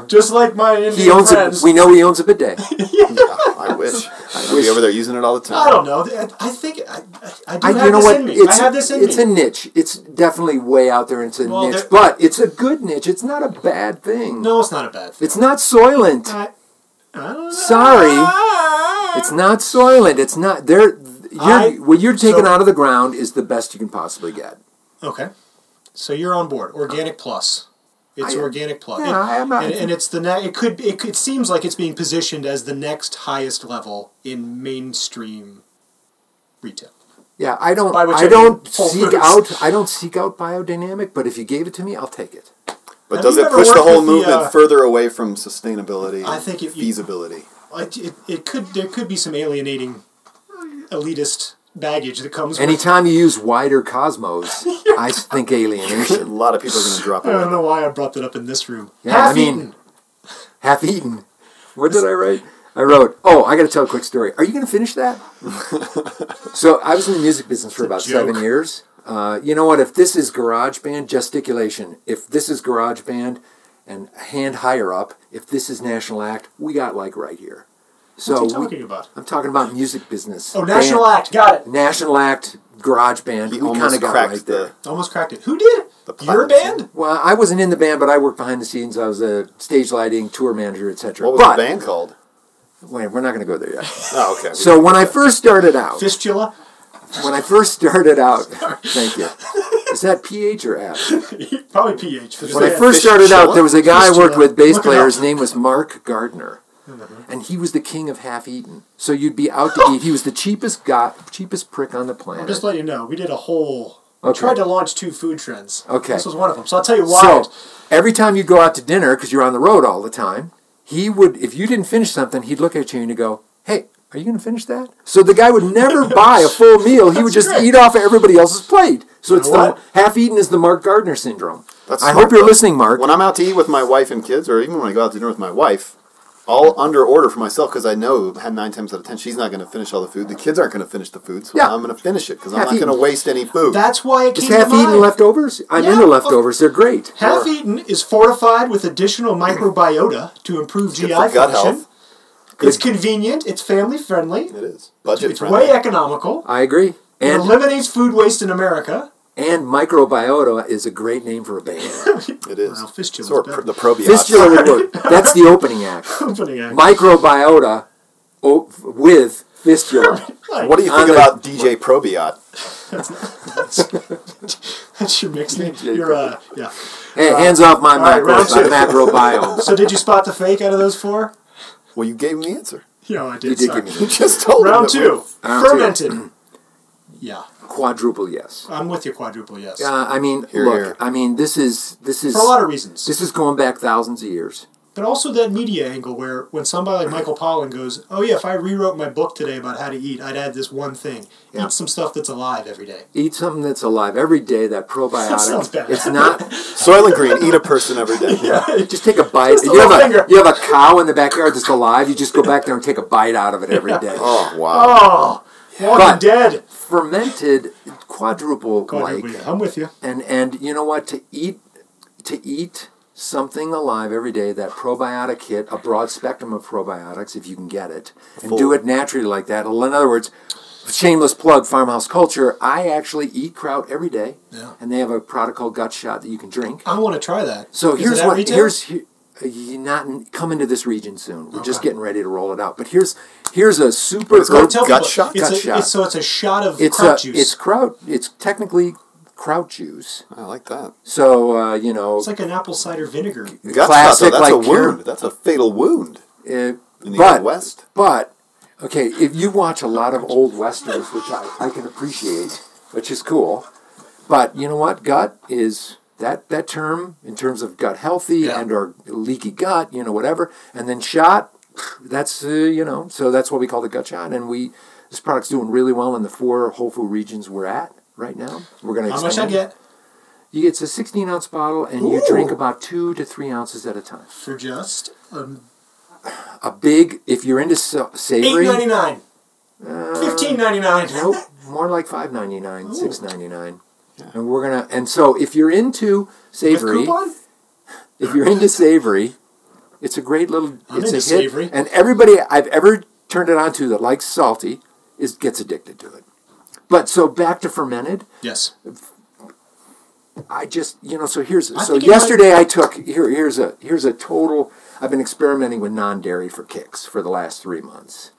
[SPEAKER 2] paper. Just like my Indian
[SPEAKER 1] He owns a,
[SPEAKER 2] friends.
[SPEAKER 1] we know he owns a bidet.
[SPEAKER 3] I wish. I'd be over there using it all the
[SPEAKER 2] I
[SPEAKER 3] time.
[SPEAKER 2] don't know. I- I think I, I, I do
[SPEAKER 1] I,
[SPEAKER 2] have
[SPEAKER 1] you know
[SPEAKER 2] this
[SPEAKER 1] what?
[SPEAKER 2] in me.
[SPEAKER 1] It's
[SPEAKER 2] I have this in
[SPEAKER 1] it's
[SPEAKER 2] me.
[SPEAKER 1] a niche. It's definitely way out there. and It's a
[SPEAKER 2] Well,
[SPEAKER 1] niche,
[SPEAKER 2] there-
[SPEAKER 1] but it's a good niche. It's not a bad thing.
[SPEAKER 2] no, it's not a bad thing.
[SPEAKER 1] It's not soylent.
[SPEAKER 2] I, I don't know.
[SPEAKER 1] Sorry, it's not soylent. It's not there. You're,
[SPEAKER 2] I-
[SPEAKER 1] what you're taking
[SPEAKER 2] so-
[SPEAKER 1] out of the ground is the best you can possibly get.
[SPEAKER 2] Okay. So you're on board. Organic plus. It's
[SPEAKER 1] I-
[SPEAKER 2] organic plus.
[SPEAKER 1] yeah, I am not-
[SPEAKER 2] and, and it's the ne- it could it, could- it seems like it's being positioned as the next highest level in mainstream retail.
[SPEAKER 1] Yeah, I don't.
[SPEAKER 2] By which
[SPEAKER 1] I
[SPEAKER 2] I
[SPEAKER 1] don't
[SPEAKER 2] mean Whole
[SPEAKER 1] seek
[SPEAKER 2] Foods.
[SPEAKER 1] out. I don't seek out biodynamic. But if you gave it to me, I'll take it.
[SPEAKER 3] But
[SPEAKER 2] Have
[SPEAKER 3] does
[SPEAKER 2] you
[SPEAKER 3] it
[SPEAKER 2] ever
[SPEAKER 3] push the
[SPEAKER 2] worked
[SPEAKER 3] whole
[SPEAKER 2] with the,
[SPEAKER 3] movement
[SPEAKER 2] uh,
[SPEAKER 3] further away from sustainability?
[SPEAKER 2] I
[SPEAKER 3] and
[SPEAKER 2] think if you-
[SPEAKER 3] feasibility.
[SPEAKER 2] It, it, it could there could be some alienating elitist baggage that comes with
[SPEAKER 1] Anytime you use wider cosmos, I think alienation.
[SPEAKER 3] a lot of people are going to drop
[SPEAKER 2] I don't
[SPEAKER 3] it.
[SPEAKER 2] know why I brought that up in this room.
[SPEAKER 1] Yeah,
[SPEAKER 2] Half
[SPEAKER 1] I mean-
[SPEAKER 2] eaten.
[SPEAKER 1] half eaten. What did I write? I wrote, oh, I got to tell a quick story. Are you going to finish that? so I was in the music business for about seven
[SPEAKER 2] joke.
[SPEAKER 1] years. Uh, you know what? If this is garage band gesticulation, if this is garage band and hand higher up, if this is national act, we got like right here. So
[SPEAKER 2] What are you
[SPEAKER 1] we-
[SPEAKER 2] talking about?
[SPEAKER 1] I'm talking about music business.
[SPEAKER 2] Oh, National
[SPEAKER 1] Band-
[SPEAKER 2] Act. Got it.
[SPEAKER 1] national act, garage band.
[SPEAKER 3] He
[SPEAKER 1] we kind
[SPEAKER 3] almost
[SPEAKER 1] of got
[SPEAKER 3] cracked
[SPEAKER 1] right there.
[SPEAKER 3] the.
[SPEAKER 2] Almost cracked it. Who did?
[SPEAKER 3] The
[SPEAKER 2] Your
[SPEAKER 3] platinum
[SPEAKER 2] band?
[SPEAKER 1] Well, I wasn't in the band, but I worked behind the scenes. I was a stage lighting, tour manager, etc.
[SPEAKER 3] What was
[SPEAKER 1] but,
[SPEAKER 3] the band called?
[SPEAKER 1] Wait, we're not going to go there yet.
[SPEAKER 3] Oh, okay.
[SPEAKER 1] So when I first started out,
[SPEAKER 2] Fistula?
[SPEAKER 1] when I first started out, thank you. Is that PH or F?
[SPEAKER 2] Probably PH.
[SPEAKER 1] When I
[SPEAKER 2] Fistula.
[SPEAKER 1] first started out, there was a guy I worked with, bass
[SPEAKER 2] Look it up.
[SPEAKER 1] player. His name was Mark Gardner, and he was the king of half eaten. So you'd be out to eat. He was the cheapest guy, cheapest prick on the
[SPEAKER 2] I'll
[SPEAKER 1] planet.
[SPEAKER 2] just let you know, we did a whole. We
[SPEAKER 1] Okay.
[SPEAKER 2] tried to launch two food trends.
[SPEAKER 1] Okay.
[SPEAKER 2] This was one of them. So I'll tell you why.
[SPEAKER 1] So every time you go out to dinner, because you're on the road all the time, he would, if you didn't finish something, he'd look at you and he'd go, "Hey, are you going to finish that?" So the guy would never buy a full meal. He would just
[SPEAKER 2] great.
[SPEAKER 1] eat off of everybody else's plate. So it's
[SPEAKER 2] know
[SPEAKER 1] the half-eaten is the Mark Gardner syndrome.
[SPEAKER 3] That's
[SPEAKER 1] I
[SPEAKER 3] smart,
[SPEAKER 1] hope you're
[SPEAKER 3] though.
[SPEAKER 1] listening, Mark.
[SPEAKER 3] when I'm out to eat with my wife and kids, or even when I go out to dinner with my wife, I'll under order for myself because I know had nine times out of ten she's not going to finish all the food. The kids aren't going to finish the food, so
[SPEAKER 1] Yeah.
[SPEAKER 3] I'm going to finish it because I'm
[SPEAKER 1] Half
[SPEAKER 3] not going to
[SPEAKER 1] eaten.
[SPEAKER 3] waste any food.
[SPEAKER 2] That's why it
[SPEAKER 1] Is
[SPEAKER 2] came to
[SPEAKER 1] half-eaten
[SPEAKER 2] mind.
[SPEAKER 1] leftovers? I'm
[SPEAKER 2] Yeah,
[SPEAKER 1] into
[SPEAKER 2] of-
[SPEAKER 1] leftovers. They're great.
[SPEAKER 2] Half eaten is fortified with additional microbiota to improve
[SPEAKER 3] good
[SPEAKER 2] GI
[SPEAKER 3] for gut
[SPEAKER 2] function.
[SPEAKER 3] health.
[SPEAKER 2] It's convenient. It's family friendly.
[SPEAKER 3] it is budget
[SPEAKER 2] It's
[SPEAKER 3] friendly.
[SPEAKER 2] way economical.
[SPEAKER 1] I agree.
[SPEAKER 2] It
[SPEAKER 1] And
[SPEAKER 2] eliminates food waste in America.
[SPEAKER 1] and microbiota is a great name for a band.
[SPEAKER 3] it is.
[SPEAKER 2] Well, fistula's
[SPEAKER 3] Sort of
[SPEAKER 2] better.
[SPEAKER 3] pr- the probiotics.
[SPEAKER 1] Fistula would work. That's the opening act.
[SPEAKER 2] Company act.
[SPEAKER 1] Microbiota o- with fistula.
[SPEAKER 2] Like,
[SPEAKER 3] What do you think
[SPEAKER 1] I'm a-
[SPEAKER 3] about DJ Probiot?
[SPEAKER 2] That's your mix name. Your, uh, yeah.
[SPEAKER 1] Hey, hands off my
[SPEAKER 2] right,
[SPEAKER 1] macro,
[SPEAKER 2] round two.
[SPEAKER 1] macrobiome.
[SPEAKER 2] So did you spot the fake out of those four?
[SPEAKER 3] Well, you gave me the answer.
[SPEAKER 2] Yeah, I did.
[SPEAKER 1] You did
[SPEAKER 2] sorry.
[SPEAKER 1] give me
[SPEAKER 3] You
[SPEAKER 1] the
[SPEAKER 3] just told me.
[SPEAKER 2] Round
[SPEAKER 3] that we-
[SPEAKER 2] two.
[SPEAKER 1] Round two.
[SPEAKER 2] Fermented. yeah,
[SPEAKER 1] quadruple yes.
[SPEAKER 2] I'm with you. Quadruple yes.
[SPEAKER 1] Uh, I mean,
[SPEAKER 3] Here,
[SPEAKER 1] look.
[SPEAKER 3] here.
[SPEAKER 1] I mean, this is this is
[SPEAKER 2] For a lot of reasons.
[SPEAKER 1] this is going back thousands of years.
[SPEAKER 2] But also that media angle where when somebody like Michael Pollan goes, "Oh yeah, if I rewrote my book today about how to eat, I'd add this one thing:
[SPEAKER 1] Yeah.
[SPEAKER 2] eat some stuff that's alive every day."
[SPEAKER 1] Eat something that's alive every day. That
[SPEAKER 2] sounds
[SPEAKER 1] probiotic.
[SPEAKER 2] bad.
[SPEAKER 1] it's not.
[SPEAKER 3] Soil and green. Eat a person every day.
[SPEAKER 1] Just take a bite.
[SPEAKER 2] a
[SPEAKER 1] You have
[SPEAKER 2] little
[SPEAKER 1] a,
[SPEAKER 2] finger.
[SPEAKER 1] you have a cow in the backyard that's alive. You just go back there and take a bite out of it every day.
[SPEAKER 3] Oh wow.
[SPEAKER 2] Oh, Walking
[SPEAKER 1] But-
[SPEAKER 2] Dead.
[SPEAKER 1] Fermented, quadruple like,
[SPEAKER 2] Quadruple, yeah. I'm with you.
[SPEAKER 1] and and you know what? To eat, to eat something alive every day. That probiotic hit a broad spectrum of probiotics if you can get it, and do
[SPEAKER 3] Full.
[SPEAKER 1] it naturally like that. In other words. Shameless plug, farmhouse culture. I actually eat kraut every day,
[SPEAKER 2] Yeah.
[SPEAKER 1] and they have a product called Gut Shot that you can drink.
[SPEAKER 2] I want to try that.
[SPEAKER 1] So
[SPEAKER 2] Is it
[SPEAKER 1] here's
[SPEAKER 2] at
[SPEAKER 1] what
[SPEAKER 2] retail?
[SPEAKER 1] here's here, uh, you not in- coming to this region soon. We're just getting ready to roll it out. But here's here's a super
[SPEAKER 3] it's called
[SPEAKER 1] herb-
[SPEAKER 2] Tell
[SPEAKER 3] Gut
[SPEAKER 2] people,
[SPEAKER 3] shot?
[SPEAKER 2] It's
[SPEAKER 1] Gut
[SPEAKER 2] a,
[SPEAKER 1] shot.
[SPEAKER 2] It's, so it's a shot of
[SPEAKER 1] it's
[SPEAKER 2] kraut
[SPEAKER 1] a,
[SPEAKER 2] juice.
[SPEAKER 1] it's kraut. It's technically kraut juice.
[SPEAKER 3] I like that.
[SPEAKER 1] So uh, you know,
[SPEAKER 2] It's like an apple cider vinegar.
[SPEAKER 3] Gut
[SPEAKER 1] Classic,
[SPEAKER 3] shot, though,
[SPEAKER 1] like,
[SPEAKER 3] that's a wound. That's a fatal wound
[SPEAKER 1] uh,
[SPEAKER 3] in the
[SPEAKER 1] but
[SPEAKER 3] Old West.
[SPEAKER 1] but okay, if you watch a lot of old westerns, which I, I can appreciate, which is cool, but you know what? Gut is that that term in terms of gut healthy
[SPEAKER 6] Yeah.
[SPEAKER 1] and or leaky gut, you know, whatever, and then shot. That's uh, you know, so that's what we call the gut shot, and we this product's doing really well in the four Whole Food regions we're at right now. We're gonna
[SPEAKER 2] How much I
[SPEAKER 1] expand.
[SPEAKER 2] get
[SPEAKER 1] You, it's a 16 ounce bottle, and you
[SPEAKER 2] Ooh.
[SPEAKER 1] drink about two to three ounces at a time.
[SPEAKER 2] for just um,
[SPEAKER 1] A big, if you're into sa-
[SPEAKER 2] eight
[SPEAKER 1] savory,
[SPEAKER 2] ninety nine, fifteen ninety nine.
[SPEAKER 1] Uh, nope, more like five ninety nine, six ninety nine. And we're gonna, and so if you're into
[SPEAKER 2] With
[SPEAKER 1] savory,
[SPEAKER 2] coupon?
[SPEAKER 1] if you're into savory, it's a great little.
[SPEAKER 2] I'm
[SPEAKER 1] it's a hit,
[SPEAKER 2] into savory.
[SPEAKER 1] and everybody I've ever turned it on to that likes salty is gets addicted to it. But so back to fermented.
[SPEAKER 2] Yes.
[SPEAKER 1] I just you know so here's
[SPEAKER 2] I
[SPEAKER 1] so
[SPEAKER 2] think it might-
[SPEAKER 1] yesterday I took here here's a here's a total I've been experimenting with non dairy for kicks for the last three months.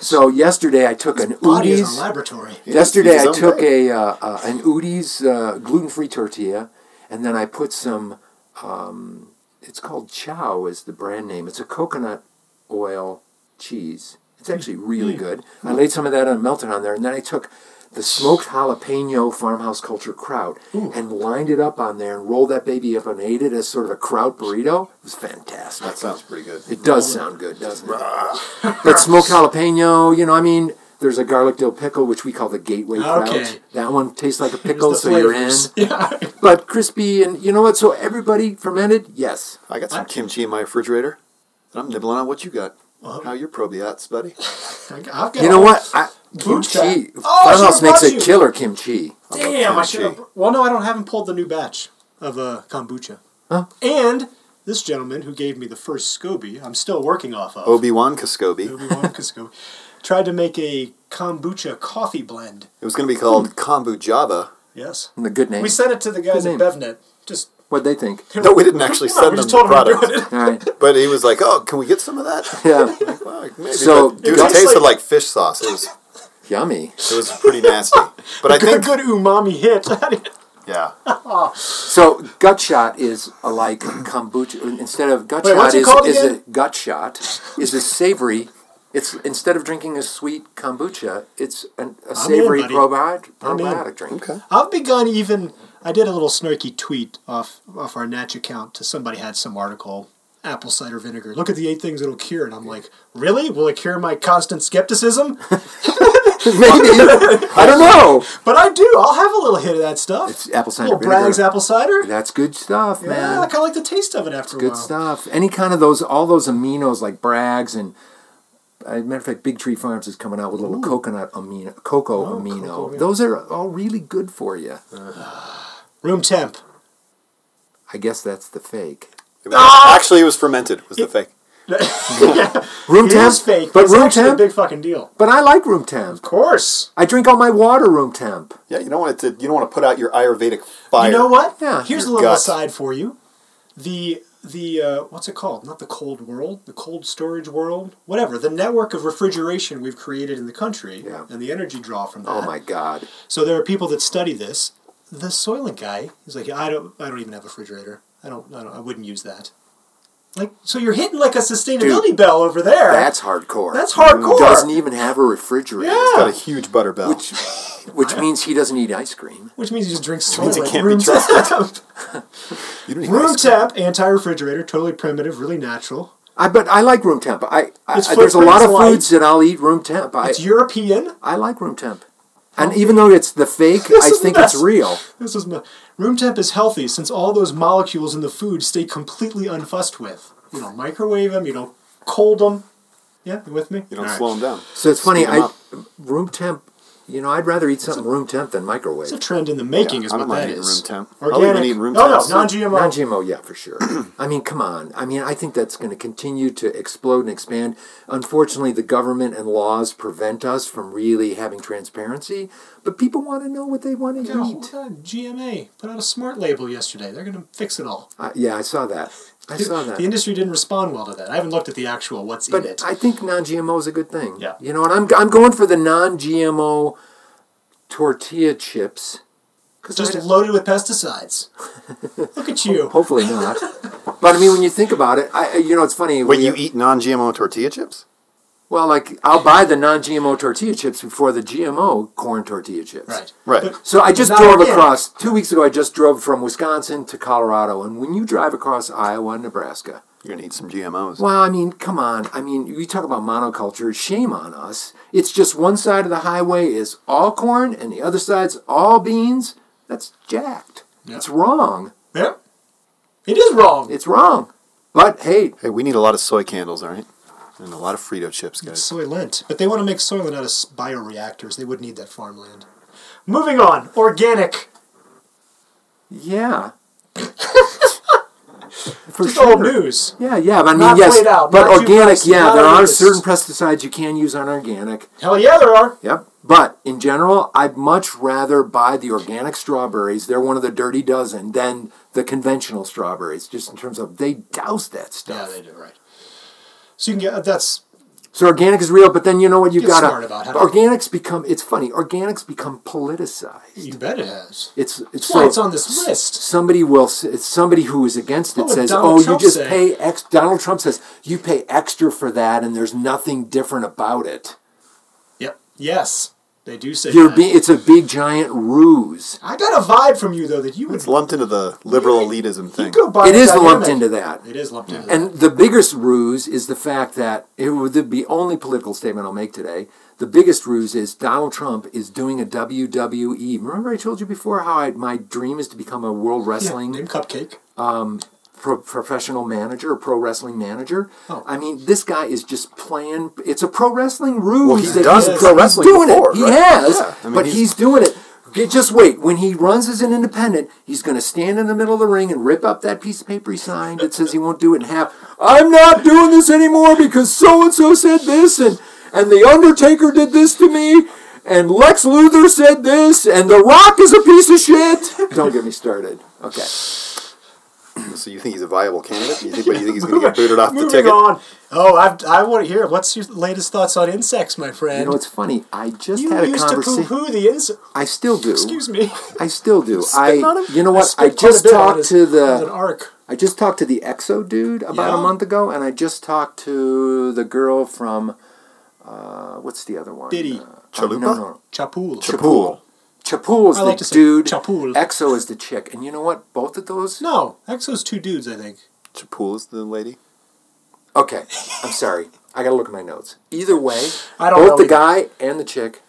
[SPEAKER 1] So yesterday I took an
[SPEAKER 2] Body is a
[SPEAKER 1] Udi's.
[SPEAKER 2] laboratory.
[SPEAKER 1] Yesterday
[SPEAKER 3] He's his
[SPEAKER 1] I
[SPEAKER 3] own
[SPEAKER 1] took
[SPEAKER 3] guy.
[SPEAKER 1] a uh, uh, an Udi's uh, gluten free tortilla, and then I put some. Um, it's called Chow is the brand name. It's a coconut oil cheese. It's actually really good. I laid some of that and melted on there, and then I took the smoked jalapeno farmhouse culture kraut and lined it up on there and rolled that baby up and ate it as sort of a kraut burrito. It was fantastic.
[SPEAKER 3] That sounds pretty good.
[SPEAKER 1] It does sound good, doesn't it?
[SPEAKER 2] Ah.
[SPEAKER 1] but smoked jalapeno, you know, I mean, there's a garlic dill pickle, which we call the gateway kraut.
[SPEAKER 2] Okay.
[SPEAKER 1] That one tastes like a
[SPEAKER 3] Oh,
[SPEAKER 2] Here's
[SPEAKER 1] pickle,
[SPEAKER 2] the
[SPEAKER 1] so you're in.
[SPEAKER 2] flavors. Yeah.
[SPEAKER 1] But crispy, and you know what? So everybody fermented, yes.
[SPEAKER 3] I got some kimchi in my refrigerator, and I'm nibbling on what you got.
[SPEAKER 2] Well-
[SPEAKER 3] How your probiotics, buddy?
[SPEAKER 2] I've got
[SPEAKER 1] You know what? I,
[SPEAKER 2] Food
[SPEAKER 1] kimchi.
[SPEAKER 2] chat. Oh, I
[SPEAKER 1] Farmhouse
[SPEAKER 2] should've
[SPEAKER 1] makes
[SPEAKER 2] brought
[SPEAKER 1] a
[SPEAKER 2] you.
[SPEAKER 1] killer kimchi.
[SPEAKER 2] Damn, I should have.
[SPEAKER 3] kimchi.
[SPEAKER 2] Well, no, I don't. haven't pulled the new batch of uh, kombucha.
[SPEAKER 1] Huh?
[SPEAKER 2] And this gentleman who gave me the first SCOBY, I'm still working off of.
[SPEAKER 3] Obi Wan Kaskobi.
[SPEAKER 2] Obi-Wan Cusco, tried to make a kombucha coffee blend.
[SPEAKER 3] It was going to be called Kombu Java.
[SPEAKER 2] Yes.
[SPEAKER 1] And the good name.
[SPEAKER 2] We sent it to the guys
[SPEAKER 1] Good
[SPEAKER 2] at
[SPEAKER 1] name.
[SPEAKER 2] Bevnet. Just
[SPEAKER 1] What'd they think?
[SPEAKER 3] No, we didn't actually
[SPEAKER 2] No,
[SPEAKER 3] send
[SPEAKER 2] we
[SPEAKER 3] them
[SPEAKER 2] just
[SPEAKER 3] the
[SPEAKER 2] told him we're
[SPEAKER 3] product.
[SPEAKER 1] All right.
[SPEAKER 3] But he was like, "Oh, can we get some of that?"
[SPEAKER 1] Yeah.
[SPEAKER 3] Like, well, maybe.
[SPEAKER 1] So,
[SPEAKER 3] but, dude,
[SPEAKER 1] it
[SPEAKER 3] it
[SPEAKER 2] tastes
[SPEAKER 3] tasted
[SPEAKER 2] like-
[SPEAKER 3] like fish sauce. It was
[SPEAKER 1] Yummy.
[SPEAKER 3] it was pretty nasty. But I
[SPEAKER 2] good,
[SPEAKER 3] think
[SPEAKER 2] good umami hit.
[SPEAKER 3] yeah,
[SPEAKER 1] So gut shot is a like kombucha. Instead of gut
[SPEAKER 2] Wait,
[SPEAKER 1] shot
[SPEAKER 2] what's it
[SPEAKER 1] is,
[SPEAKER 2] called
[SPEAKER 1] is a
[SPEAKER 2] again?
[SPEAKER 1] gut shot is a savory. It's instead of drinking a sweet kombucha, it's an, a savory
[SPEAKER 2] buddy.
[SPEAKER 1] probiot,
[SPEAKER 2] I'm in.
[SPEAKER 1] probiotic drink.
[SPEAKER 3] okay.
[SPEAKER 2] I've begun even. I did a little snarky tweet off off our Natch account to somebody had some article. Apple cider vinegar. Look at the eight things it'll cure, and I'm like, really? Will it cure my constant skepticism?
[SPEAKER 1] Maybe I don't know.
[SPEAKER 2] But I do. I'll have a little hit of that stuff.
[SPEAKER 1] It's apple cider
[SPEAKER 2] little Bragg's
[SPEAKER 1] vinegar.
[SPEAKER 2] apple cider.
[SPEAKER 1] That's good stuff,
[SPEAKER 2] Yeah, I
[SPEAKER 1] man.
[SPEAKER 2] kind of like the taste of it after a
[SPEAKER 1] Good
[SPEAKER 2] while.
[SPEAKER 1] stuff. Any kind of those, all those aminos like Bragg's and. As a matter of fact, Big Tree Farms is coming out with a little coconut amino, cocoa amino.
[SPEAKER 2] cocoa, yeah.
[SPEAKER 1] Those are all really good for you.
[SPEAKER 2] Room temp.
[SPEAKER 1] I guess that's the fake.
[SPEAKER 3] It was-
[SPEAKER 2] Ah!
[SPEAKER 3] Actually, it was fermented. Was the fake?
[SPEAKER 1] Room
[SPEAKER 2] It
[SPEAKER 1] temp,
[SPEAKER 2] is fake, but
[SPEAKER 1] but
[SPEAKER 2] it's
[SPEAKER 1] room
[SPEAKER 2] actually
[SPEAKER 1] temp.
[SPEAKER 2] a big fucking deal.
[SPEAKER 1] But I like room temp.
[SPEAKER 2] Of course.
[SPEAKER 1] I drink all my water room temp.
[SPEAKER 3] Yeah, you don't want it to. You don't want to put out your Ayurvedic fire.
[SPEAKER 2] You know what?
[SPEAKER 1] Yeah,
[SPEAKER 2] Here's a
[SPEAKER 3] your
[SPEAKER 2] little
[SPEAKER 3] gut.
[SPEAKER 2] aside for you. The the uh, what's it called? Not the cold world, the cold storage world, whatever. The network of refrigeration we've created in the country
[SPEAKER 1] Yeah.
[SPEAKER 2] and the energy draw from that.
[SPEAKER 1] Oh my god.
[SPEAKER 2] So there are people that study this. The Soylent guy, he's like, I don't, I don't even have a refrigerator. I don't, I don't, I wouldn't use that. Like, so you're hitting like a sustainability bell over there.
[SPEAKER 1] That's hardcore.
[SPEAKER 2] That's hardcore.
[SPEAKER 1] He doesn't even have a refrigerator.
[SPEAKER 2] Yeah.
[SPEAKER 3] Got a huge butter bell.
[SPEAKER 1] Which which means he doesn't eat ice cream.
[SPEAKER 2] Which means you just drink
[SPEAKER 3] means
[SPEAKER 2] Soylent.
[SPEAKER 3] it can't be
[SPEAKER 2] room temp.
[SPEAKER 3] you don't even
[SPEAKER 2] room temp, anti-refrigerator, totally primitive, really natural.
[SPEAKER 1] I but I like room temp. I, I
[SPEAKER 2] It's
[SPEAKER 1] there's a lot of
[SPEAKER 2] footprints
[SPEAKER 1] foods that I'll eat room temp. I
[SPEAKER 2] It's European.
[SPEAKER 1] I like room temp. And even though it's the fake,
[SPEAKER 2] This
[SPEAKER 1] I
[SPEAKER 2] is
[SPEAKER 1] think
[SPEAKER 2] nuts.
[SPEAKER 1] it's real.
[SPEAKER 2] This is my, room temp is healthy since all those molecules in the food stay completely unfussed with. You don't microwave them. You don't cold them. Yeah, you with me?
[SPEAKER 3] You don't
[SPEAKER 2] All right.
[SPEAKER 3] slow them down.
[SPEAKER 1] So it's funny.
[SPEAKER 3] Speed 'em
[SPEAKER 1] I
[SPEAKER 3] up.
[SPEAKER 1] room temp. You know, I'd rather eat something room temp than microwave.
[SPEAKER 2] It's a trend in the making,
[SPEAKER 3] Yeah,
[SPEAKER 2] is
[SPEAKER 3] I
[SPEAKER 2] what
[SPEAKER 3] don't mind
[SPEAKER 2] that
[SPEAKER 3] eating
[SPEAKER 2] is.
[SPEAKER 3] room temp. I'll even
[SPEAKER 2] Organic.
[SPEAKER 3] eat room
[SPEAKER 2] no,
[SPEAKER 3] temp soup.
[SPEAKER 2] no, non-GMO.
[SPEAKER 1] Non-GMO, yeah, for sure. I mean, come on. I mean, I think that's going to continue to explode and expand. Unfortunately, the government and laws prevent us from really having transparency, but people want to know what they want to
[SPEAKER 2] Yeah, hold
[SPEAKER 1] eat.
[SPEAKER 2] on. GMA put out a smart label yesterday. They're going to fix it all.
[SPEAKER 1] I, yeah, I saw that. I saw
[SPEAKER 2] The
[SPEAKER 1] that.
[SPEAKER 2] industry didn't respond well to that. I haven't looked at the actual what's in
[SPEAKER 1] But
[SPEAKER 2] it.
[SPEAKER 1] I think non-GMO is a good thing.
[SPEAKER 2] Yeah.
[SPEAKER 1] You know, and I'm I'm going for the non-GMO tortilla chips. 'cause
[SPEAKER 2] just
[SPEAKER 1] I don't-
[SPEAKER 2] loaded with pesticides. Look at you.
[SPEAKER 1] hopefully not. but I mean, when you think about it, I I- you know, it's funny
[SPEAKER 3] Wait,
[SPEAKER 1] we-
[SPEAKER 3] you eat non-GMO tortilla chips?
[SPEAKER 1] Well, like I'll buy the non-GMO tortilla chips before the GMO corn tortilla chips.
[SPEAKER 2] Right.
[SPEAKER 3] Right.
[SPEAKER 1] So I just
[SPEAKER 2] Not
[SPEAKER 1] drove
[SPEAKER 2] again.
[SPEAKER 1] across two weeks ago. I just drove from Wisconsin to Colorado, and when you drive across Iowa and Nebraska,
[SPEAKER 3] You're gonna eat some GMOs.
[SPEAKER 1] well, I mean, come on. I mean, you talk about monoculture. Shame on us. It's just one side of the highway is all corn, and the other side's all beans. That's jacked.
[SPEAKER 2] Yeah.
[SPEAKER 1] It's wrong.
[SPEAKER 2] Yeah. It is wrong.
[SPEAKER 1] It's wrong. But hey,
[SPEAKER 3] Hey, we need a lot of soy candles, all right? And a lot of Frito chips, guys.
[SPEAKER 2] Soylent. But they want to make Soylent out of s- bioreactors. They would need that farmland. Moving on. Organic.
[SPEAKER 1] yeah. For
[SPEAKER 2] Just old news.
[SPEAKER 1] Yeah, yeah, but I mean,
[SPEAKER 2] Not
[SPEAKER 1] yes,
[SPEAKER 2] played out,
[SPEAKER 1] but
[SPEAKER 2] not too
[SPEAKER 1] organic,
[SPEAKER 2] pricey,
[SPEAKER 1] yeah,
[SPEAKER 2] not
[SPEAKER 1] there are
[SPEAKER 2] overused.
[SPEAKER 1] certain pesticides you can use on organic.
[SPEAKER 2] Hell yeah, there are.
[SPEAKER 1] Yep. But in general, I'd much rather buy the organic strawberries. They're one of the dirty dozen than the conventional strawberries, just in terms of they douse that
[SPEAKER 2] Yeah,
[SPEAKER 1] stuff.
[SPEAKER 2] they do, right. So you can get, that's,
[SPEAKER 1] so organic is real, but then you know what? You've
[SPEAKER 2] Get
[SPEAKER 1] got
[SPEAKER 2] smart about
[SPEAKER 1] to.
[SPEAKER 2] how to-
[SPEAKER 1] Organics become, it's funny, organics become politicized.
[SPEAKER 2] you bet it has.
[SPEAKER 1] It's, it's
[SPEAKER 2] That's why
[SPEAKER 1] so-
[SPEAKER 2] it's on this list.
[SPEAKER 1] somebody will s- it's somebody who is against it
[SPEAKER 2] What would
[SPEAKER 1] says
[SPEAKER 2] Donald
[SPEAKER 1] oh
[SPEAKER 2] Trump
[SPEAKER 1] you just
[SPEAKER 2] say?"
[SPEAKER 1] pay ex donald trump says you pay extra for that and there's nothing different about it
[SPEAKER 2] Yep. Yes. They do say
[SPEAKER 1] you're
[SPEAKER 2] that.
[SPEAKER 1] be- it's a big giant ruse
[SPEAKER 2] I got a vibe from you, though, that you would
[SPEAKER 3] It's lumped into the liberal elitism
[SPEAKER 2] you
[SPEAKER 3] thing.
[SPEAKER 2] go buy
[SPEAKER 1] it
[SPEAKER 2] a
[SPEAKER 1] is
[SPEAKER 2] dynamic.
[SPEAKER 1] lumped into that
[SPEAKER 2] It is lumped into
[SPEAKER 1] and the biggest ruse is the fact that it would the only political statement i'll make today the biggest ruse is donald trump is doing a wwe remember i told you before how I, my dream is to become a world wrestling
[SPEAKER 2] Name Cupcake.
[SPEAKER 1] pro- professional manager or pro wrestling manager.
[SPEAKER 2] Oh.
[SPEAKER 1] I mean, this guy is just playing. It's a pro wrestling ruse.
[SPEAKER 3] Well, he's
[SPEAKER 1] that
[SPEAKER 3] done pro wrestling
[SPEAKER 1] doing
[SPEAKER 3] before,
[SPEAKER 1] it. He
[SPEAKER 3] right?
[SPEAKER 1] has,
[SPEAKER 3] Yeah, I mean,
[SPEAKER 1] but he's,
[SPEAKER 3] he's-
[SPEAKER 1] doing it. J- Just wait. When he runs as an independent, he's going to stand in the middle of the ring and rip up that piece of paper he signed that says he won't do it in half. I'm not doing this anymore because so and so said this, and and the Undertaker did this to me, and Lex Luthor said this, and The Rock is a piece of shit. Don't get me started. Okay.
[SPEAKER 3] So you think he's a viable candidate? You think, but you think he's going to get booted off the
[SPEAKER 2] Moving
[SPEAKER 3] ticket?
[SPEAKER 2] on. Oh, I've, I want to hear. What's your latest thoughts on insects, my friend?
[SPEAKER 1] You know, it's funny. I just
[SPEAKER 2] You
[SPEAKER 1] had a
[SPEAKER 2] used to
[SPEAKER 1] conversation.
[SPEAKER 2] poo-poo the insect.
[SPEAKER 1] I still do.
[SPEAKER 2] Excuse me.
[SPEAKER 1] I still do. I,
[SPEAKER 2] Spitting on him?
[SPEAKER 1] you know what? I,
[SPEAKER 2] spit quite a
[SPEAKER 1] just
[SPEAKER 2] bit on
[SPEAKER 1] talked
[SPEAKER 2] his-
[SPEAKER 1] to
[SPEAKER 2] on an
[SPEAKER 1] the,
[SPEAKER 2] arc.
[SPEAKER 1] I just talked to the EXO dude about a
[SPEAKER 2] Yeah.
[SPEAKER 1] month ago, and I just talked to the girl from, uh, what's the other one?
[SPEAKER 2] Diddy.
[SPEAKER 1] Uh,
[SPEAKER 3] Chalupa?
[SPEAKER 1] No, no.
[SPEAKER 2] Chapul.
[SPEAKER 1] Chapul. Chapul's
[SPEAKER 2] I
[SPEAKER 1] the
[SPEAKER 2] like to say
[SPEAKER 1] dude.
[SPEAKER 2] Chapul.
[SPEAKER 1] EXO is the chick, and you know what? Both of those.
[SPEAKER 2] No, Exo's two dudes, I think.
[SPEAKER 3] Chapul is the lady.
[SPEAKER 1] Okay, I'm sorry. I gotta look at my notes. Either way,
[SPEAKER 2] I don't
[SPEAKER 1] both
[SPEAKER 2] know
[SPEAKER 1] the
[SPEAKER 2] either.
[SPEAKER 1] guy and the chick,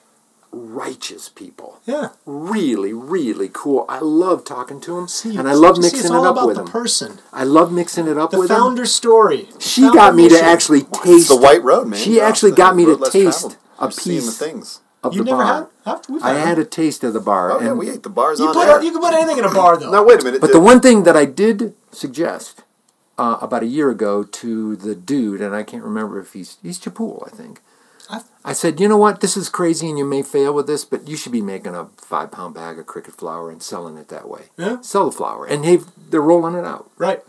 [SPEAKER 1] righteous people.
[SPEAKER 2] Yeah.
[SPEAKER 1] really, really cool. I love talking to him,
[SPEAKER 2] See,
[SPEAKER 1] and I love
[SPEAKER 2] see,
[SPEAKER 1] mixing
[SPEAKER 2] it's
[SPEAKER 1] it
[SPEAKER 2] all
[SPEAKER 1] up
[SPEAKER 2] about
[SPEAKER 1] with
[SPEAKER 2] the
[SPEAKER 1] him.
[SPEAKER 2] person,
[SPEAKER 1] I love mixing it up
[SPEAKER 2] the
[SPEAKER 1] with
[SPEAKER 2] founder
[SPEAKER 1] him.
[SPEAKER 2] story. the
[SPEAKER 1] She
[SPEAKER 2] founder
[SPEAKER 1] got me to
[SPEAKER 2] mission.
[SPEAKER 1] actually
[SPEAKER 3] It's
[SPEAKER 1] taste
[SPEAKER 3] the white road, man.
[SPEAKER 1] She
[SPEAKER 3] You're off
[SPEAKER 1] actually
[SPEAKER 3] the
[SPEAKER 1] got me to
[SPEAKER 3] road less
[SPEAKER 1] taste
[SPEAKER 3] traveled.
[SPEAKER 1] a
[SPEAKER 3] You're Seeing the
[SPEAKER 1] piece.
[SPEAKER 3] things.
[SPEAKER 1] of
[SPEAKER 2] You
[SPEAKER 1] the
[SPEAKER 2] never
[SPEAKER 1] bar.
[SPEAKER 2] had? I've- we've
[SPEAKER 1] I
[SPEAKER 2] had
[SPEAKER 1] had
[SPEAKER 2] it.
[SPEAKER 1] a taste of the bar,
[SPEAKER 3] Oh yeah,
[SPEAKER 1] and-
[SPEAKER 3] we ate the bars
[SPEAKER 2] You
[SPEAKER 3] on
[SPEAKER 2] put,
[SPEAKER 3] air.
[SPEAKER 2] you can put anything in a bar, though.
[SPEAKER 3] Now wait a minute.
[SPEAKER 1] But the one thing that I did suggest uh, about a year ago to the dude, and I can't remember if he's he's Chapul, I think.
[SPEAKER 2] I-
[SPEAKER 1] I said, you know what? This is crazy, and you may fail with this, but you should be making a five-pound bag of cricket flour and selling it that way.
[SPEAKER 2] Yeah.
[SPEAKER 1] Sell the flour, and they've, they're rolling it out.
[SPEAKER 2] Right.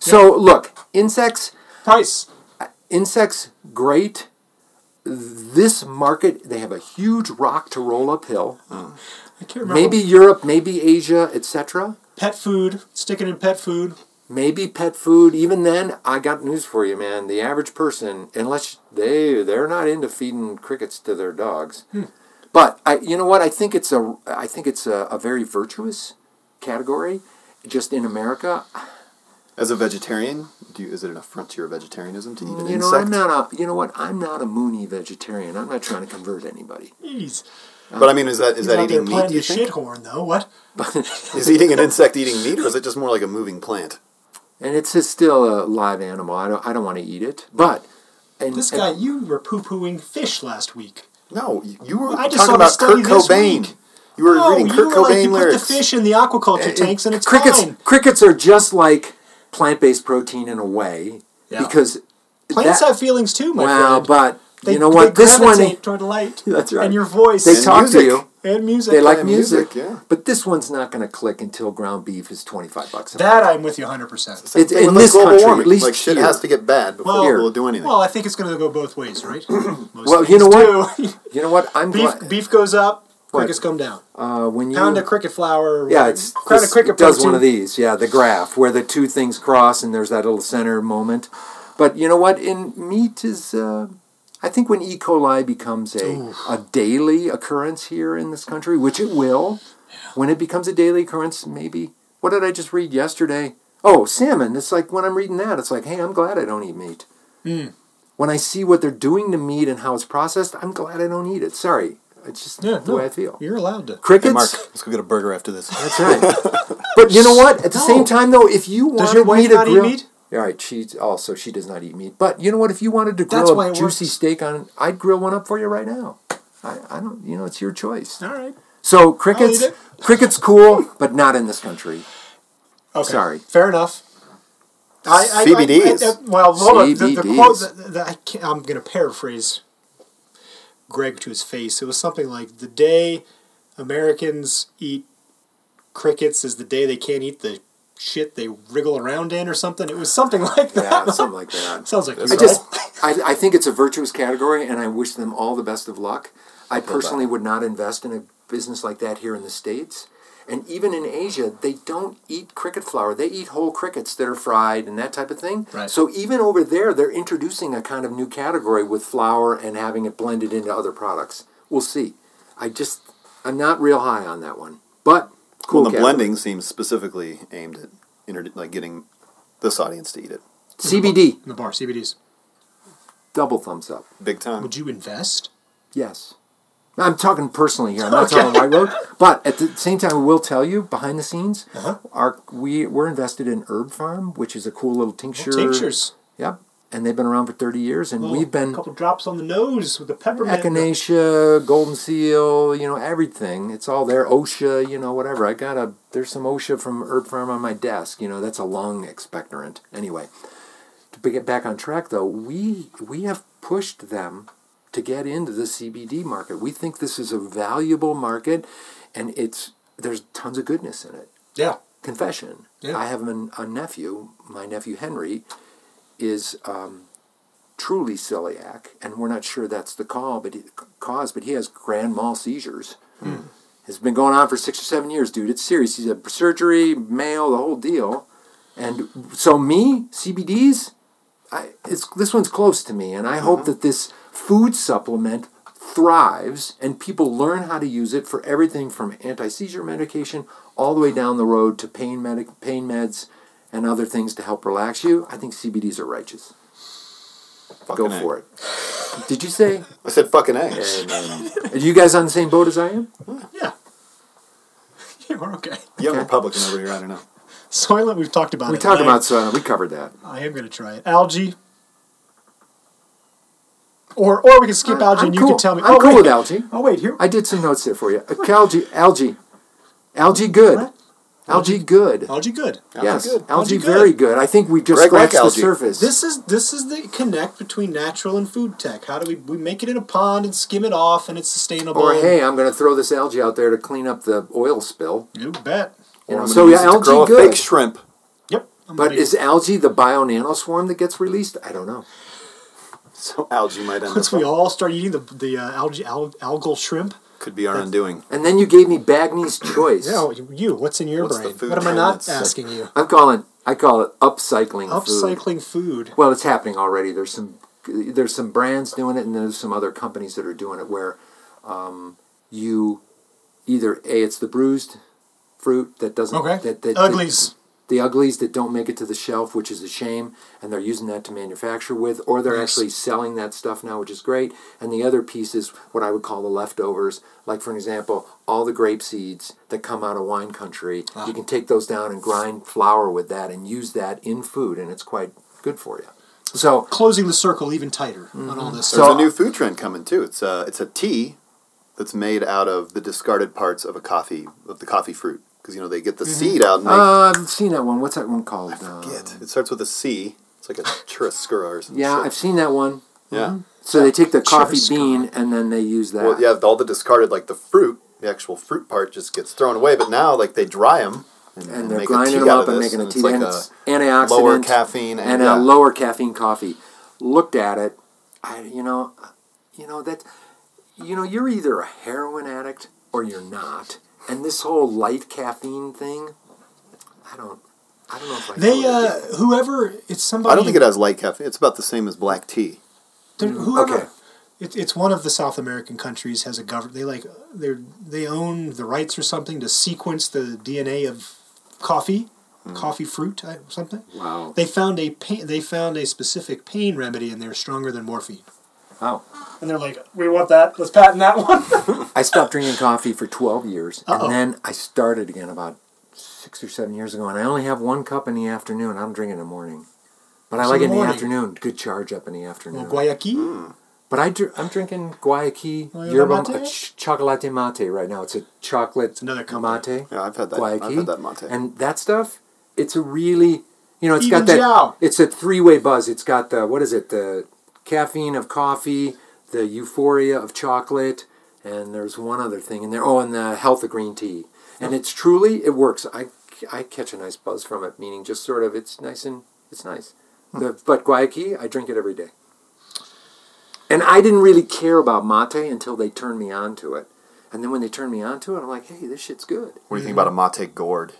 [SPEAKER 1] So look, insects,
[SPEAKER 2] Price.
[SPEAKER 1] insects, great. This market, they have a huge rock to roll uphill.
[SPEAKER 2] I can't remember.
[SPEAKER 1] Maybe Europe, maybe Asia, etc.
[SPEAKER 2] Pet food. Stick it in pet food.
[SPEAKER 1] maybe pet food even then i got news for you man the average person unless they they're not into feeding crickets to their dogs
[SPEAKER 2] Hmm.
[SPEAKER 1] but i you know what i think it's a i think it's a, a very virtuous category just in america
[SPEAKER 3] As a vegetarian, do you, is it an affront to your vegetarianism to eat an
[SPEAKER 1] you know
[SPEAKER 3] insect?
[SPEAKER 1] i'm not a you know what i'm not a moony vegetarian i'm not trying to convert anybody
[SPEAKER 2] Jeez.
[SPEAKER 3] but I mean, is that is that
[SPEAKER 2] Out there
[SPEAKER 3] eating meat?
[SPEAKER 2] planting
[SPEAKER 3] do You
[SPEAKER 2] a
[SPEAKER 3] think?
[SPEAKER 2] shithorn, though. What?
[SPEAKER 3] Is eating an insect eating meat, or is it just more like a moving plant?
[SPEAKER 1] and it's just still a live animal i don't i don't want to eat it but and
[SPEAKER 2] This
[SPEAKER 1] and-
[SPEAKER 2] guy, you were poo-pooing fish last week.
[SPEAKER 3] No, you- you were
[SPEAKER 2] I just
[SPEAKER 3] talking
[SPEAKER 2] saw the
[SPEAKER 3] about
[SPEAKER 2] study
[SPEAKER 3] Kurt
[SPEAKER 2] this
[SPEAKER 3] Cobain.
[SPEAKER 2] week.
[SPEAKER 3] You were
[SPEAKER 2] No,
[SPEAKER 3] reading
[SPEAKER 2] you
[SPEAKER 3] Kurt
[SPEAKER 2] were
[SPEAKER 3] Cobain
[SPEAKER 2] like, you
[SPEAKER 3] lyrics. Eh,
[SPEAKER 2] put the fish in the aquaculture tanks, and it's
[SPEAKER 1] crickets
[SPEAKER 2] fine.
[SPEAKER 1] crickets are just like plant-based protein in a way
[SPEAKER 2] Yeah.
[SPEAKER 1] because
[SPEAKER 2] Plants
[SPEAKER 1] that-
[SPEAKER 2] have feelings too, my
[SPEAKER 1] Wow,
[SPEAKER 2] friend.
[SPEAKER 1] but
[SPEAKER 2] They,
[SPEAKER 1] you know
[SPEAKER 2] They
[SPEAKER 1] what? This one,
[SPEAKER 2] gravitate toward light.
[SPEAKER 1] That's right.
[SPEAKER 2] And your voice.
[SPEAKER 1] they
[SPEAKER 3] And
[SPEAKER 1] talk to
[SPEAKER 3] music.
[SPEAKER 1] you.
[SPEAKER 2] and music.
[SPEAKER 1] They like
[SPEAKER 3] and
[SPEAKER 1] music,
[SPEAKER 3] music, yeah.
[SPEAKER 1] but this one's not going to click until ground beef is twenty five bucks. a pound.
[SPEAKER 2] That I'm with you 100%.
[SPEAKER 1] It's
[SPEAKER 3] Thing
[SPEAKER 1] in
[SPEAKER 3] with, like,
[SPEAKER 1] this
[SPEAKER 3] global
[SPEAKER 1] country,
[SPEAKER 3] warming.
[SPEAKER 1] at least
[SPEAKER 3] like shit
[SPEAKER 1] here.
[SPEAKER 3] has to get bad before
[SPEAKER 2] Well,
[SPEAKER 3] we'll do anything.
[SPEAKER 2] Well, I think it's going to go both ways, right? Most
[SPEAKER 1] Well, you know what?
[SPEAKER 2] things do.
[SPEAKER 1] You know what? I'm
[SPEAKER 2] beef,
[SPEAKER 1] glad
[SPEAKER 2] beef goes up,
[SPEAKER 1] What?
[SPEAKER 2] crickets come down.
[SPEAKER 1] uh, when you
[SPEAKER 2] Pound of cricket flour.
[SPEAKER 1] yeah, it's
[SPEAKER 2] pound of
[SPEAKER 1] this-
[SPEAKER 2] cricket
[SPEAKER 1] it does
[SPEAKER 2] protein.
[SPEAKER 1] one of these. Yeah, the graph where the two things cross and there's that little center moment. But you know what? In meat is, uh, I think when E. coli becomes a, a daily occurrence here in this country, which it will, when it becomes a daily occurrence, maybe. What did I just read yesterday? Oh, salmon. It's like when I'm reading that, it's like, hey, I'm glad I don't eat meat. When I see what they're doing to meat and how it's processed, I'm glad I don't eat it. Sorry. It's just
[SPEAKER 2] Yeah,
[SPEAKER 1] the way I feel.
[SPEAKER 2] You're allowed to.
[SPEAKER 1] Crickets.
[SPEAKER 3] Hey, Mark, let's go get a burger after this.
[SPEAKER 1] That's right. but you know what? At the same time, though, if you wanted
[SPEAKER 2] your wife
[SPEAKER 1] me to
[SPEAKER 2] not eat
[SPEAKER 1] grill,
[SPEAKER 2] meat?
[SPEAKER 1] all right, she also she does not eat meat. But you know what? If you wanted to
[SPEAKER 2] That's
[SPEAKER 1] grill
[SPEAKER 2] why
[SPEAKER 1] a
[SPEAKER 2] it
[SPEAKER 1] juicy
[SPEAKER 2] works.
[SPEAKER 1] steak on, I'd grill one up for you right now. I, I don't, you know, it's your choice.
[SPEAKER 2] All right.
[SPEAKER 1] So crickets,
[SPEAKER 2] I'll eat
[SPEAKER 1] crickets, cool, but not in this country.
[SPEAKER 2] Okay.
[SPEAKER 1] Sorry.
[SPEAKER 2] Fair enough. I, I,
[SPEAKER 3] CBDs.
[SPEAKER 2] I, I, well, hold on. The, the
[SPEAKER 1] CBDs.
[SPEAKER 2] quote that, that I can't, I'm going to paraphrase Greg to his face. It was something like the day Americans eat crickets is the day they can't eat the shit they wriggle around in or something. It was something like
[SPEAKER 1] Yeah,
[SPEAKER 2] that.
[SPEAKER 1] something like that.
[SPEAKER 2] Sounds like you
[SPEAKER 1] I
[SPEAKER 2] right.
[SPEAKER 1] just, I, I think it's a virtuous category, and I wish them all the best of luck. I personally would not invest in a business like that here in the states, and even in Asia, they don't eat cricket flour. They eat whole crickets that are fried and that type of thing.
[SPEAKER 2] Right.
[SPEAKER 1] So even over there, they're introducing a kind of new category with flour and having it blended into other products. We'll see. I just, I'm not real high on that one, but cool.
[SPEAKER 3] well, the
[SPEAKER 1] category.
[SPEAKER 3] blending seems specifically aimed at inter- like getting this audience to eat it.
[SPEAKER 1] CBD,
[SPEAKER 2] in the bar CBDs.
[SPEAKER 1] double thumbs up.
[SPEAKER 3] Big time.
[SPEAKER 2] Would you invest?
[SPEAKER 1] Yes. I'm talking personally here. I'm not talking White Road, but at the same time, I will tell you behind the scenes,
[SPEAKER 2] Uh-huh.
[SPEAKER 1] our we we're invested in Herb Farm, which is a cool little tincture.
[SPEAKER 2] Tinctures.
[SPEAKER 1] Yep, and they've been around for 30 years, and
[SPEAKER 2] Oh,
[SPEAKER 1] we've
[SPEAKER 2] a
[SPEAKER 1] been
[SPEAKER 2] couple drops on the nose with the peppermint.
[SPEAKER 1] echinacea, golden seal, you know everything. It's all there. OSHA, you know whatever. I got a there's some OSHA from Herb Farm on my desk. You know that's a lung expectorant. Anyway, to be- get back on track though, we we have pushed them to get into the CBD market. We think this is a valuable market, and it's there's tons of goodness in it.
[SPEAKER 2] Yeah.
[SPEAKER 1] Confession:
[SPEAKER 2] Yeah.
[SPEAKER 1] I have an, a nephew. My nephew Henry is um, truly celiac, and we're not sure that's the call, but he, cause. But he has grand mal seizures. It's been going on for six or seven years, dude. It's serious. He's had surgery, mail, the whole deal. And so me, CBDs, I, it's this one's close to me, and I
[SPEAKER 3] Mm-hmm.
[SPEAKER 1] hope that this food supplement thrives and people learn how to use it for everything from anti seizure medication all the way down the road to pain medic pain meds and other things to help relax you. I think CBDs are righteous. Go
[SPEAKER 3] Fucking A.
[SPEAKER 1] for it. Did you say?
[SPEAKER 3] I said fucking eggs.
[SPEAKER 1] Are you guys on the same boat as I am?
[SPEAKER 2] Yeah. yeah, we're okay.
[SPEAKER 3] Young Republican over here, I don't know.
[SPEAKER 2] Soylent, we've talked about
[SPEAKER 1] We
[SPEAKER 2] it.
[SPEAKER 1] talked
[SPEAKER 2] I-
[SPEAKER 1] about uh, we covered that.
[SPEAKER 2] I am going to try it. Algae. Or or we can skip
[SPEAKER 1] I-
[SPEAKER 2] algae
[SPEAKER 1] I'm
[SPEAKER 2] and you
[SPEAKER 1] cool.
[SPEAKER 2] can tell me.
[SPEAKER 1] I'm cool
[SPEAKER 2] wait.
[SPEAKER 1] with algae.
[SPEAKER 2] Oh, wait, here.
[SPEAKER 1] I did some notes there for you. Uh, Algae, algae, algae, good.
[SPEAKER 2] What?
[SPEAKER 1] Algae, good.
[SPEAKER 2] algae good.
[SPEAKER 1] yes,
[SPEAKER 3] good.
[SPEAKER 1] algae,
[SPEAKER 2] Algae good.
[SPEAKER 1] very Oh, good. I think we just
[SPEAKER 3] Greg like
[SPEAKER 1] scratched the
[SPEAKER 3] algae.
[SPEAKER 1] surface.
[SPEAKER 2] This is this is the connect between natural and food tech. How do we we make it in a pond and skim it off and it's sustainable?
[SPEAKER 1] or hey, I'm going to throw this algae out there to clean up the oil spill.
[SPEAKER 2] you bet.
[SPEAKER 1] You
[SPEAKER 3] Or
[SPEAKER 1] know,
[SPEAKER 3] I'm
[SPEAKER 1] so
[SPEAKER 3] gonna
[SPEAKER 1] yeah,
[SPEAKER 3] use it to grow
[SPEAKER 1] algae
[SPEAKER 3] a
[SPEAKER 1] good.
[SPEAKER 3] Fake shrimp.
[SPEAKER 2] Yep. I'm
[SPEAKER 1] But
[SPEAKER 2] gonna-
[SPEAKER 1] is algae the bio nano swarm that gets released? I don't know.
[SPEAKER 3] So algae might end
[SPEAKER 2] once
[SPEAKER 3] up.
[SPEAKER 2] we all start eating the the uh, algae al- algal shrimp.
[SPEAKER 3] Could be our undoing.
[SPEAKER 1] And then you gave me Bagney's choice.
[SPEAKER 2] No, you. What's in your
[SPEAKER 3] What's the
[SPEAKER 2] brain?
[SPEAKER 3] food
[SPEAKER 2] What am I
[SPEAKER 3] trend
[SPEAKER 2] not
[SPEAKER 3] that's-
[SPEAKER 1] uh,
[SPEAKER 2] asking you?
[SPEAKER 1] I'm calling. I call it upcycling. food.
[SPEAKER 2] Upcycling food.
[SPEAKER 1] Well, it's happening already. There's some there's some brands doing it, and there's some other companies that are doing it where um, you either a it's the bruised fruit that doesn't
[SPEAKER 2] Okay.
[SPEAKER 1] that, that
[SPEAKER 2] Uglies.
[SPEAKER 1] the uglies that don't make it to the shelf, which is a shame, and they're using that to manufacture with, or they're
[SPEAKER 2] Yes.
[SPEAKER 1] actually selling that stuff now, which is great. And the other piece is what I would call the leftovers. Like, for example, all the grape seeds that come out of wine country,
[SPEAKER 3] Ah.
[SPEAKER 1] you can take those down and grind flour with that and use that in food, and it's quite good for you. So,
[SPEAKER 2] Closing the circle even tighter on all this.
[SPEAKER 3] There's
[SPEAKER 1] Mm-hmm. So-
[SPEAKER 3] a new food trend coming too. It's a it's a tea that's made out of the discarded parts of a coffee of the coffee fruit because you know they get
[SPEAKER 1] Mm-hmm.
[SPEAKER 3] the seed out and they
[SPEAKER 1] uh, I've seen that one. What's that one called?
[SPEAKER 3] get.
[SPEAKER 1] Um,
[SPEAKER 3] It starts with a C. It's like a churrascura or something.
[SPEAKER 1] yeah, I've seen that one.
[SPEAKER 3] yeah.
[SPEAKER 1] So they take the coffee
[SPEAKER 2] Churros
[SPEAKER 1] bean and then they use that.
[SPEAKER 3] Well, yeah, all the discarded, like the fruit, the actual fruit part just gets thrown away. But now, like they dry them and,
[SPEAKER 1] and they're
[SPEAKER 3] make a
[SPEAKER 1] grinding
[SPEAKER 3] tea
[SPEAKER 1] them
[SPEAKER 3] out
[SPEAKER 1] up
[SPEAKER 3] of
[SPEAKER 1] and
[SPEAKER 3] this,
[SPEAKER 1] making a tea,
[SPEAKER 3] It's
[SPEAKER 1] and
[SPEAKER 3] like
[SPEAKER 1] it's
[SPEAKER 3] a
[SPEAKER 1] antioxidant,
[SPEAKER 3] lower caffeine and,
[SPEAKER 1] a
[SPEAKER 3] yeah.
[SPEAKER 1] lower caffeine coffee. Looked at it, I you know, you know that, you know, you're either a heroin addict or you're not, and this whole light caffeine thing, I don't, I don't know if I.
[SPEAKER 2] They,
[SPEAKER 1] totally
[SPEAKER 2] uh,
[SPEAKER 1] get it.
[SPEAKER 2] whoever, it's somebody.
[SPEAKER 3] I don't think it has light caffeine. It's about the same as black tea.
[SPEAKER 2] There- Whoever,
[SPEAKER 1] okay.
[SPEAKER 2] It, it's one of the South American countries has a government. They like they they own the rights or something to sequence the DNA of coffee,
[SPEAKER 3] Hmm.
[SPEAKER 2] coffee fruit, I- something.
[SPEAKER 1] Wow.
[SPEAKER 2] They found a pain. They found a specific pain remedy, and they're stronger than morphine.
[SPEAKER 1] Wow.
[SPEAKER 4] And they're like, we want that. Let's patent that one.
[SPEAKER 1] I stopped drinking coffee for 12 years,
[SPEAKER 2] Uh-oh.
[SPEAKER 1] and then I started again about six or seven years ago, and I only have one cup in the afternoon. I don't drink in the morning. But I
[SPEAKER 2] So
[SPEAKER 1] like it
[SPEAKER 2] the
[SPEAKER 1] in the
[SPEAKER 2] morning.
[SPEAKER 1] afternoon. Good charge up in the afternoon.
[SPEAKER 3] Hmm.
[SPEAKER 2] Well, Guayaquil.
[SPEAKER 1] but I dr- I'm drinking Guayaquil
[SPEAKER 2] Guayaba
[SPEAKER 1] yerba
[SPEAKER 2] mate?
[SPEAKER 1] a ch- chocolate mate right now. It's a chocolate
[SPEAKER 2] another company.
[SPEAKER 1] mate.
[SPEAKER 3] Yeah, I've had that. I've
[SPEAKER 1] Guayaquil.
[SPEAKER 3] had that mate.
[SPEAKER 1] And that stuff, it's a really, you know, it's got
[SPEAKER 2] Evens
[SPEAKER 1] that.
[SPEAKER 2] you out.
[SPEAKER 1] It's a three way buzz. It's got the, what is it, the caffeine of coffee, the euphoria of chocolate, and there's one other thing in there. Oh, and the health of green tea. And it's truly, it works. I, I catch a nice buzz from it, meaning just sort of, it's nice and, it's nice.
[SPEAKER 3] Hmm.
[SPEAKER 1] The, but Guayaquil, I drink it every day. And I didn't really care about mate until they turned me on to it. And then when they turned me on to it, I'm like, hey, this shit's good.
[SPEAKER 3] What do you think about a mate gourd?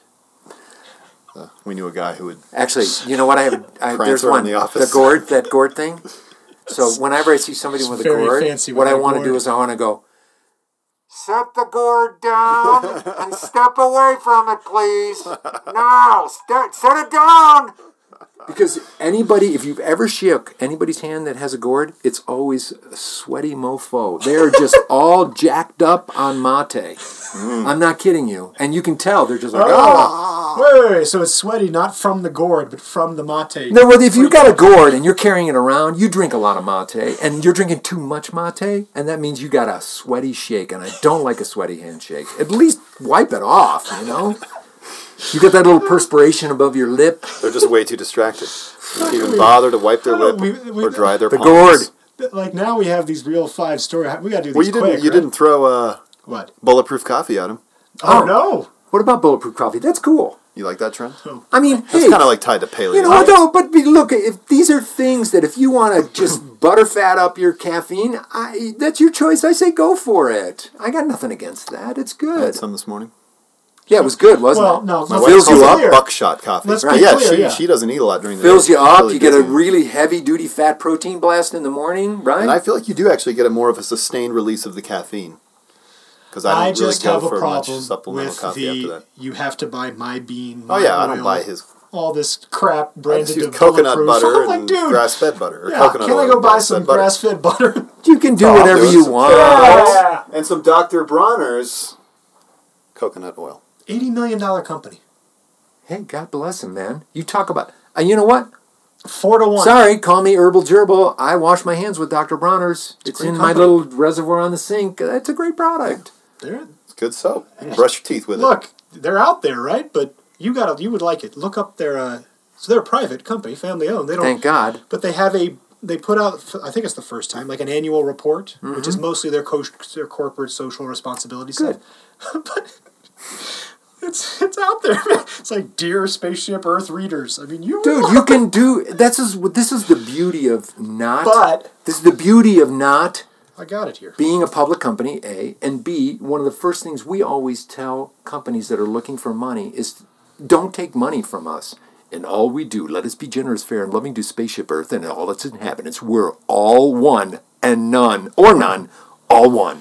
[SPEAKER 3] Uh, we knew a guy who would.
[SPEAKER 1] Actually, you know what? I have I, there's
[SPEAKER 3] Prancer in
[SPEAKER 1] one
[SPEAKER 3] the
[SPEAKER 1] the,
[SPEAKER 3] office.
[SPEAKER 1] gourd that gourd thing. So whenever I see somebody with a
[SPEAKER 2] very
[SPEAKER 1] gourd,
[SPEAKER 2] fancy
[SPEAKER 1] what
[SPEAKER 2] with
[SPEAKER 1] I
[SPEAKER 2] a
[SPEAKER 1] want to
[SPEAKER 2] gourd.
[SPEAKER 1] do is I want to go. Set the gourd down and step away from it, please. Now, st- set it down. Because anybody, if you've ever shook anybody's hand that has a gourd, it's always a sweaty mofo. They're just all jacked up on mate. I'm not kidding you, and you can tell they're just like, oh.
[SPEAKER 2] Wait, wait, wait, so it's sweaty, not from the gourd, but from the mate.
[SPEAKER 1] No, well, if you got a gourd and you're carrying it around, you drink a lot of mate, and you're drinking too much mate, and that means you got a sweaty shake, and I don't like a sweaty handshake. At least wipe it off, you know? You get that little perspiration above your lip.
[SPEAKER 3] They're just way too distracted. Don't even bother to wipe their
[SPEAKER 2] How
[SPEAKER 3] lip
[SPEAKER 2] do we- we-
[SPEAKER 3] or dry their
[SPEAKER 1] The
[SPEAKER 3] palms.
[SPEAKER 1] gourd.
[SPEAKER 2] But, Like now we have these real five story. We gotta do these
[SPEAKER 3] Well, you didn't.
[SPEAKER 2] quick,
[SPEAKER 3] you
[SPEAKER 2] right?
[SPEAKER 3] didn't throw uh,
[SPEAKER 2] What?
[SPEAKER 3] bulletproof coffee at him.
[SPEAKER 2] Oh,
[SPEAKER 1] Oh.
[SPEAKER 2] no!
[SPEAKER 1] What about bulletproof coffee? That's cool.
[SPEAKER 3] You like that trend?
[SPEAKER 1] I mean,
[SPEAKER 3] That's
[SPEAKER 1] hey,
[SPEAKER 3] kind of like tied to paleo.
[SPEAKER 1] you know, no, but be, look, if these are things that if you want to just butterfat up your caffeine, I, that's your choice. I say go for it. I got nothing against that. It's
[SPEAKER 3] I had
[SPEAKER 1] good.
[SPEAKER 3] some this morning.
[SPEAKER 1] Yeah, it was good, wasn't
[SPEAKER 2] Well,
[SPEAKER 1] it?
[SPEAKER 2] no,
[SPEAKER 3] My
[SPEAKER 2] let's
[SPEAKER 3] wife
[SPEAKER 1] Fills
[SPEAKER 2] be
[SPEAKER 3] calls
[SPEAKER 1] you
[SPEAKER 3] it
[SPEAKER 1] up,
[SPEAKER 2] clear.
[SPEAKER 3] buckshot coffee.
[SPEAKER 2] Let's
[SPEAKER 3] Right,
[SPEAKER 2] be
[SPEAKER 3] yeah,
[SPEAKER 2] clear,
[SPEAKER 3] she,
[SPEAKER 2] yeah.
[SPEAKER 3] she doesn't eat a lot during the
[SPEAKER 1] fills
[SPEAKER 3] day.
[SPEAKER 1] you
[SPEAKER 3] She
[SPEAKER 1] up.
[SPEAKER 3] really
[SPEAKER 1] you get a
[SPEAKER 3] doesn't.
[SPEAKER 1] really heavy duty fat protein blast in the morning, right?
[SPEAKER 3] And I feel like you do actually get a more of a sustained release of the caffeine. Because I don't
[SPEAKER 2] I
[SPEAKER 3] really
[SPEAKER 2] just
[SPEAKER 3] go
[SPEAKER 2] have a
[SPEAKER 3] for
[SPEAKER 2] problem
[SPEAKER 3] much supplemental
[SPEAKER 2] with
[SPEAKER 3] coffee after
[SPEAKER 2] the.
[SPEAKER 3] that.
[SPEAKER 2] You have to buy my bean.
[SPEAKER 3] Oh
[SPEAKER 2] my
[SPEAKER 3] yeah, I don't
[SPEAKER 2] oil,
[SPEAKER 3] buy his.
[SPEAKER 2] all this crap
[SPEAKER 3] I
[SPEAKER 2] branded
[SPEAKER 3] just
[SPEAKER 2] to
[SPEAKER 3] use coconut
[SPEAKER 2] bulletproof.
[SPEAKER 3] butter
[SPEAKER 2] I'm like,
[SPEAKER 3] and
[SPEAKER 2] dude,
[SPEAKER 3] grass-fed butter. Or
[SPEAKER 2] yeah,
[SPEAKER 3] coconut
[SPEAKER 2] can I
[SPEAKER 3] oil
[SPEAKER 2] go
[SPEAKER 3] and
[SPEAKER 2] buy
[SPEAKER 3] grass-fed
[SPEAKER 2] some
[SPEAKER 3] butter.
[SPEAKER 2] grass-fed butter?
[SPEAKER 1] you can do
[SPEAKER 3] Oh,
[SPEAKER 1] whatever
[SPEAKER 3] there's
[SPEAKER 1] you
[SPEAKER 3] some
[SPEAKER 1] want.
[SPEAKER 4] Yeah.
[SPEAKER 3] and some Dr. Bronner's coconut oil.
[SPEAKER 2] Eighty million dollar company,
[SPEAKER 1] Hey, God bless him, man. You talk about. Uh, you know what?
[SPEAKER 2] four to one.
[SPEAKER 1] Sorry, call me herbal gerbil. I wash my hands with Dr. Bronner's. It's,
[SPEAKER 2] great
[SPEAKER 1] in my
[SPEAKER 2] company.
[SPEAKER 1] little reservoir on the sink. That's a great product.
[SPEAKER 2] They're-
[SPEAKER 3] It's good soap. Brush your teeth with it.
[SPEAKER 2] look, they're out there, right? But you got to you would like it. Look up their. Uh, so they're a private company, family owned. They don't.
[SPEAKER 1] Thank God.
[SPEAKER 2] But they have a they put out I think it's the first time like an annual report, which is mostly their co- their corporate social responsibility
[SPEAKER 1] Mm-hmm. Good.
[SPEAKER 2] stuff. but it's it's out there. man. It's like dear spaceship Earth readers. I mean, you
[SPEAKER 1] Dude, you can do. This is this is the beauty of not.
[SPEAKER 2] But-
[SPEAKER 1] this is the beauty of not
[SPEAKER 2] I got it here.
[SPEAKER 1] being a public company, A, and B, one of the first things we always tell companies that are looking for money is don't take money from us. In all we do, let us be generous, fair, and loving to Spaceship Earth and all its inhabitants. We're all one and none, or none, all one.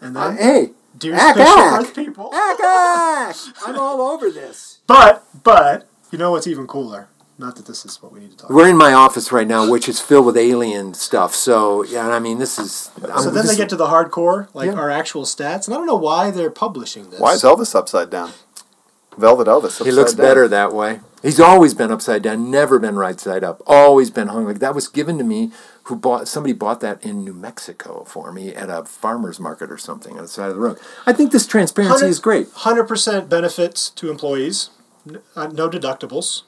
[SPEAKER 2] And
[SPEAKER 1] Uh,
[SPEAKER 2] then
[SPEAKER 1] hey,
[SPEAKER 2] dear
[SPEAKER 1] ack,
[SPEAKER 2] spaceship
[SPEAKER 1] ack,
[SPEAKER 2] Earth people.
[SPEAKER 1] ack, ack. I'm all over this.
[SPEAKER 2] But but you know what's even cooler? Not that this is what we need to talk. about.
[SPEAKER 1] We're in my office right now, which is filled with alien stuff. So, yeah, I mean, this is. I'm,
[SPEAKER 2] So then
[SPEAKER 1] Um, this
[SPEAKER 2] they
[SPEAKER 1] is-
[SPEAKER 2] get to the hardcore, like
[SPEAKER 1] Yeah.
[SPEAKER 2] our actual stats, and I don't know why they're publishing this.
[SPEAKER 3] Why is Elvis upside down? Velvet Elvis.
[SPEAKER 1] He
[SPEAKER 3] upside
[SPEAKER 1] looks
[SPEAKER 3] down.
[SPEAKER 1] better that way. He's always been upside down, never been right side up. Always been hung like that was given to me. Who bought somebody bought that in New Mexico for me at a farmer's market or something on the side of the road. I think this transparency is great.
[SPEAKER 2] Hundred percent benefits to employees, n- uh, no deductibles.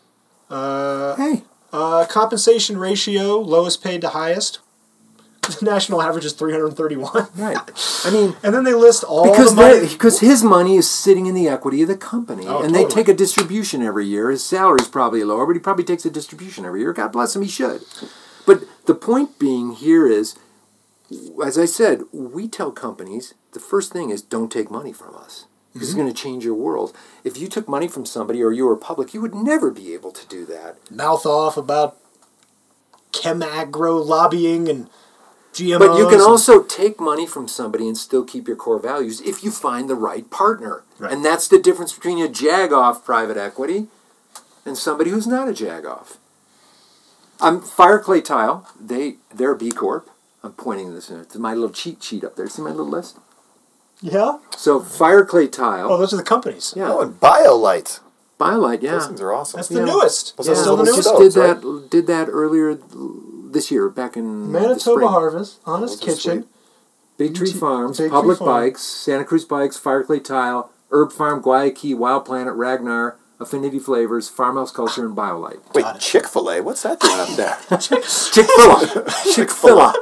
[SPEAKER 1] hey,
[SPEAKER 2] Uh, compensation ratio lowest paid to highest. The national average is three hundred thirty-one,
[SPEAKER 1] right. I mean,
[SPEAKER 2] and then they list all
[SPEAKER 1] because
[SPEAKER 2] the money.
[SPEAKER 1] they- because his money is sitting in the equity of the company,
[SPEAKER 2] Oh,
[SPEAKER 1] and they
[SPEAKER 2] totally.
[SPEAKER 1] take a distribution every year. His salary's probably lower, but he probably takes a distribution every year. God bless him, he should. But the point being here is, as I said, we tell companies the first thing is don't take money from us. This is
[SPEAKER 2] Mm-hmm.
[SPEAKER 1] going to change your world. If you took money from somebody or you were public, you would never be able to do that.
[SPEAKER 2] mouth off about chem agro lobbying and GMOs.
[SPEAKER 1] But you can
[SPEAKER 2] and-
[SPEAKER 1] also take money from somebody and still keep your core values if you find the right partner.
[SPEAKER 2] Right.
[SPEAKER 1] And that's the difference between a jagoff private equity and somebody who's not a jagoff. I'm Fire Clay Tile. They they're a B Corp. I'm pointing this in to my little cheat sheet up there. See my little list.
[SPEAKER 2] Yeah.
[SPEAKER 1] So Fire Clay Tile.
[SPEAKER 2] Oh, those are the companies.
[SPEAKER 1] yeah,
[SPEAKER 3] Oh, and BioLite.
[SPEAKER 1] Biolite. Yeah,
[SPEAKER 3] Those things are awesome.
[SPEAKER 2] That's the
[SPEAKER 1] Yeah.
[SPEAKER 2] newest.
[SPEAKER 1] yeah.
[SPEAKER 3] Well, those
[SPEAKER 2] That's still the
[SPEAKER 3] little
[SPEAKER 1] just
[SPEAKER 2] newest.
[SPEAKER 1] did
[SPEAKER 3] stoves,
[SPEAKER 1] that did that earlier this year back in the
[SPEAKER 2] Manitoba
[SPEAKER 1] spring.
[SPEAKER 2] Harvest, Honest
[SPEAKER 3] Those are
[SPEAKER 2] Kitchen.
[SPEAKER 3] sweet.
[SPEAKER 1] Big Tree
[SPEAKER 2] T-
[SPEAKER 1] Farms,
[SPEAKER 2] Big Tree
[SPEAKER 1] Public
[SPEAKER 2] Farm.
[SPEAKER 1] Bikes, Santa Cruz Bikes, Fireclay Tile, Herb Farm, Guayaquil, Wild Planet, Ragnar, Affinity Flavors, Farmhouse Culture, and BioLite.
[SPEAKER 3] Wait, Chick Fil A? What's that doing up there?
[SPEAKER 1] Chick Fil A, Chick Fil A.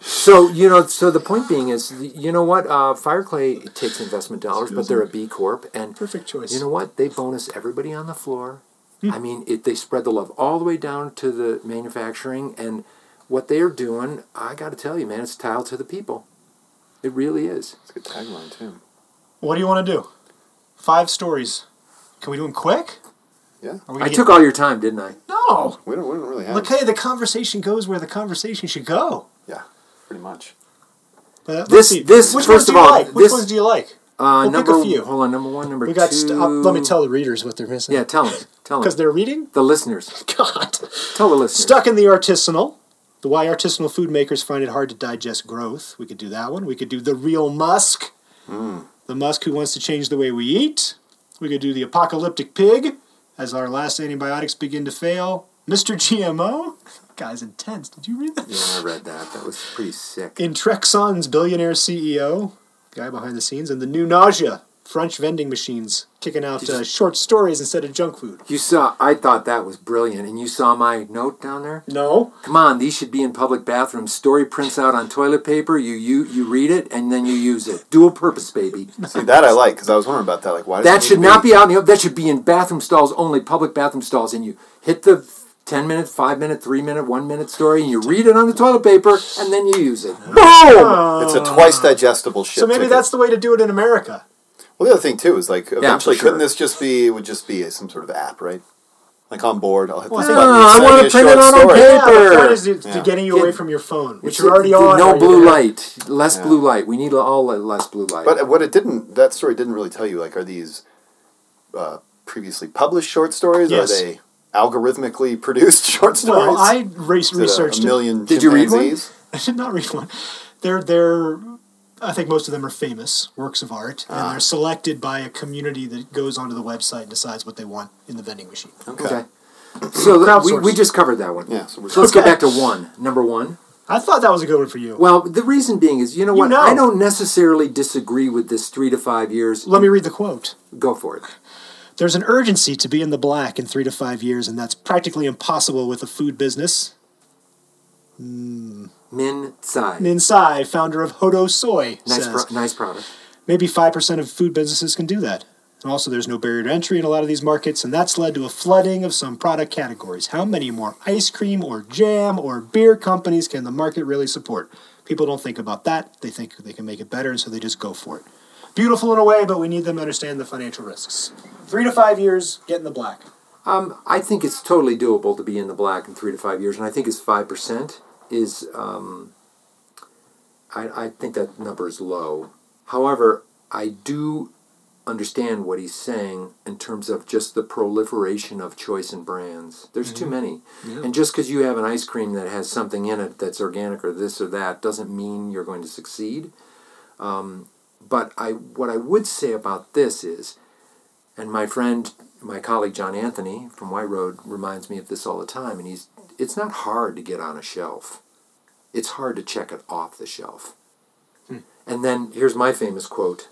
[SPEAKER 1] So you know, so the point being is, you know what? Uh, Fireclay takes investment dollars, but they're a B Corp, and
[SPEAKER 2] Perfect choice.
[SPEAKER 1] you know what? They bonus everybody on the floor.
[SPEAKER 2] Hmm.
[SPEAKER 1] I mean, it, they spread the love all the way down to the manufacturing, and what they are doing, I got to tell you, man, it's tile to the people. It really is.
[SPEAKER 3] It's a good tagline too.
[SPEAKER 2] What do you want to do? Five stories. Can we do them quick?
[SPEAKER 3] Yeah,
[SPEAKER 2] Are we
[SPEAKER 1] I
[SPEAKER 2] gonna
[SPEAKER 1] took all your time, didn't I?
[SPEAKER 2] get... no.
[SPEAKER 3] we don't, we don't really have.
[SPEAKER 2] Look, hey, the conversation goes where the conversation should go.
[SPEAKER 3] yeah, pretty much.
[SPEAKER 2] But let's
[SPEAKER 1] This-
[SPEAKER 2] see.
[SPEAKER 1] this-
[SPEAKER 2] Which
[SPEAKER 1] first
[SPEAKER 2] ones do
[SPEAKER 1] of
[SPEAKER 2] you
[SPEAKER 1] all,
[SPEAKER 2] like? Which
[SPEAKER 1] this-
[SPEAKER 2] ones do you like?
[SPEAKER 1] Uh,
[SPEAKER 2] Well, pick
[SPEAKER 1] number
[SPEAKER 2] a few.
[SPEAKER 1] Hold on, number one, number
[SPEAKER 2] We got.
[SPEAKER 1] two.
[SPEAKER 2] St- uh, let me tell the readers what they're missing.
[SPEAKER 1] Yeah, tell them. Tell
[SPEAKER 2] Because
[SPEAKER 1] them.
[SPEAKER 2] they're reading.
[SPEAKER 1] The listeners.
[SPEAKER 2] God.
[SPEAKER 1] Tell the listeners.
[SPEAKER 2] Stuck in the artisanal. The why artisanal food makers find it hard to digest growth. We could do that one. We could do the real Musk.
[SPEAKER 1] Mm.
[SPEAKER 2] The Musk who wants to change the way we eat. We could do the apocalyptic pig as our last antibiotics begin to fail. Mr. GMO. Guy's intense. Did you read that?
[SPEAKER 1] Yeah, I read that. That was pretty sick.
[SPEAKER 2] Intrexon's billionaire CEO, guy behind the scenes, and the new nausea. French vending machines kicking out uh, short stories instead of junk food.
[SPEAKER 1] You saw. I thought that was brilliant, and you saw my note down there.
[SPEAKER 2] No.
[SPEAKER 1] Come on, these should be in public bathrooms. Story prints out on toilet paper. You you you read it and then you use it. Dual purpose, baby.
[SPEAKER 3] See that I like because I was wondering about that. Like, why does it
[SPEAKER 1] That
[SPEAKER 3] need
[SPEAKER 1] should
[SPEAKER 3] to
[SPEAKER 1] not
[SPEAKER 3] be?
[SPEAKER 1] be out in the open. That should be in bathroom stalls only, public bathroom stalls, and you hit the. 10 minute, 5 minute, 3 minute, 1 minute story, and you read it on the toilet paper, and then you use it. Boom!
[SPEAKER 3] It's a twice digestible shit.
[SPEAKER 2] Ah. So maybe
[SPEAKER 3] ticket.
[SPEAKER 2] that's the way to do it in America.
[SPEAKER 3] Well, the other thing too is like eventually,
[SPEAKER 1] sure.
[SPEAKER 3] couldn't this just be? It would just be some sort of app, right? Like on board, I'll hit this
[SPEAKER 1] No,
[SPEAKER 3] button.
[SPEAKER 1] I
[SPEAKER 3] send me
[SPEAKER 1] want
[SPEAKER 3] a
[SPEAKER 1] to print it out
[SPEAKER 3] short
[SPEAKER 1] on
[SPEAKER 3] story.
[SPEAKER 1] paper.
[SPEAKER 2] Yeah, but the point is to, to
[SPEAKER 3] Yeah.
[SPEAKER 2] getting you
[SPEAKER 1] Get-
[SPEAKER 2] away from your phone, which
[SPEAKER 1] It's
[SPEAKER 2] you're already
[SPEAKER 1] the-
[SPEAKER 2] on.
[SPEAKER 1] No
[SPEAKER 2] while you're
[SPEAKER 1] blue
[SPEAKER 2] there.
[SPEAKER 1] light. Less
[SPEAKER 3] Yeah.
[SPEAKER 1] blue light. We need all le- less blue light.
[SPEAKER 3] But uh, what it didn't, that story didn't really tell you. Like, are these uh, previously published short stories?
[SPEAKER 2] Yes.
[SPEAKER 3] Are they algorithmically produced short stories?
[SPEAKER 2] Well, I race,
[SPEAKER 3] Is it a-
[SPEAKER 2] researched
[SPEAKER 3] a,
[SPEAKER 2] it.
[SPEAKER 3] million.
[SPEAKER 1] Did you read one?
[SPEAKER 3] chimpanzees?
[SPEAKER 2] I did not read one. They're they're. I think most of them are famous works of art,
[SPEAKER 3] Ah.
[SPEAKER 2] and they're selected by a community that goes onto the website and decides what they want in the vending machine.
[SPEAKER 1] okay. So th- we, we
[SPEAKER 2] Crowdsourcing.
[SPEAKER 1] just covered that one.
[SPEAKER 3] Yeah, so we're-
[SPEAKER 1] let's go
[SPEAKER 2] Okay.
[SPEAKER 1] back to one. Number one.
[SPEAKER 2] I thought that was a good one for you.
[SPEAKER 1] Well, the reason being is, you know
[SPEAKER 2] You
[SPEAKER 1] what?
[SPEAKER 2] know.
[SPEAKER 1] I don't necessarily disagree with this three to five years.
[SPEAKER 2] Let me read the quote.
[SPEAKER 1] Go for it.
[SPEAKER 2] There's an urgency to be in the black in three to five years, and that's practically impossible with the food business.
[SPEAKER 1] Min Tsai.
[SPEAKER 2] Min Tsai, founder of Hodo Soy,
[SPEAKER 1] nice,
[SPEAKER 2] says,
[SPEAKER 1] pro- nice product.
[SPEAKER 2] Maybe 5% of food businesses can do that. And also, there's no barrier to entry in a lot of these markets, and that's led to a flooding of some product categories. How many more ice cream or jam or beer companies can the market really support? People don't think about that. They think they can make it better, and so they just go for it. Beautiful in a way, but we need them to understand the financial risks. Three to five years, get in the black.
[SPEAKER 1] Um, I think it's totally doable to be in the black in three to five years, and I think it's five percent is. Um, I, I think that number is low. However, I do understand what he's saying in terms of just the proliferation of choice and brands. There's too many, and just because you have an ice cream that has something in it that's organic or this or that doesn't mean you're going to succeed. Um, but I, what I would say about this is, and my friend, my colleague John Anthony from White Road reminds me of this all the time. And he's, it's not hard to get on a shelf. It's hard to check it off the shelf. And then here's my famous quote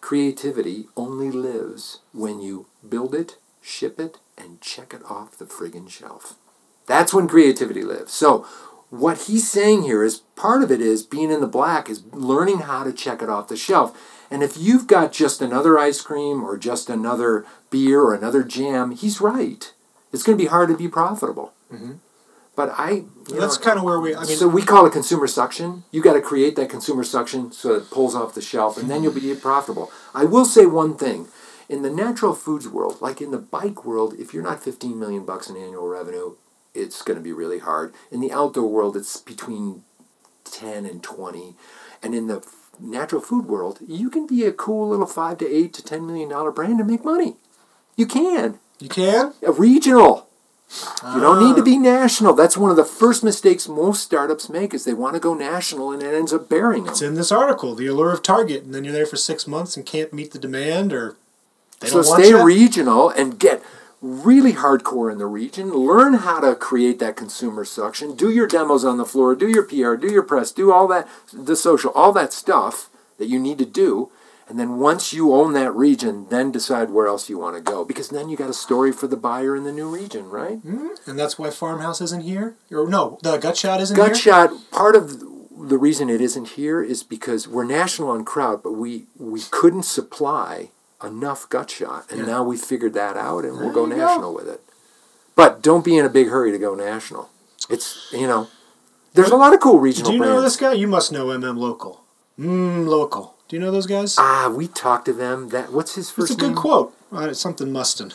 [SPEAKER 1] Creativity only lives when you build it, ship it, and check it off the friggin' shelf. That's when creativity lives. So, what he's saying here is part of it is being in the black is learning how to check it off the shelf. And if you've got just another ice cream or just another beer or another jam, he's right. It's going to be hard to be profitable. But I, you
[SPEAKER 2] that's
[SPEAKER 1] know,
[SPEAKER 2] kind of where we. I mean,
[SPEAKER 1] so we call it consumer suction. You got to create that consumer suction so it pulls off the shelf, and then you'll be profitable. I will say one thing: in the natural foods world, like in the bike world, if you're not 15 million bucks in annual revenue, it's going to be really hard. In the outdoor world, it's between 10 and 20. And in the f- natural food world, you can be a cool little 5 to 8 to 10 million dollar brand and make money. You can.
[SPEAKER 2] You can?
[SPEAKER 1] A regional. You don't need to
[SPEAKER 2] Ah.
[SPEAKER 1] be national. That's one of the first mistakes most startups make is they want to go national and it ends up burying them.
[SPEAKER 2] It's in this article, the allure of Target, and then you're there for six months and can't meet the demand or they
[SPEAKER 1] So
[SPEAKER 2] don't want
[SPEAKER 1] stay
[SPEAKER 2] you.
[SPEAKER 1] regional and get really hardcore in the region. Learn how to create that consumer suction. Do your demos on the floor. Do your PR. Do your press. Do all that, the social, all that stuff that you need to do. And then once you own that region, then decide where else you want to go because then you got a story for the buyer in the new region, right?
[SPEAKER 2] and that's why Farmhouse isn't here? Or no, the Gut Shot isn't
[SPEAKER 1] Gut
[SPEAKER 2] here?
[SPEAKER 1] shot. Part of the reason it isn't here is because we're national on crowd, but we we couldn't supply enough gut shot, and now we figured that out, and we'll go national with it. But don't be in a big hurry to go national. It's you know, there's a lot of cool regional
[SPEAKER 2] Do you
[SPEAKER 1] brands.
[SPEAKER 2] know this guy? You must know MM Local. Mm, Local. Do you know those guys?
[SPEAKER 1] Ah, we talked to them. That what's his
[SPEAKER 2] it's
[SPEAKER 1] first
[SPEAKER 2] a good
[SPEAKER 1] name?
[SPEAKER 2] quote. Uh, it's something Mustin.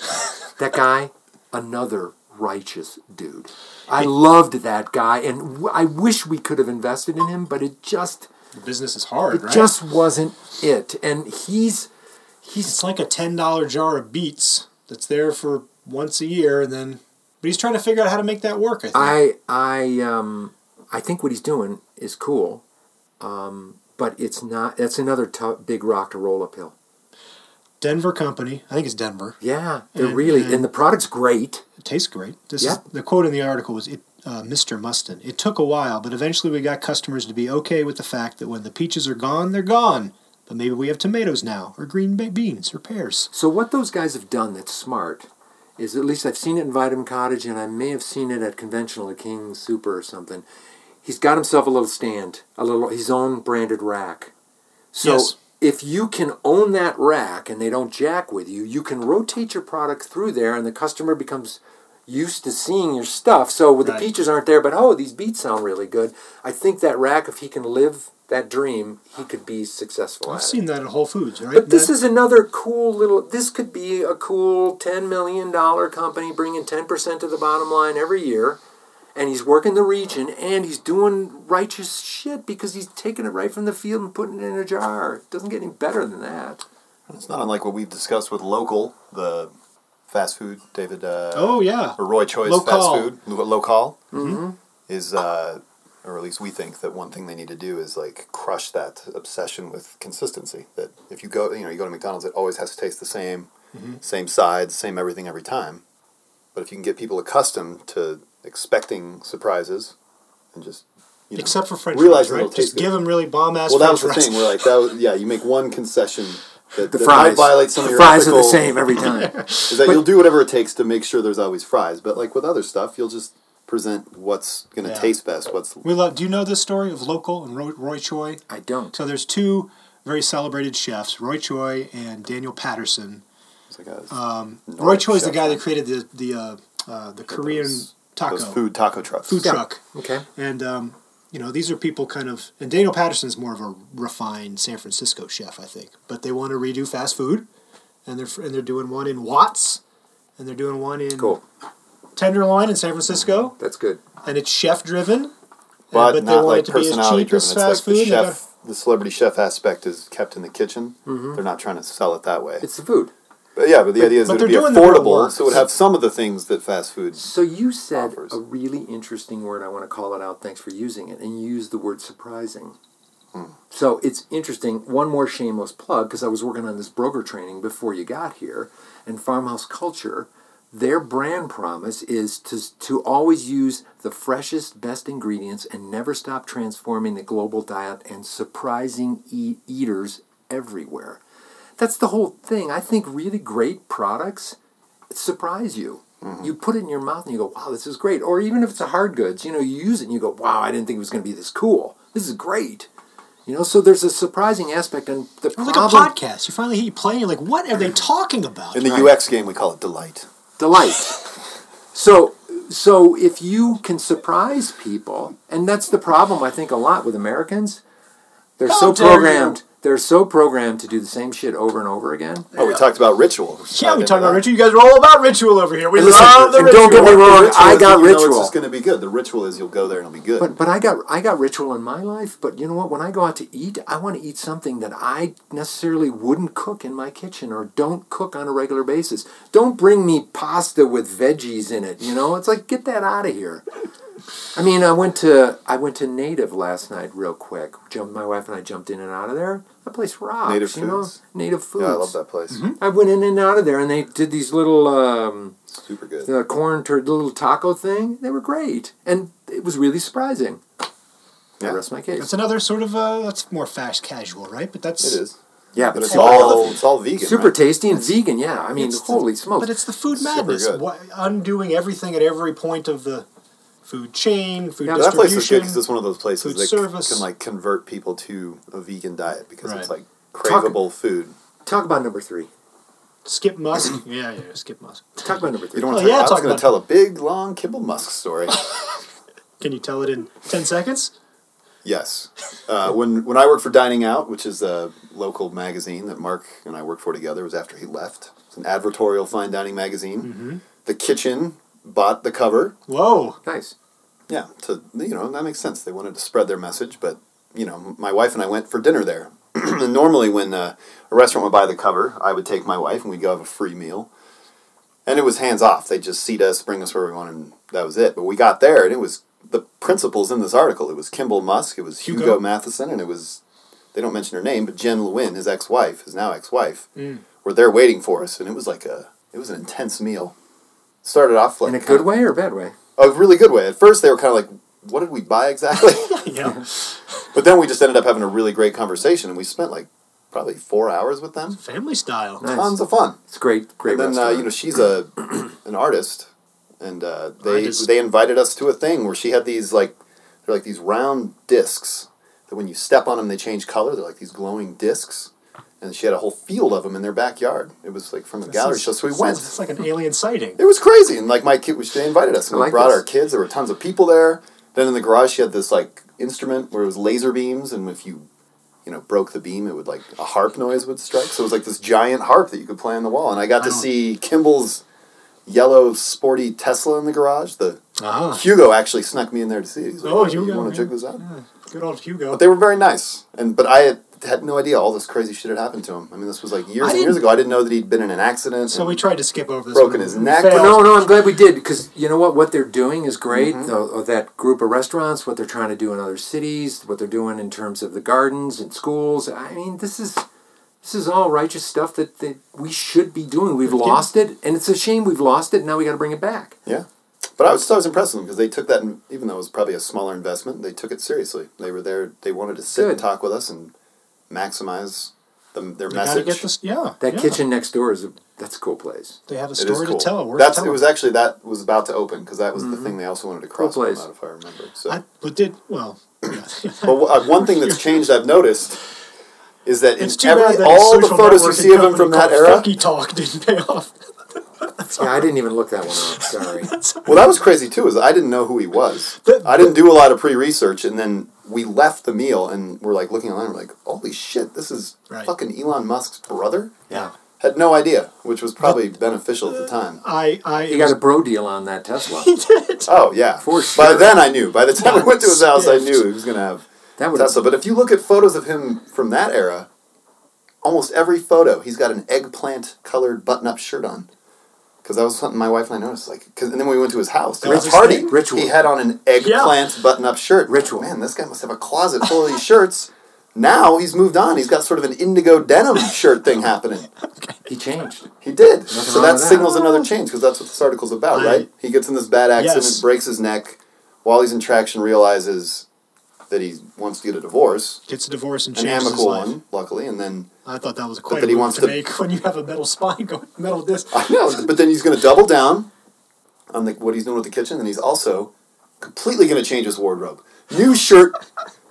[SPEAKER 1] That guy, another righteous dude. I loved that guy, and w- I wish we could have invested in him, but it just.
[SPEAKER 2] the business is hard,
[SPEAKER 1] It
[SPEAKER 2] right?
[SPEAKER 1] just wasn't it. And he's he's
[SPEAKER 2] it's like a ten dollar jar of beets that's there for once a year, and then but he's trying to figure out how to make that work. I think.
[SPEAKER 1] I I um I think what he's doing is cool. Um but it's not that's another tough big rock to roll uphill.
[SPEAKER 2] Denver company, I think it's Denver.
[SPEAKER 1] Yeah, they're
[SPEAKER 2] And-
[SPEAKER 1] really
[SPEAKER 2] and-
[SPEAKER 1] and the product's great.
[SPEAKER 2] It tastes great. This
[SPEAKER 1] Yeah.
[SPEAKER 2] is the quote in the article was it. Uh, Mr. Mustin. It took a while, but eventually we got customers to be okay with the fact that when the peaches are gone, they're gone. But maybe we have tomatoes now, or green ba- beans, or pears.
[SPEAKER 1] So what those guys have done that's smart is at least I've seen it in Vitamin Cottage and I may have seen it at conventional at King Super or something. He's got himself a little stand, a little his own branded rack. So
[SPEAKER 2] Yes.
[SPEAKER 1] if you can own that rack and they don't jack with you, you can rotate your product through there and the customer becomes used to seeing your stuff. So with
[SPEAKER 2] Right.
[SPEAKER 1] the peaches aren't there, but oh, these beets sound really good. I think that rack if he can live that dream, he could be successful at
[SPEAKER 2] I've
[SPEAKER 1] it.
[SPEAKER 2] seen that at Whole Foods, right?
[SPEAKER 1] But this
[SPEAKER 2] Matt?
[SPEAKER 1] is another cool little. This could be a cool ten million dollar company bringing ten percent to the bottom line every year, and he's working the region and he's doing righteous shit because he's taking it right from the field and putting it in a jar. It doesn't get any better than that.
[SPEAKER 3] It's not unlike what we've discussed with local, the fast food, David. Uh,
[SPEAKER 2] Oh yeah,
[SPEAKER 3] Or Roy Choi's
[SPEAKER 2] Local.
[SPEAKER 3] fast food, lo- local,
[SPEAKER 1] Mm-hmm.
[SPEAKER 3] is, uh, or at least we think that one thing they need to do is like crush that obsession with consistency. That if you go, you know, you go to McDonald's, it always has to taste the same,
[SPEAKER 1] Mm-hmm.
[SPEAKER 3] same sides, same everything every time. But if you can get people accustomed to expecting surprises and just, you know,
[SPEAKER 2] except for French fries,
[SPEAKER 3] realize that it'll
[SPEAKER 2] right? Just
[SPEAKER 3] taste good.
[SPEAKER 2] give them really bomb ass.
[SPEAKER 3] well, that was the
[SPEAKER 2] French fries.
[SPEAKER 3] thing. We're like, that was, yeah, you make one concession. That,
[SPEAKER 1] The
[SPEAKER 3] that
[SPEAKER 1] fries
[SPEAKER 3] might violate some
[SPEAKER 1] the
[SPEAKER 3] of your
[SPEAKER 1] fries are the
[SPEAKER 3] ethical-
[SPEAKER 1] same every time.
[SPEAKER 3] is that you'll do whatever it takes to make sure there's always fries. But like with other stuff, you'll just present what's going to
[SPEAKER 2] Yeah.
[SPEAKER 3] taste best. What's
[SPEAKER 2] We love. Do you know this story of local and Roy, Roy Choi?
[SPEAKER 1] I don't.
[SPEAKER 2] So there's two very celebrated chefs, Roy Choi and Daniel Patterson.
[SPEAKER 3] it's like a,
[SPEAKER 2] Uh,
[SPEAKER 3] um,
[SPEAKER 2] Roy Choi is the guy that created the the uh, uh, the Korean taco
[SPEAKER 3] those food taco trucks.
[SPEAKER 2] food
[SPEAKER 1] Yeah.
[SPEAKER 2] truck,
[SPEAKER 1] Okay.
[SPEAKER 2] and um, you know these are people kind of. And Daniel Patterson's more of a refined San Francisco chef, I think. But they want to redo fast food, and they're and they're doing one in Watts, and they're doing one in
[SPEAKER 1] Cool.
[SPEAKER 2] Tenderloin in San Francisco,
[SPEAKER 1] That's good.
[SPEAKER 2] and it's chef driven.
[SPEAKER 3] but,
[SPEAKER 2] but they
[SPEAKER 3] not
[SPEAKER 2] want
[SPEAKER 3] like
[SPEAKER 2] it to be as
[SPEAKER 3] personality
[SPEAKER 2] cheap as
[SPEAKER 3] driven. It's like
[SPEAKER 2] fast food,
[SPEAKER 3] the
[SPEAKER 2] they
[SPEAKER 3] chef, the celebrity chef aspect is kept in the kitchen. They're not trying to sell it that way.
[SPEAKER 1] It's the food.
[SPEAKER 3] But yeah, but the idea is
[SPEAKER 2] Mm-hmm. but
[SPEAKER 3] it would be
[SPEAKER 2] they're doing the real
[SPEAKER 3] affordable,
[SPEAKER 2] work.
[SPEAKER 3] so it would have some of the things that fast food.
[SPEAKER 1] So you said
[SPEAKER 3] Offers.
[SPEAKER 1] a really interesting word. I want to call it out. Thanks for using it. And you used the word surprising. So it's interesting. One more shameless plug because I was working on this broker training before you got here, and Farmhouse Culture. Their brand promise is to, to always use the freshest, best ingredients and never stop transforming the global diet and surprising e- eaters everywhere. That's the whole thing. I think really great products surprise you. You put it in your mouth and you go, wow, this is great. Or even if it's a hard goods, you know, you use it and you go, wow, I didn't think it was going to be this cool. This is great. You know, so there's a surprising aspect, and the
[SPEAKER 2] It's like
[SPEAKER 1] problem
[SPEAKER 2] a podcast. You finally hit you play, and you're like, what are they talking about?
[SPEAKER 3] In the UX game, we call it delight.
[SPEAKER 1] delight. so, so if you can surprise people, and that's the problem I think a lot with Americans, they're
[SPEAKER 2] How
[SPEAKER 1] so
[SPEAKER 2] dare you.
[SPEAKER 1] programmed. They're so programmed to do the same shit over and over again.
[SPEAKER 3] Oh, we talked about ritual.
[SPEAKER 2] Yeah, we talked
[SPEAKER 3] Dive into
[SPEAKER 2] about
[SPEAKER 3] that.
[SPEAKER 2] ritual. You guys are all about ritual over here. We
[SPEAKER 1] Listen,
[SPEAKER 2] love the
[SPEAKER 1] and
[SPEAKER 2] ritual.
[SPEAKER 1] don't get me
[SPEAKER 3] The
[SPEAKER 1] wrong,
[SPEAKER 3] ritual
[SPEAKER 1] I
[SPEAKER 3] is that
[SPEAKER 1] got
[SPEAKER 3] you know
[SPEAKER 1] ritual.
[SPEAKER 3] It's just going to be good. The ritual is you'll go there and it'll be good.
[SPEAKER 1] But but I got I got ritual in my life. But you know what? When I go out to eat, I want to eat something that I necessarily wouldn't cook in my kitchen or don't cook on a regular basis. Don't bring me pasta with veggies in it. You know, it's like get that out of here. I mean, I went to I went to Native last night real quick. Jump, my wife and I jumped in and out of there. That place rocks.
[SPEAKER 3] Native
[SPEAKER 1] you know?
[SPEAKER 3] Foods.
[SPEAKER 1] Native foods.
[SPEAKER 3] yeah, I love that place.
[SPEAKER 2] Mm-hmm.
[SPEAKER 1] I went in and out of there, and they did these little. Um,
[SPEAKER 3] Super good.
[SPEAKER 1] the corn tur- little taco thing, they were great, and it was really surprising.
[SPEAKER 3] Yeah.
[SPEAKER 1] I rest my case.
[SPEAKER 2] That's another sort of uh, that's more fast casual, right? But that's
[SPEAKER 3] It is.
[SPEAKER 1] yeah,
[SPEAKER 3] But
[SPEAKER 1] but
[SPEAKER 3] it's
[SPEAKER 1] super,
[SPEAKER 3] all it's all vegan.
[SPEAKER 1] super
[SPEAKER 3] right?
[SPEAKER 1] tasty and vegan. Yeah, I mean,
[SPEAKER 2] It's the-
[SPEAKER 1] holy smokes!
[SPEAKER 2] But it's the food
[SPEAKER 3] Super
[SPEAKER 2] madness,
[SPEAKER 3] good.
[SPEAKER 2] Why, undoing everything at every point of the food chain, food
[SPEAKER 1] Yeah,
[SPEAKER 3] That place is
[SPEAKER 2] distribution.
[SPEAKER 3] good because it's one of those places
[SPEAKER 2] food
[SPEAKER 3] that c-
[SPEAKER 2] service.
[SPEAKER 3] can like convert people to a vegan diet because it's
[SPEAKER 2] Right.
[SPEAKER 3] like craveable food.
[SPEAKER 1] Talk about number three.
[SPEAKER 2] Skip Musk, yeah, yeah, Skip Musk.
[SPEAKER 1] Talk about number three.
[SPEAKER 3] You don't
[SPEAKER 2] Oh,
[SPEAKER 3] want to.
[SPEAKER 2] yeah,
[SPEAKER 3] I was
[SPEAKER 2] talk
[SPEAKER 3] going
[SPEAKER 2] about-
[SPEAKER 3] to tell a big long kibble musk story.
[SPEAKER 2] Can you tell it in ten seconds?
[SPEAKER 3] Yes. Uh, when when I worked for Dining Out, which is a local magazine that Mark and I worked for together, it was after he left. It's an advertorial fine dining magazine. The kitchen bought the cover.
[SPEAKER 2] Whoa,
[SPEAKER 1] nice.
[SPEAKER 3] Yeah, to you know that makes sense. They wanted to spread their message, but you know, my wife and I went for dinner there. and normally, when uh, a restaurant would buy the cover, I would take my wife and we'd go have a free meal. And it was hands off. They just seat us, bring us where we want, and that was it. But we got there, and it was the principals in this article. It was Kimball Musk, it was Hugo,
[SPEAKER 2] Hugo.
[SPEAKER 3] Matheson, and it was they don't mention her name, but Jen Lewin, his ex-wife, his now ex-wife,
[SPEAKER 1] Mm.
[SPEAKER 3] were there waiting for us, and it was like a it was an intense meal. Started off like
[SPEAKER 1] In a
[SPEAKER 3] kinda-
[SPEAKER 1] good way or a bad way?
[SPEAKER 3] a really good way. At first, they were kind of like, "What did we buy exactly?"
[SPEAKER 2] yeah,
[SPEAKER 3] but then we just ended up having a really great conversation, and we spent like probably four hours with them.
[SPEAKER 2] family style.
[SPEAKER 1] Nice.
[SPEAKER 3] Tons of fun.
[SPEAKER 1] It's great. Great
[SPEAKER 3] And then uh,
[SPEAKER 1] restaurant.
[SPEAKER 3] you know she's a an artist, and uh, they
[SPEAKER 2] Artist.
[SPEAKER 3] they invited us to a thing where she had these like they're like these round discs that when you step on them they change color. They're like these glowing discs. And she had a whole field of them in their backyard. It was like from a gallery show. So we went.
[SPEAKER 2] It's like an alien sighting.
[SPEAKER 3] It was crazy, and like my kid, which they invited us, and
[SPEAKER 1] I
[SPEAKER 3] we
[SPEAKER 1] like
[SPEAKER 3] brought
[SPEAKER 1] this.
[SPEAKER 3] our kids. There were tons of people there. Then in the garage, she had this like instrument where it was laser beams, and if you, you know, broke the beam, it would like a harp noise would strike. So it was like this giant harp that you could play on the wall, and I got to
[SPEAKER 2] Wow.
[SPEAKER 3] see Kimball's yellow sporty Tesla in the garage. The
[SPEAKER 2] Ah,
[SPEAKER 3] Hugo actually snuck me in there to see it. He's like,
[SPEAKER 2] Oh,
[SPEAKER 3] "Hey,
[SPEAKER 2] Hugo,
[SPEAKER 3] you want
[SPEAKER 2] yeah.
[SPEAKER 3] to check this out?
[SPEAKER 2] good old Hugo.
[SPEAKER 3] But they were very nice, and but I had, had no idea all this crazy shit had happened to him. I mean, this was like years and years
[SPEAKER 2] didn't-
[SPEAKER 3] ago. I didn't know that he'd been in an accident.
[SPEAKER 2] So
[SPEAKER 3] and-
[SPEAKER 2] we tried to skip over this. one.
[SPEAKER 3] Broken his
[SPEAKER 2] We
[SPEAKER 3] neck,
[SPEAKER 2] failed.
[SPEAKER 3] but
[SPEAKER 1] No, no, I'm glad we did because you know what? What they're doing is great.
[SPEAKER 3] Mm-hmm.
[SPEAKER 1] The- that group of restaurants, what they're trying to do in other cities, what they're doing in terms of the gardens and schools. I mean, this is this is all righteous stuff that, that we should be doing. We've lost it, and it's a shame we've lost it. Now we got to bring it back.
[SPEAKER 3] Yeah. But I was, I was impressed with them because they took that, in- even though it was probably a smaller investment, they took it seriously. They were there, they wanted to sit and
[SPEAKER 1] Good.
[SPEAKER 3] talk with us and maximize the, their
[SPEAKER 2] We gotta
[SPEAKER 3] message.
[SPEAKER 2] get this. Yeah,
[SPEAKER 1] That
[SPEAKER 2] yeah.
[SPEAKER 1] kitchen next door is a that's a cool place.
[SPEAKER 2] They have a
[SPEAKER 3] It is
[SPEAKER 2] story
[SPEAKER 3] cool.
[SPEAKER 2] to tell. a word to
[SPEAKER 3] That's,
[SPEAKER 2] tell. Mm-hmm.
[SPEAKER 3] it was actually, that was about to open because that was the thing they also wanted to cross
[SPEAKER 1] place.
[SPEAKER 3] out, if I remember. So,
[SPEAKER 2] I, but did well.
[SPEAKER 3] but w- uh, one thing that's changed I've noticed is that in
[SPEAKER 2] It's too
[SPEAKER 3] every,
[SPEAKER 2] bad that
[SPEAKER 3] all
[SPEAKER 2] his social
[SPEAKER 3] the photos you
[SPEAKER 2] networking
[SPEAKER 3] see of him
[SPEAKER 2] company
[SPEAKER 3] from that
[SPEAKER 2] called
[SPEAKER 3] era,
[SPEAKER 2] Funky Talk didn't pay off.
[SPEAKER 1] Yeah, I didn't even look that one up. Sorry.
[SPEAKER 3] Well, that was crazy too. Is I didn't know who he was. I didn't do a lot of pre-research, and then we left the meal and we're like looking online. We're like, "Holy shit, this is
[SPEAKER 2] Right.
[SPEAKER 3] fucking Elon Musk's brother."
[SPEAKER 2] Yeah. Uh,
[SPEAKER 3] Had no idea, which was probably beneficial at the time.
[SPEAKER 2] I, I
[SPEAKER 1] You got a bro deal on that Tesla.
[SPEAKER 3] Oh yeah,
[SPEAKER 1] For
[SPEAKER 3] By
[SPEAKER 1] sure.
[SPEAKER 3] then I knew. By the time I went to his house, I
[SPEAKER 2] Stiffed.
[SPEAKER 3] knew he was gonna have
[SPEAKER 1] That would
[SPEAKER 3] Tesla. But if you look at photos of him from that era, almost every photo he's got an eggplant-colored button-up shirt on. Because that was something my wife and I noticed. Like, 'cause- and then we went to his house to
[SPEAKER 2] That
[SPEAKER 3] a
[SPEAKER 2] was his
[SPEAKER 3] party.
[SPEAKER 1] thing? Ritual.
[SPEAKER 3] He had on an eggplant button-up shirt.
[SPEAKER 1] Ritual.
[SPEAKER 3] Man, this guy must have a closet full of these shirts. Now he's moved on. He's got sort of an indigo denim shirt thing happening.
[SPEAKER 1] he changed.
[SPEAKER 3] He did. so
[SPEAKER 1] wrong
[SPEAKER 3] that
[SPEAKER 1] with that.
[SPEAKER 3] signals another change because that's what this article's about,
[SPEAKER 2] I-
[SPEAKER 3] right? He gets in this bad accident,
[SPEAKER 2] Yes.
[SPEAKER 3] breaks his neck. While he's in traction, realizes that he wants to get a divorce,
[SPEAKER 2] gets a divorce and
[SPEAKER 3] an
[SPEAKER 2] changes his
[SPEAKER 3] amicable
[SPEAKER 2] life.
[SPEAKER 3] one, luckily, and then
[SPEAKER 2] I thought that was quite
[SPEAKER 3] that
[SPEAKER 2] a
[SPEAKER 3] he
[SPEAKER 2] move
[SPEAKER 3] wants
[SPEAKER 2] to,
[SPEAKER 3] to-
[SPEAKER 2] make when you have a metal spine going metal disc.
[SPEAKER 3] I know. But then he's going to double down on the, what he's doing with the kitchen, and he's also completely going to change his wardrobe. New shirt,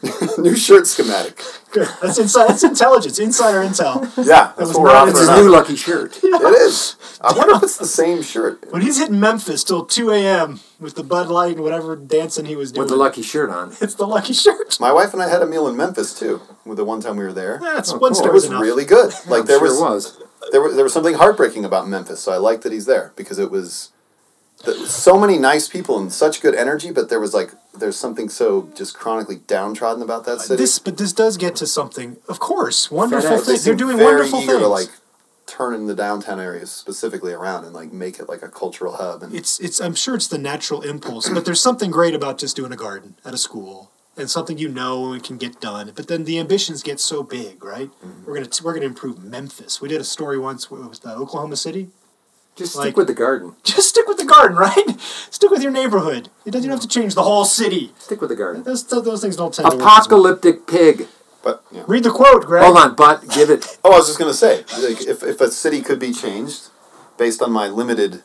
[SPEAKER 3] new shirt schematic.
[SPEAKER 2] Good. That's inside. That's intelligence. Insider intel.
[SPEAKER 3] Yeah,
[SPEAKER 2] was
[SPEAKER 3] that's what we're
[SPEAKER 2] not-
[SPEAKER 1] It's
[SPEAKER 3] offering.
[SPEAKER 1] a new lucky shirt.
[SPEAKER 3] It is. I wonder if it's the same shirt.
[SPEAKER 2] When he's hitting Memphis till two a.m. with the Bud Light and whatever dancing he was doing,
[SPEAKER 1] With the lucky shirt on.
[SPEAKER 2] it's the lucky shirt.
[SPEAKER 3] My wife and I had a meal in Memphis too. With the one time we were there,
[SPEAKER 2] That's
[SPEAKER 1] Oh,
[SPEAKER 2] one
[SPEAKER 1] cool.
[SPEAKER 3] it
[SPEAKER 2] story
[SPEAKER 3] was
[SPEAKER 2] enough.
[SPEAKER 3] really good. Like
[SPEAKER 1] I'm
[SPEAKER 3] there
[SPEAKER 1] sure it
[SPEAKER 3] was,
[SPEAKER 1] was.
[SPEAKER 3] there was there was something heartbreaking about Memphis. So I like that he's there because it was th- so many nice people and such good energy. But there was like there's something so just chronically downtrodden about that city.
[SPEAKER 2] This, but this does get to something. Of course,
[SPEAKER 1] FedEx
[SPEAKER 2] wonderful
[SPEAKER 3] They
[SPEAKER 2] things. They're
[SPEAKER 3] seem
[SPEAKER 2] doing
[SPEAKER 3] very
[SPEAKER 2] wonderful
[SPEAKER 3] eager
[SPEAKER 2] things.
[SPEAKER 3] To, like turning the downtown areas specifically around and like make it like a cultural hub and
[SPEAKER 2] it's it's I'm sure it's the natural impulse, but there's something great about just doing a garden at a school and something you know and can get done. But then the ambitions get so big, right?
[SPEAKER 1] Mm-hmm.
[SPEAKER 2] We're gonna we're gonna improve Memphis. We did a story once with with, uh, Oklahoma City.
[SPEAKER 1] Just stick
[SPEAKER 2] Like-
[SPEAKER 1] with the garden.
[SPEAKER 2] Just stick with the garden, right? stick with your neighborhood. It doesn't you don't have to change the whole city.
[SPEAKER 1] Stick with the garden.
[SPEAKER 2] Those those things don't tend to work. as well.
[SPEAKER 1] Apocalyptic pig.
[SPEAKER 3] but yeah.
[SPEAKER 2] Read the quote, Greg.
[SPEAKER 1] Hold on, but give it.
[SPEAKER 3] Oh, I was just gonna say, like, if if a city could be changed based on my limited,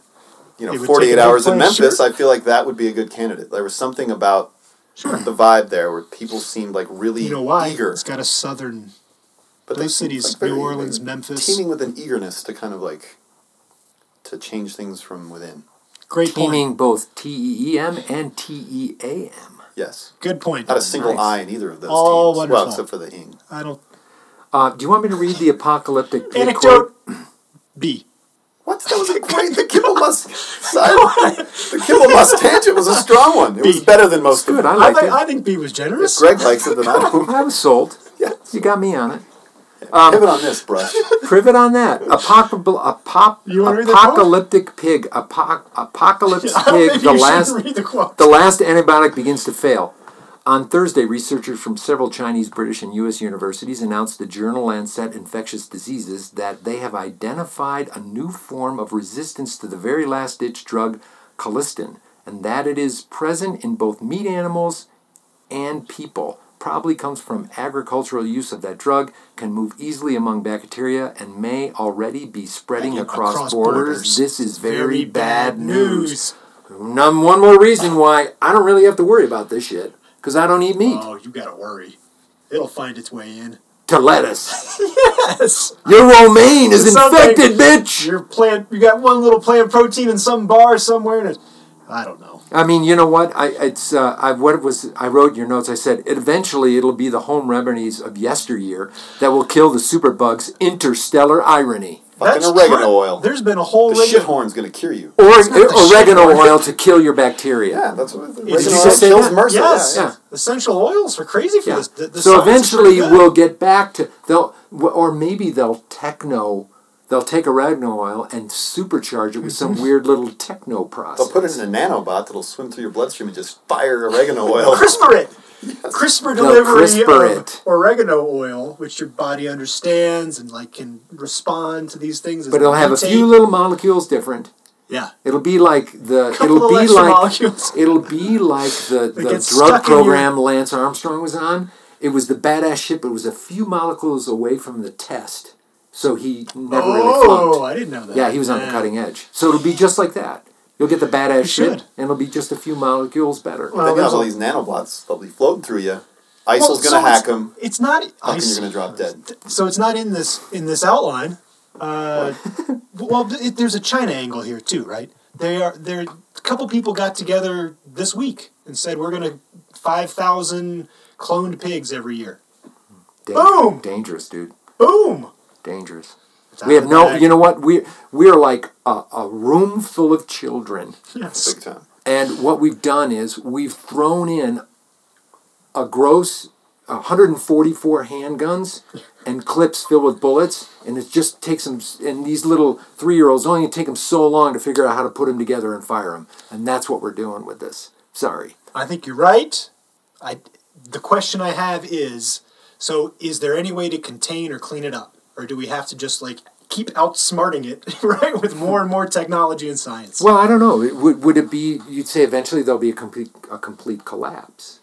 [SPEAKER 2] It
[SPEAKER 3] you know,
[SPEAKER 2] would
[SPEAKER 3] forty
[SPEAKER 2] take
[SPEAKER 3] eight
[SPEAKER 2] a
[SPEAKER 3] hours in
[SPEAKER 2] different
[SPEAKER 3] Memphis,
[SPEAKER 2] shirt.
[SPEAKER 3] I feel like that would be a good candidate. There was something about the vibe there where people seemed like really
[SPEAKER 2] You know why?
[SPEAKER 3] eager.
[SPEAKER 2] It's got a southern.
[SPEAKER 3] but
[SPEAKER 2] those
[SPEAKER 3] seemed,
[SPEAKER 2] cities,
[SPEAKER 3] very-
[SPEAKER 2] New Orleans,
[SPEAKER 3] they were
[SPEAKER 2] Memphis.
[SPEAKER 3] teeming with an eagerness to kind of like to change things from within.
[SPEAKER 2] Great point.
[SPEAKER 1] Teaming both T E E M and T E A M.
[SPEAKER 3] Yes,
[SPEAKER 2] Good point.
[SPEAKER 3] not a single
[SPEAKER 1] Nice.
[SPEAKER 3] eye in either of those
[SPEAKER 2] Oh,
[SPEAKER 3] teams.
[SPEAKER 2] wonderful.
[SPEAKER 3] Well, except for the ing.
[SPEAKER 2] I don't.
[SPEAKER 1] Uh, do you want me to read the apocalyptic pig
[SPEAKER 2] Anecdote
[SPEAKER 1] quote?
[SPEAKER 2] B.
[SPEAKER 3] What? That was a great. The Kibble Must side. the Kibble Must tangent was a strong one. It was better than most
[SPEAKER 1] Good,
[SPEAKER 3] of
[SPEAKER 1] I
[SPEAKER 3] them.
[SPEAKER 2] I
[SPEAKER 1] like
[SPEAKER 2] think, I
[SPEAKER 1] it.
[SPEAKER 2] think B was
[SPEAKER 3] If
[SPEAKER 2] generous.
[SPEAKER 3] Greg likes it, then I don't.
[SPEAKER 1] I was sold.
[SPEAKER 3] Yes.
[SPEAKER 1] You got me on it.
[SPEAKER 2] Um,
[SPEAKER 3] Pivot on this brush.
[SPEAKER 1] Privet on that. Apocable, apop,
[SPEAKER 2] You wanna read the quote?
[SPEAKER 1] apocalyptic pig. Apoc, apocalypse
[SPEAKER 2] I don't
[SPEAKER 1] pig.
[SPEAKER 2] think
[SPEAKER 1] The
[SPEAKER 2] you should
[SPEAKER 1] last
[SPEAKER 2] read the quote.
[SPEAKER 1] The last antibiotic begins to fail. On Thursday, researchers from several Chinese, British, and U.S. universities announced the journal Lancet Infectious Diseases that they have identified a new form of resistance to the very last ditch drug, colistin, and that it is present in both meat animals and people. Probably comes from agricultural use of that drug, can move easily among bacteria, and may already be spreading across,
[SPEAKER 2] Across
[SPEAKER 1] borders.
[SPEAKER 2] borders.
[SPEAKER 1] This is very, bad, news.
[SPEAKER 2] news.
[SPEAKER 1] Num one more reason why I don't really have to worry about this shit because I don't eat meat.
[SPEAKER 2] Oh, you gotta worry. It'll find its way in.
[SPEAKER 1] To lettuce.
[SPEAKER 2] Yes.
[SPEAKER 1] Your romaine is
[SPEAKER 2] Something-
[SPEAKER 1] infected, bitch.
[SPEAKER 2] Your plant, you got one little plant protein in some bar somewhere, and it, I don't know.
[SPEAKER 1] I mean, you know what? I it's uh, I what it was I wrote in your notes. I said "It- eventually it'll be the home remedies of yesteryear that will kill the superbugs. Interstellar irony.
[SPEAKER 3] Fucking
[SPEAKER 2] That's
[SPEAKER 3] oregano
[SPEAKER 2] true.
[SPEAKER 3] oil.
[SPEAKER 2] There's been a whole
[SPEAKER 3] the
[SPEAKER 2] ring of-
[SPEAKER 3] shithorn's gonna cure you.
[SPEAKER 1] Or
[SPEAKER 2] not the
[SPEAKER 1] oregano
[SPEAKER 2] shit, right?
[SPEAKER 1] oil to kill your bacteria.
[SPEAKER 3] Yeah, that's what oregano
[SPEAKER 2] you
[SPEAKER 3] oil
[SPEAKER 1] just say
[SPEAKER 3] kills
[SPEAKER 1] that?
[SPEAKER 3] MRSA.
[SPEAKER 2] Yes,
[SPEAKER 3] Yeah, yeah.
[SPEAKER 1] yeah.
[SPEAKER 2] essential oils are crazy for
[SPEAKER 1] Yeah.
[SPEAKER 2] this. The, the
[SPEAKER 1] so
[SPEAKER 2] science is pretty
[SPEAKER 1] eventually
[SPEAKER 2] good.
[SPEAKER 1] we'll get back to they'll w- or maybe they'll techno they'll take oregano oil and supercharge it with
[SPEAKER 2] Mm-hmm.
[SPEAKER 1] some weird little techno process.
[SPEAKER 3] They'll put it in a nanobot that'll swim through your bloodstream and just fire oregano oil.
[SPEAKER 2] CRISPR it.
[SPEAKER 1] No,
[SPEAKER 2] CRISPR delivery
[SPEAKER 1] CRISPR
[SPEAKER 2] of
[SPEAKER 1] it.
[SPEAKER 2] oregano oil, which your body understands and like can respond to these things. as
[SPEAKER 1] but it'll
[SPEAKER 2] they
[SPEAKER 1] have a
[SPEAKER 2] mutate.
[SPEAKER 1] few little molecules different.
[SPEAKER 2] yeah.
[SPEAKER 1] It'll be like the
[SPEAKER 2] Couple
[SPEAKER 1] it'll
[SPEAKER 2] of
[SPEAKER 1] be
[SPEAKER 2] extra
[SPEAKER 1] like
[SPEAKER 2] molecules.
[SPEAKER 1] it'll be like the, the
[SPEAKER 2] gets
[SPEAKER 1] drug
[SPEAKER 2] stuck in your-
[SPEAKER 1] program Lance Armstrong was on. It was the badass shit, but it was a few molecules away from the test, so he never really flunked.
[SPEAKER 2] Oh, I didn't know that.
[SPEAKER 1] Yeah, he was on the
[SPEAKER 2] Yeah.
[SPEAKER 1] cutting edge. So it'll be just like that. You'll get the badass shit,
[SPEAKER 2] should.
[SPEAKER 1] and it'll be just a few molecules better.
[SPEAKER 3] then you
[SPEAKER 2] there's
[SPEAKER 3] have all
[SPEAKER 2] a-
[SPEAKER 3] these nanobots. They'll be floating through you. ISIL's
[SPEAKER 2] Well,
[SPEAKER 3] gonna
[SPEAKER 2] so
[SPEAKER 3] hack
[SPEAKER 2] it's-
[SPEAKER 3] them.
[SPEAKER 2] It's not.
[SPEAKER 3] Fucking, you're
[SPEAKER 2] ice-
[SPEAKER 3] gonna drop dead.
[SPEAKER 2] So it's not in this in this outline. Uh, well, th- it, there's a China angle here too, right? They are there. A couple people got together this week and said we're gonna five thousand cloned pigs every year.
[SPEAKER 1] Dan-
[SPEAKER 2] Boom!
[SPEAKER 1] Dangerous, dude.
[SPEAKER 2] Boom.
[SPEAKER 1] Dangerous.
[SPEAKER 2] It's out
[SPEAKER 1] We
[SPEAKER 2] of
[SPEAKER 1] have
[SPEAKER 2] the
[SPEAKER 1] no.
[SPEAKER 2] bag.
[SPEAKER 1] You know what? We we're like a, a room full of children,
[SPEAKER 2] Yes.
[SPEAKER 3] Big time.
[SPEAKER 1] and what we've done is we've thrown in a gross 144 handguns and clips filled with bullets, and it just takes them. And these little three year olds only take them so long to figure out how to put them together and fire them, and that's what we're doing with this. Sorry.
[SPEAKER 2] I think you're right. I the question I have is so is there any way to contain or clean it up or do we have to just like keep outsmarting it right with more and more technology and science?
[SPEAKER 1] Well, I don't know. It, would would it be? You'd say eventually there'll be a complete a complete collapse,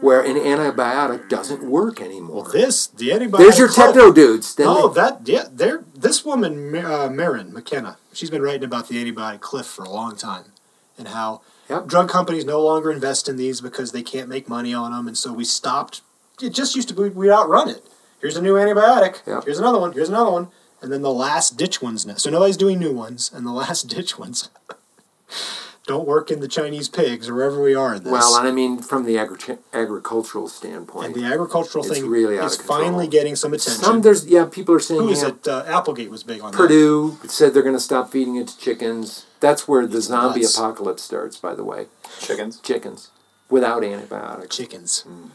[SPEAKER 1] where an antibiotic doesn't work anymore.
[SPEAKER 2] this the antibiotic
[SPEAKER 1] There's your
[SPEAKER 2] clip.
[SPEAKER 1] techno dudes. Then
[SPEAKER 2] Oh,
[SPEAKER 1] they-
[SPEAKER 2] that yeah. There, this woman, Ma- uh, Marin McKenna, she's been writing about the antibiotic cliff for a long time, and how
[SPEAKER 1] Yep.
[SPEAKER 2] Drug companies no longer invest in these because they can't make money on them, and so we stopped. It just used to be we outrun it. Here's a new antibiotic.
[SPEAKER 1] Yep.
[SPEAKER 2] Here's another one. Here's another one, and then the last ditch ones. Now, so nobody's doing new ones, and the last ditch ones don't work in the Chinese pigs or wherever we are in this.
[SPEAKER 1] Well, and I mean, from the agri- agricultural standpoint,
[SPEAKER 2] and the agricultural
[SPEAKER 1] It's
[SPEAKER 2] thing
[SPEAKER 1] really out
[SPEAKER 2] is
[SPEAKER 1] of control.
[SPEAKER 2] finally getting some attention.
[SPEAKER 1] some there's yeah, people are saying
[SPEAKER 2] Who is
[SPEAKER 1] yeah,
[SPEAKER 2] it? Uh, Applegate was big on
[SPEAKER 1] Purdue said they're going to stop feeding it to chickens. That's where the zombie
[SPEAKER 2] nuts.
[SPEAKER 1] apocalypse starts. By the way,
[SPEAKER 3] Chickens.
[SPEAKER 1] chickens without
[SPEAKER 2] that.
[SPEAKER 1] antibiotics,
[SPEAKER 2] Chickens.
[SPEAKER 1] Hmm.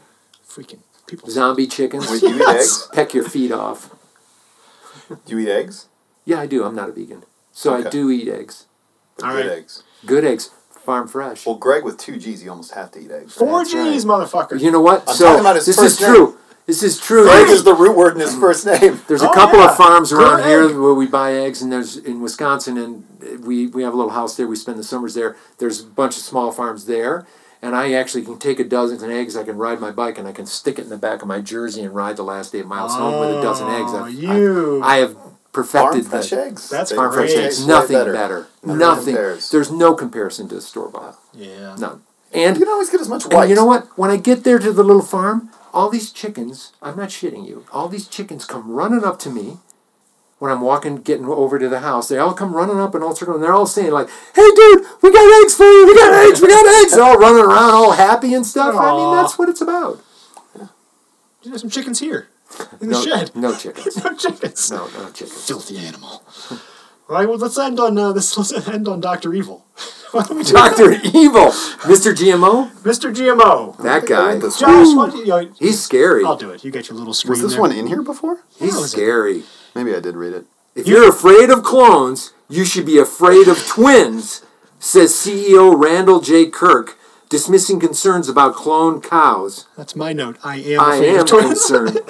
[SPEAKER 2] Freaking people.
[SPEAKER 1] zombie chickens
[SPEAKER 3] Wait, do you eat eggs?
[SPEAKER 1] peck your feet off.
[SPEAKER 3] Do you eat eggs?
[SPEAKER 1] Yeah, I do. I'm not a vegan, so I
[SPEAKER 3] Okay.
[SPEAKER 1] do eat eggs.
[SPEAKER 3] They're
[SPEAKER 2] All
[SPEAKER 3] good
[SPEAKER 2] right.
[SPEAKER 3] eggs.
[SPEAKER 1] Good eggs, farm fresh.
[SPEAKER 3] Well, Greg with two G's, you almost have to eat eggs.
[SPEAKER 2] Four
[SPEAKER 1] That's
[SPEAKER 2] G's,
[SPEAKER 1] right.
[SPEAKER 2] motherfucker.
[SPEAKER 1] You know what?
[SPEAKER 3] I'm
[SPEAKER 1] so
[SPEAKER 3] talking about his
[SPEAKER 1] this
[SPEAKER 3] first
[SPEAKER 1] is
[SPEAKER 3] name.
[SPEAKER 1] true. This is true.
[SPEAKER 3] Greg is the root word in
[SPEAKER 2] Mm.
[SPEAKER 3] his first name.
[SPEAKER 1] There's a
[SPEAKER 2] Oh,
[SPEAKER 1] couple
[SPEAKER 2] yeah.
[SPEAKER 1] of farms
[SPEAKER 2] Good
[SPEAKER 1] around
[SPEAKER 2] egg.
[SPEAKER 1] here where we buy eggs, and there's in Wisconsin, and we we have a little house there. We spend the summers there. There's a bunch of small farms there, and I actually can take a dozen eggs. I can ride my bike, and I can stick it in the back of my jersey and ride the last eight miles home with a dozen eggs.
[SPEAKER 2] Oh,
[SPEAKER 1] I've,
[SPEAKER 2] you.
[SPEAKER 1] I, I have
[SPEAKER 3] Farm
[SPEAKER 1] perfected
[SPEAKER 3] fresh
[SPEAKER 1] the
[SPEAKER 3] eggs.
[SPEAKER 2] That's
[SPEAKER 3] They
[SPEAKER 2] farm
[SPEAKER 1] farm fresh
[SPEAKER 2] Great.
[SPEAKER 1] eggs.
[SPEAKER 3] taste way
[SPEAKER 1] Nothing better.
[SPEAKER 3] Nothing
[SPEAKER 1] Nothing.
[SPEAKER 3] compares.
[SPEAKER 1] There's no comparison to store bought.
[SPEAKER 2] yeah.
[SPEAKER 1] None. And
[SPEAKER 3] You can always get as much white.
[SPEAKER 1] and you know what? When I get there to the little farm, all these chickens, I'm not shitting you, all these chickens come running up to me when I'm walking, getting over to the house. They all come running up and all circle, and they're all saying, like, hey, dude, we got eggs for you, we got eggs, we got eggs. They're all running around, all happy and stuff. I mean,
[SPEAKER 2] Aw.
[SPEAKER 1] that's what it's about.
[SPEAKER 2] You know, some chickens here in the
[SPEAKER 1] No,
[SPEAKER 2] shed.
[SPEAKER 1] no chickens.
[SPEAKER 2] No chickens.
[SPEAKER 1] No, no chickens.
[SPEAKER 2] Filthy animal. All right. Well, let's end on uh, this. Let's end on Doctor Evil. Why don't we do
[SPEAKER 1] Dr. Evil, Mr. GMO,
[SPEAKER 2] Mr. GMO?
[SPEAKER 1] that
[SPEAKER 3] think I
[SPEAKER 1] guy.
[SPEAKER 3] read this
[SPEAKER 2] Josh, why don't you, Oh, you know,
[SPEAKER 1] He's scary.
[SPEAKER 2] I'll do it. You get your little screen.
[SPEAKER 3] Was this
[SPEAKER 2] there.
[SPEAKER 3] one in here before?
[SPEAKER 2] Yeah,
[SPEAKER 1] He's
[SPEAKER 2] was it?
[SPEAKER 1] scary.
[SPEAKER 3] Maybe I did read it.
[SPEAKER 1] If you're afraid of clones, you should be afraid of twins, says CEO Randall J. Kirk, dismissing concerns about clone cows.
[SPEAKER 2] That's my note. I am.
[SPEAKER 1] I
[SPEAKER 2] afraid
[SPEAKER 1] am
[SPEAKER 2] of twins.
[SPEAKER 1] concerned.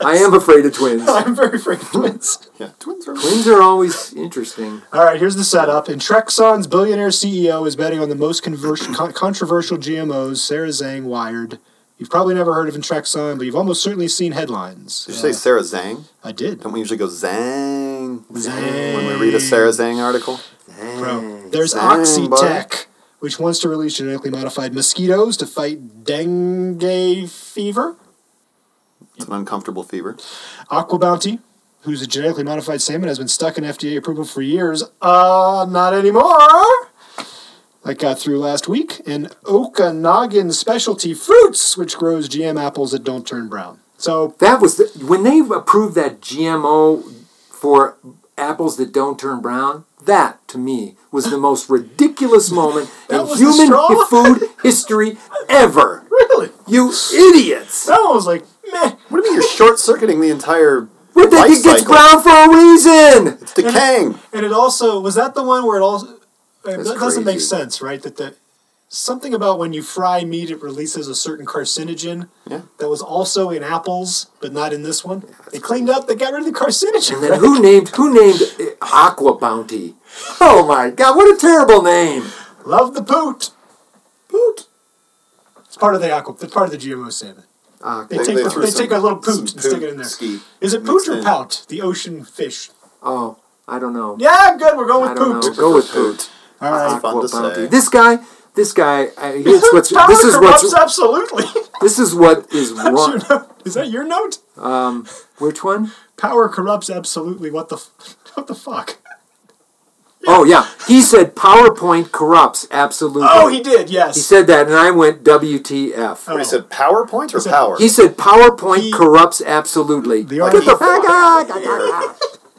[SPEAKER 1] I am afraid of twins.
[SPEAKER 2] I'm very afraid of twins.
[SPEAKER 3] Yeah, twins are.
[SPEAKER 1] Twins are always interesting.
[SPEAKER 2] All right, here's the setup. In Trexon's billionaire CEO is betting on the most conver- con- controversial GMOs. Sarah Zhang wired. You've probably never heard of Intrexon, but you've almost certainly seen headlines.
[SPEAKER 3] Did you say Sarah Zhang?
[SPEAKER 2] I did.
[SPEAKER 3] Don't we usually go Zang?
[SPEAKER 2] Zang.
[SPEAKER 3] When we read a Sarah Zang article?
[SPEAKER 2] Bro, there's
[SPEAKER 3] Zhang, buddy.
[SPEAKER 2] Oxytec, which wants to release genetically modified mosquitoes to fight dengue fever.
[SPEAKER 3] It's an uncomfortable fever.
[SPEAKER 2] Aqua Bounty, who's a genetically modified salmon, has been stuck in FDA approval for years. Uh, not anymore. That got through last week. And Okanagan Specialty Fruits, which grows GM apples that don't turn brown. So,
[SPEAKER 1] That was the, when they approved that GMO for apples that don't turn brown. That to me was the most ridiculous moment in
[SPEAKER 2] was the
[SPEAKER 1] human
[SPEAKER 2] straw?
[SPEAKER 1] food history ever.
[SPEAKER 2] really?
[SPEAKER 1] You idiots!
[SPEAKER 2] That one was like, meh.
[SPEAKER 3] What do you mean you're short circuiting the entire
[SPEAKER 1] What the
[SPEAKER 3] life
[SPEAKER 1] it gets
[SPEAKER 3] cycle?
[SPEAKER 1] brown for a reason.
[SPEAKER 3] It's decaying.
[SPEAKER 2] And it also, was that the one where it also, it
[SPEAKER 1] That's
[SPEAKER 2] doesn't make
[SPEAKER 1] crazy.
[SPEAKER 2] sense, right? That the, something about when you fry meat, it releases a certain carcinogen.
[SPEAKER 3] Yeah.
[SPEAKER 2] That was also in apples, but not in this one. They cleaned up. They got rid of the carcinogen.
[SPEAKER 1] And then who named who named it Aqua Bounty? Oh my God! What a terrible name.
[SPEAKER 2] Love the poot.
[SPEAKER 1] Poot.
[SPEAKER 2] It's part of the aqua. It's part of the GMO salmon. They,
[SPEAKER 1] Aqua.
[SPEAKER 2] take
[SPEAKER 3] they
[SPEAKER 2] the-
[SPEAKER 3] threw
[SPEAKER 2] they
[SPEAKER 3] some-
[SPEAKER 2] take a little poot
[SPEAKER 3] some
[SPEAKER 2] and stick
[SPEAKER 3] poot
[SPEAKER 2] it in there. Is
[SPEAKER 3] ski
[SPEAKER 2] it poot
[SPEAKER 3] mixed
[SPEAKER 2] or
[SPEAKER 3] in.
[SPEAKER 2] pout? The ocean fish.
[SPEAKER 1] Oh, I don't know.
[SPEAKER 2] Yeah, good. We're going
[SPEAKER 1] I
[SPEAKER 2] with
[SPEAKER 1] don't
[SPEAKER 2] poot.
[SPEAKER 1] know. Go with Poot.
[SPEAKER 2] All right.
[SPEAKER 3] Fun
[SPEAKER 1] Aqua
[SPEAKER 3] to
[SPEAKER 1] Bounty.
[SPEAKER 3] say.
[SPEAKER 1] This guy. This guy. I, it's what's,
[SPEAKER 2] Power
[SPEAKER 1] this is
[SPEAKER 2] corrupts
[SPEAKER 1] what's.
[SPEAKER 2] absolutely.
[SPEAKER 1] This is what is
[SPEAKER 2] That's your
[SPEAKER 1] wrong.
[SPEAKER 2] note. Is that your note?
[SPEAKER 1] Um, which one?
[SPEAKER 2] Power corrupts absolutely. What the? f- What the fuck?
[SPEAKER 1] Oh yeah, he said PowerPoint corrupts absolutely.
[SPEAKER 2] Oh, he did. Yes.
[SPEAKER 1] He said that, and I went WTF.
[SPEAKER 2] Oh.
[SPEAKER 3] What, he said PowerPoint or
[SPEAKER 2] said-
[SPEAKER 3] power?
[SPEAKER 1] He said PowerPoint
[SPEAKER 2] He-
[SPEAKER 1] corrupts absolutely.
[SPEAKER 2] The
[SPEAKER 1] Get the
[SPEAKER 2] article-
[SPEAKER 1] fuck out!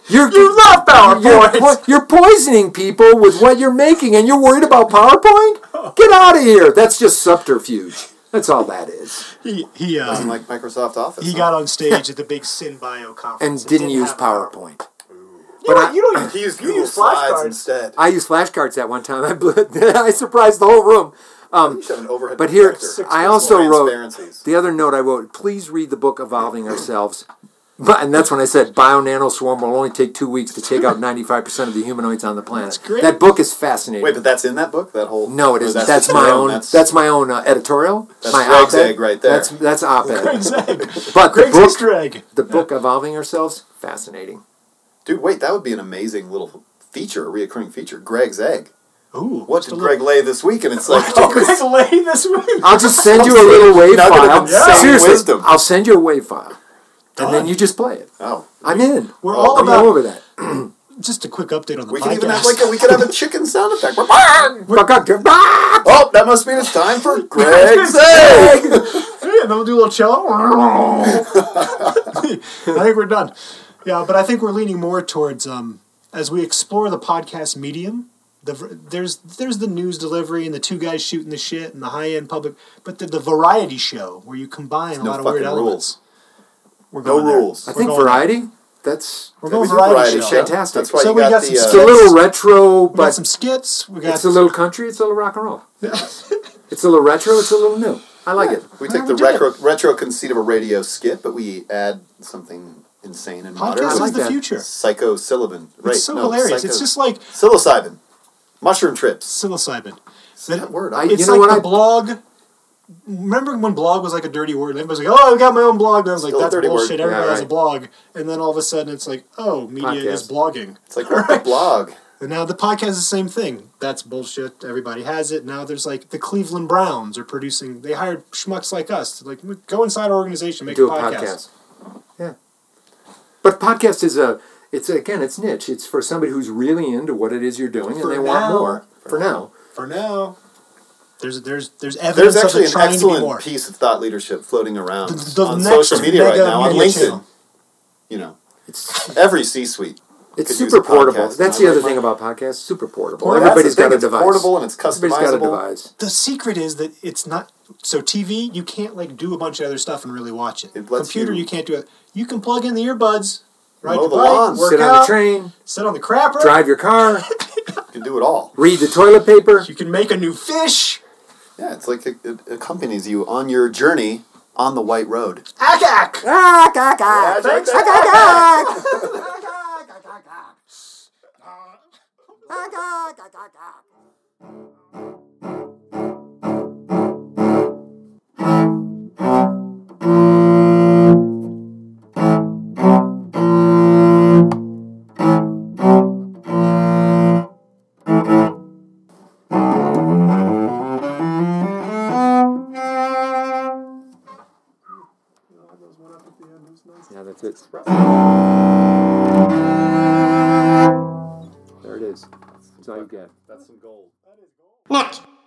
[SPEAKER 1] You're,
[SPEAKER 2] You love
[SPEAKER 1] You're,
[SPEAKER 2] PowerPoint.
[SPEAKER 1] po- you're poisoning people with what you're making, and you're worried about
[SPEAKER 2] Oh.
[SPEAKER 1] PowerPoint? Get out of here! That's just subterfuge. That's all that is.
[SPEAKER 2] He he
[SPEAKER 3] Doesn't
[SPEAKER 2] uh,
[SPEAKER 3] like Microsoft Office.
[SPEAKER 2] he
[SPEAKER 3] huh?
[SPEAKER 2] got on stage at the big SynBio conference
[SPEAKER 1] And didn't use
[SPEAKER 2] have-
[SPEAKER 1] PowerPoint.
[SPEAKER 2] You,
[SPEAKER 1] But
[SPEAKER 2] don't-
[SPEAKER 1] I-
[SPEAKER 2] you don't.
[SPEAKER 3] He used
[SPEAKER 2] You
[SPEAKER 3] Google
[SPEAKER 2] use
[SPEAKER 3] Slides
[SPEAKER 2] flashcards.
[SPEAKER 3] instead.
[SPEAKER 1] I used flashcards that one time. I blew. I surprised the whole room.
[SPEAKER 2] Um,
[SPEAKER 3] You should have an overhead
[SPEAKER 1] But here,
[SPEAKER 3] projector.
[SPEAKER 1] I also wrote
[SPEAKER 3] Transparencies.
[SPEAKER 1] the other note. I wrote, "Please read the book Evolving Ourselves." But, and that's when I said bio nano swarm will only take two weeks to take out 95% of the humanoids on the planet.
[SPEAKER 2] great.
[SPEAKER 1] That book is fascinating.
[SPEAKER 3] Wait, but that's in that book. That whole
[SPEAKER 1] No, it
[SPEAKER 3] or
[SPEAKER 1] isn't. That's, my
[SPEAKER 3] no,
[SPEAKER 1] own. That's, my own uh, editorial.
[SPEAKER 3] That's
[SPEAKER 1] my
[SPEAKER 3] Greg's
[SPEAKER 1] op-ed.
[SPEAKER 3] egg right there.
[SPEAKER 1] That's that's op-ed.
[SPEAKER 2] Exactly.
[SPEAKER 1] but the
[SPEAKER 2] Greg's
[SPEAKER 1] book,
[SPEAKER 2] Easter egg.
[SPEAKER 1] the book evolving ourselves, fascinating.
[SPEAKER 3] dude. Wait, that would be an amazing little feature, a reoccurring feature. Greg's egg.
[SPEAKER 2] Ooh,
[SPEAKER 3] What
[SPEAKER 2] just
[SPEAKER 3] did
[SPEAKER 2] a little-
[SPEAKER 3] Greg lay this week? And it's like, oh,
[SPEAKER 4] Greg Lay this week.
[SPEAKER 1] I'll just send you a little wave
[SPEAKER 3] Nugget
[SPEAKER 1] file.
[SPEAKER 3] of sound
[SPEAKER 1] Seriously,
[SPEAKER 3] wisdom.
[SPEAKER 1] I'll send you a wave file, and then
[SPEAKER 2] Done.
[SPEAKER 1] you just play it.
[SPEAKER 3] oh.
[SPEAKER 1] I'm in.
[SPEAKER 2] We're all
[SPEAKER 1] I'm
[SPEAKER 2] about-
[SPEAKER 1] all over that.
[SPEAKER 2] Just a quick update on the
[SPEAKER 3] We
[SPEAKER 2] podcast.
[SPEAKER 3] can even have like a, we can have a chicken sound effect. oh,
[SPEAKER 1] Fuck
[SPEAKER 3] that must mean it's time for Greg's egg.
[SPEAKER 2] Yeah, then we'll do a little cello. I think we're done. Yeah, but I think we're leaning more towards um, as we explore the podcast medium. The, v- there's there's the news delivery and the two guys shooting the shit and the high end public, but the, the variety show where you combine a
[SPEAKER 3] no
[SPEAKER 2] lot of weird
[SPEAKER 3] fucking
[SPEAKER 2] elements.
[SPEAKER 3] rules.
[SPEAKER 2] We're
[SPEAKER 3] No
[SPEAKER 2] going there.
[SPEAKER 3] rules.
[SPEAKER 1] I
[SPEAKER 3] We're
[SPEAKER 1] think
[SPEAKER 2] going-
[SPEAKER 1] variety. That's
[SPEAKER 2] We're
[SPEAKER 3] We
[SPEAKER 2] going
[SPEAKER 3] do
[SPEAKER 2] variety, show.
[SPEAKER 1] show.
[SPEAKER 2] We
[SPEAKER 1] Fantastic.
[SPEAKER 3] That's why
[SPEAKER 2] So
[SPEAKER 3] you
[SPEAKER 2] we
[SPEAKER 3] got,
[SPEAKER 2] got some
[SPEAKER 3] the, uh,
[SPEAKER 1] it's a little retro,
[SPEAKER 2] got
[SPEAKER 1] but
[SPEAKER 2] some skits. We got
[SPEAKER 1] it's a little country. It's a little rock and roll. It's a little retro. It's a little new. I like it.
[SPEAKER 3] We take
[SPEAKER 2] we
[SPEAKER 3] the
[SPEAKER 2] did it.
[SPEAKER 3] retro, retro conceit of a radio skit, but we add something insane and modern.
[SPEAKER 2] podcast
[SPEAKER 1] I
[SPEAKER 2] is
[SPEAKER 1] like
[SPEAKER 2] the
[SPEAKER 1] that.
[SPEAKER 2] future. It's
[SPEAKER 3] Psychosyllabin. Right.
[SPEAKER 2] so
[SPEAKER 3] no,
[SPEAKER 2] hilarious.
[SPEAKER 3] psycho-
[SPEAKER 2] It's just like
[SPEAKER 3] psilocybin, mushroom trips.
[SPEAKER 2] psilocybin.
[SPEAKER 3] That word.
[SPEAKER 1] I-
[SPEAKER 3] I,
[SPEAKER 1] you
[SPEAKER 2] It's
[SPEAKER 1] know
[SPEAKER 2] like
[SPEAKER 1] what
[SPEAKER 2] the
[SPEAKER 1] I-
[SPEAKER 2] blog. Remember when blog was like a dirty word? Everybody's like, "Oh, I got my own blog." And I was like,
[SPEAKER 3] Still a
[SPEAKER 2] "That's
[SPEAKER 3] dirty word.
[SPEAKER 2] bullshit." Everybody
[SPEAKER 1] Yeah,
[SPEAKER 2] has a
[SPEAKER 1] right.
[SPEAKER 2] blog, and then all of a sudden, it's like, "Oh, media is
[SPEAKER 1] Podcast.
[SPEAKER 2] blogging."
[SPEAKER 3] it's like what the blog.
[SPEAKER 2] And now the podcast is the same thing. That's bullshit. Everybody has it. Now there's like the Cleveland Browns are producing. They hired schmucks like us to like go inside our organization, make
[SPEAKER 1] do a
[SPEAKER 2] a podcast.
[SPEAKER 1] podcast. Yeah, but podcast is a. It's again, it's niche. It's for somebody who's really into what it is you're doing, and
[SPEAKER 2] For
[SPEAKER 1] they
[SPEAKER 2] now.
[SPEAKER 1] want more. For now,
[SPEAKER 2] For now, there's there's there's evidence
[SPEAKER 3] There's actually
[SPEAKER 2] of it
[SPEAKER 3] an
[SPEAKER 2] trying to be more.
[SPEAKER 3] excellent piece of thought leadership floating around
[SPEAKER 2] The- the
[SPEAKER 3] on
[SPEAKER 2] next
[SPEAKER 3] social media right
[SPEAKER 2] mega
[SPEAKER 3] now on
[SPEAKER 2] media
[SPEAKER 3] LinkedIn.
[SPEAKER 2] channel.
[SPEAKER 3] You know,
[SPEAKER 1] it's
[SPEAKER 3] every C-suite.
[SPEAKER 1] it's
[SPEAKER 3] could use
[SPEAKER 1] super
[SPEAKER 3] a podcast.
[SPEAKER 1] portable. That's the
[SPEAKER 3] Not
[SPEAKER 1] other
[SPEAKER 3] like
[SPEAKER 1] thing
[SPEAKER 3] mine.
[SPEAKER 1] about podcasts. Super portable.
[SPEAKER 3] Well, that's
[SPEAKER 1] Everybody's
[SPEAKER 3] the thing,
[SPEAKER 1] got a
[SPEAKER 3] it's
[SPEAKER 1] device.
[SPEAKER 3] Portable and it's
[SPEAKER 1] Everybody's got a
[SPEAKER 3] customizable.
[SPEAKER 1] device.
[SPEAKER 2] the secret is that it's not so TV you can't like do a bunch of other stuff and really watch it.
[SPEAKER 3] It lets
[SPEAKER 2] Computer
[SPEAKER 3] you-
[SPEAKER 2] you, can't do it. You can plug in the earbuds, ride
[SPEAKER 3] Mow
[SPEAKER 2] your
[SPEAKER 3] the
[SPEAKER 2] bike,
[SPEAKER 3] lawn,
[SPEAKER 2] work
[SPEAKER 1] Sit
[SPEAKER 2] out,
[SPEAKER 1] on the train,
[SPEAKER 2] sit on the crapper.
[SPEAKER 1] drive your car,
[SPEAKER 3] You can do it all.
[SPEAKER 1] read the toilet paper.
[SPEAKER 2] You can make a new fish.
[SPEAKER 3] Yeah, it's like it, it accompanies you on your journey on the white road.
[SPEAKER 2] Ack ack.
[SPEAKER 1] Ah, caca.
[SPEAKER 3] thanks.
[SPEAKER 1] Yeah, that's it. There it is. That's all you get.
[SPEAKER 3] That's some gold.
[SPEAKER 4] Look,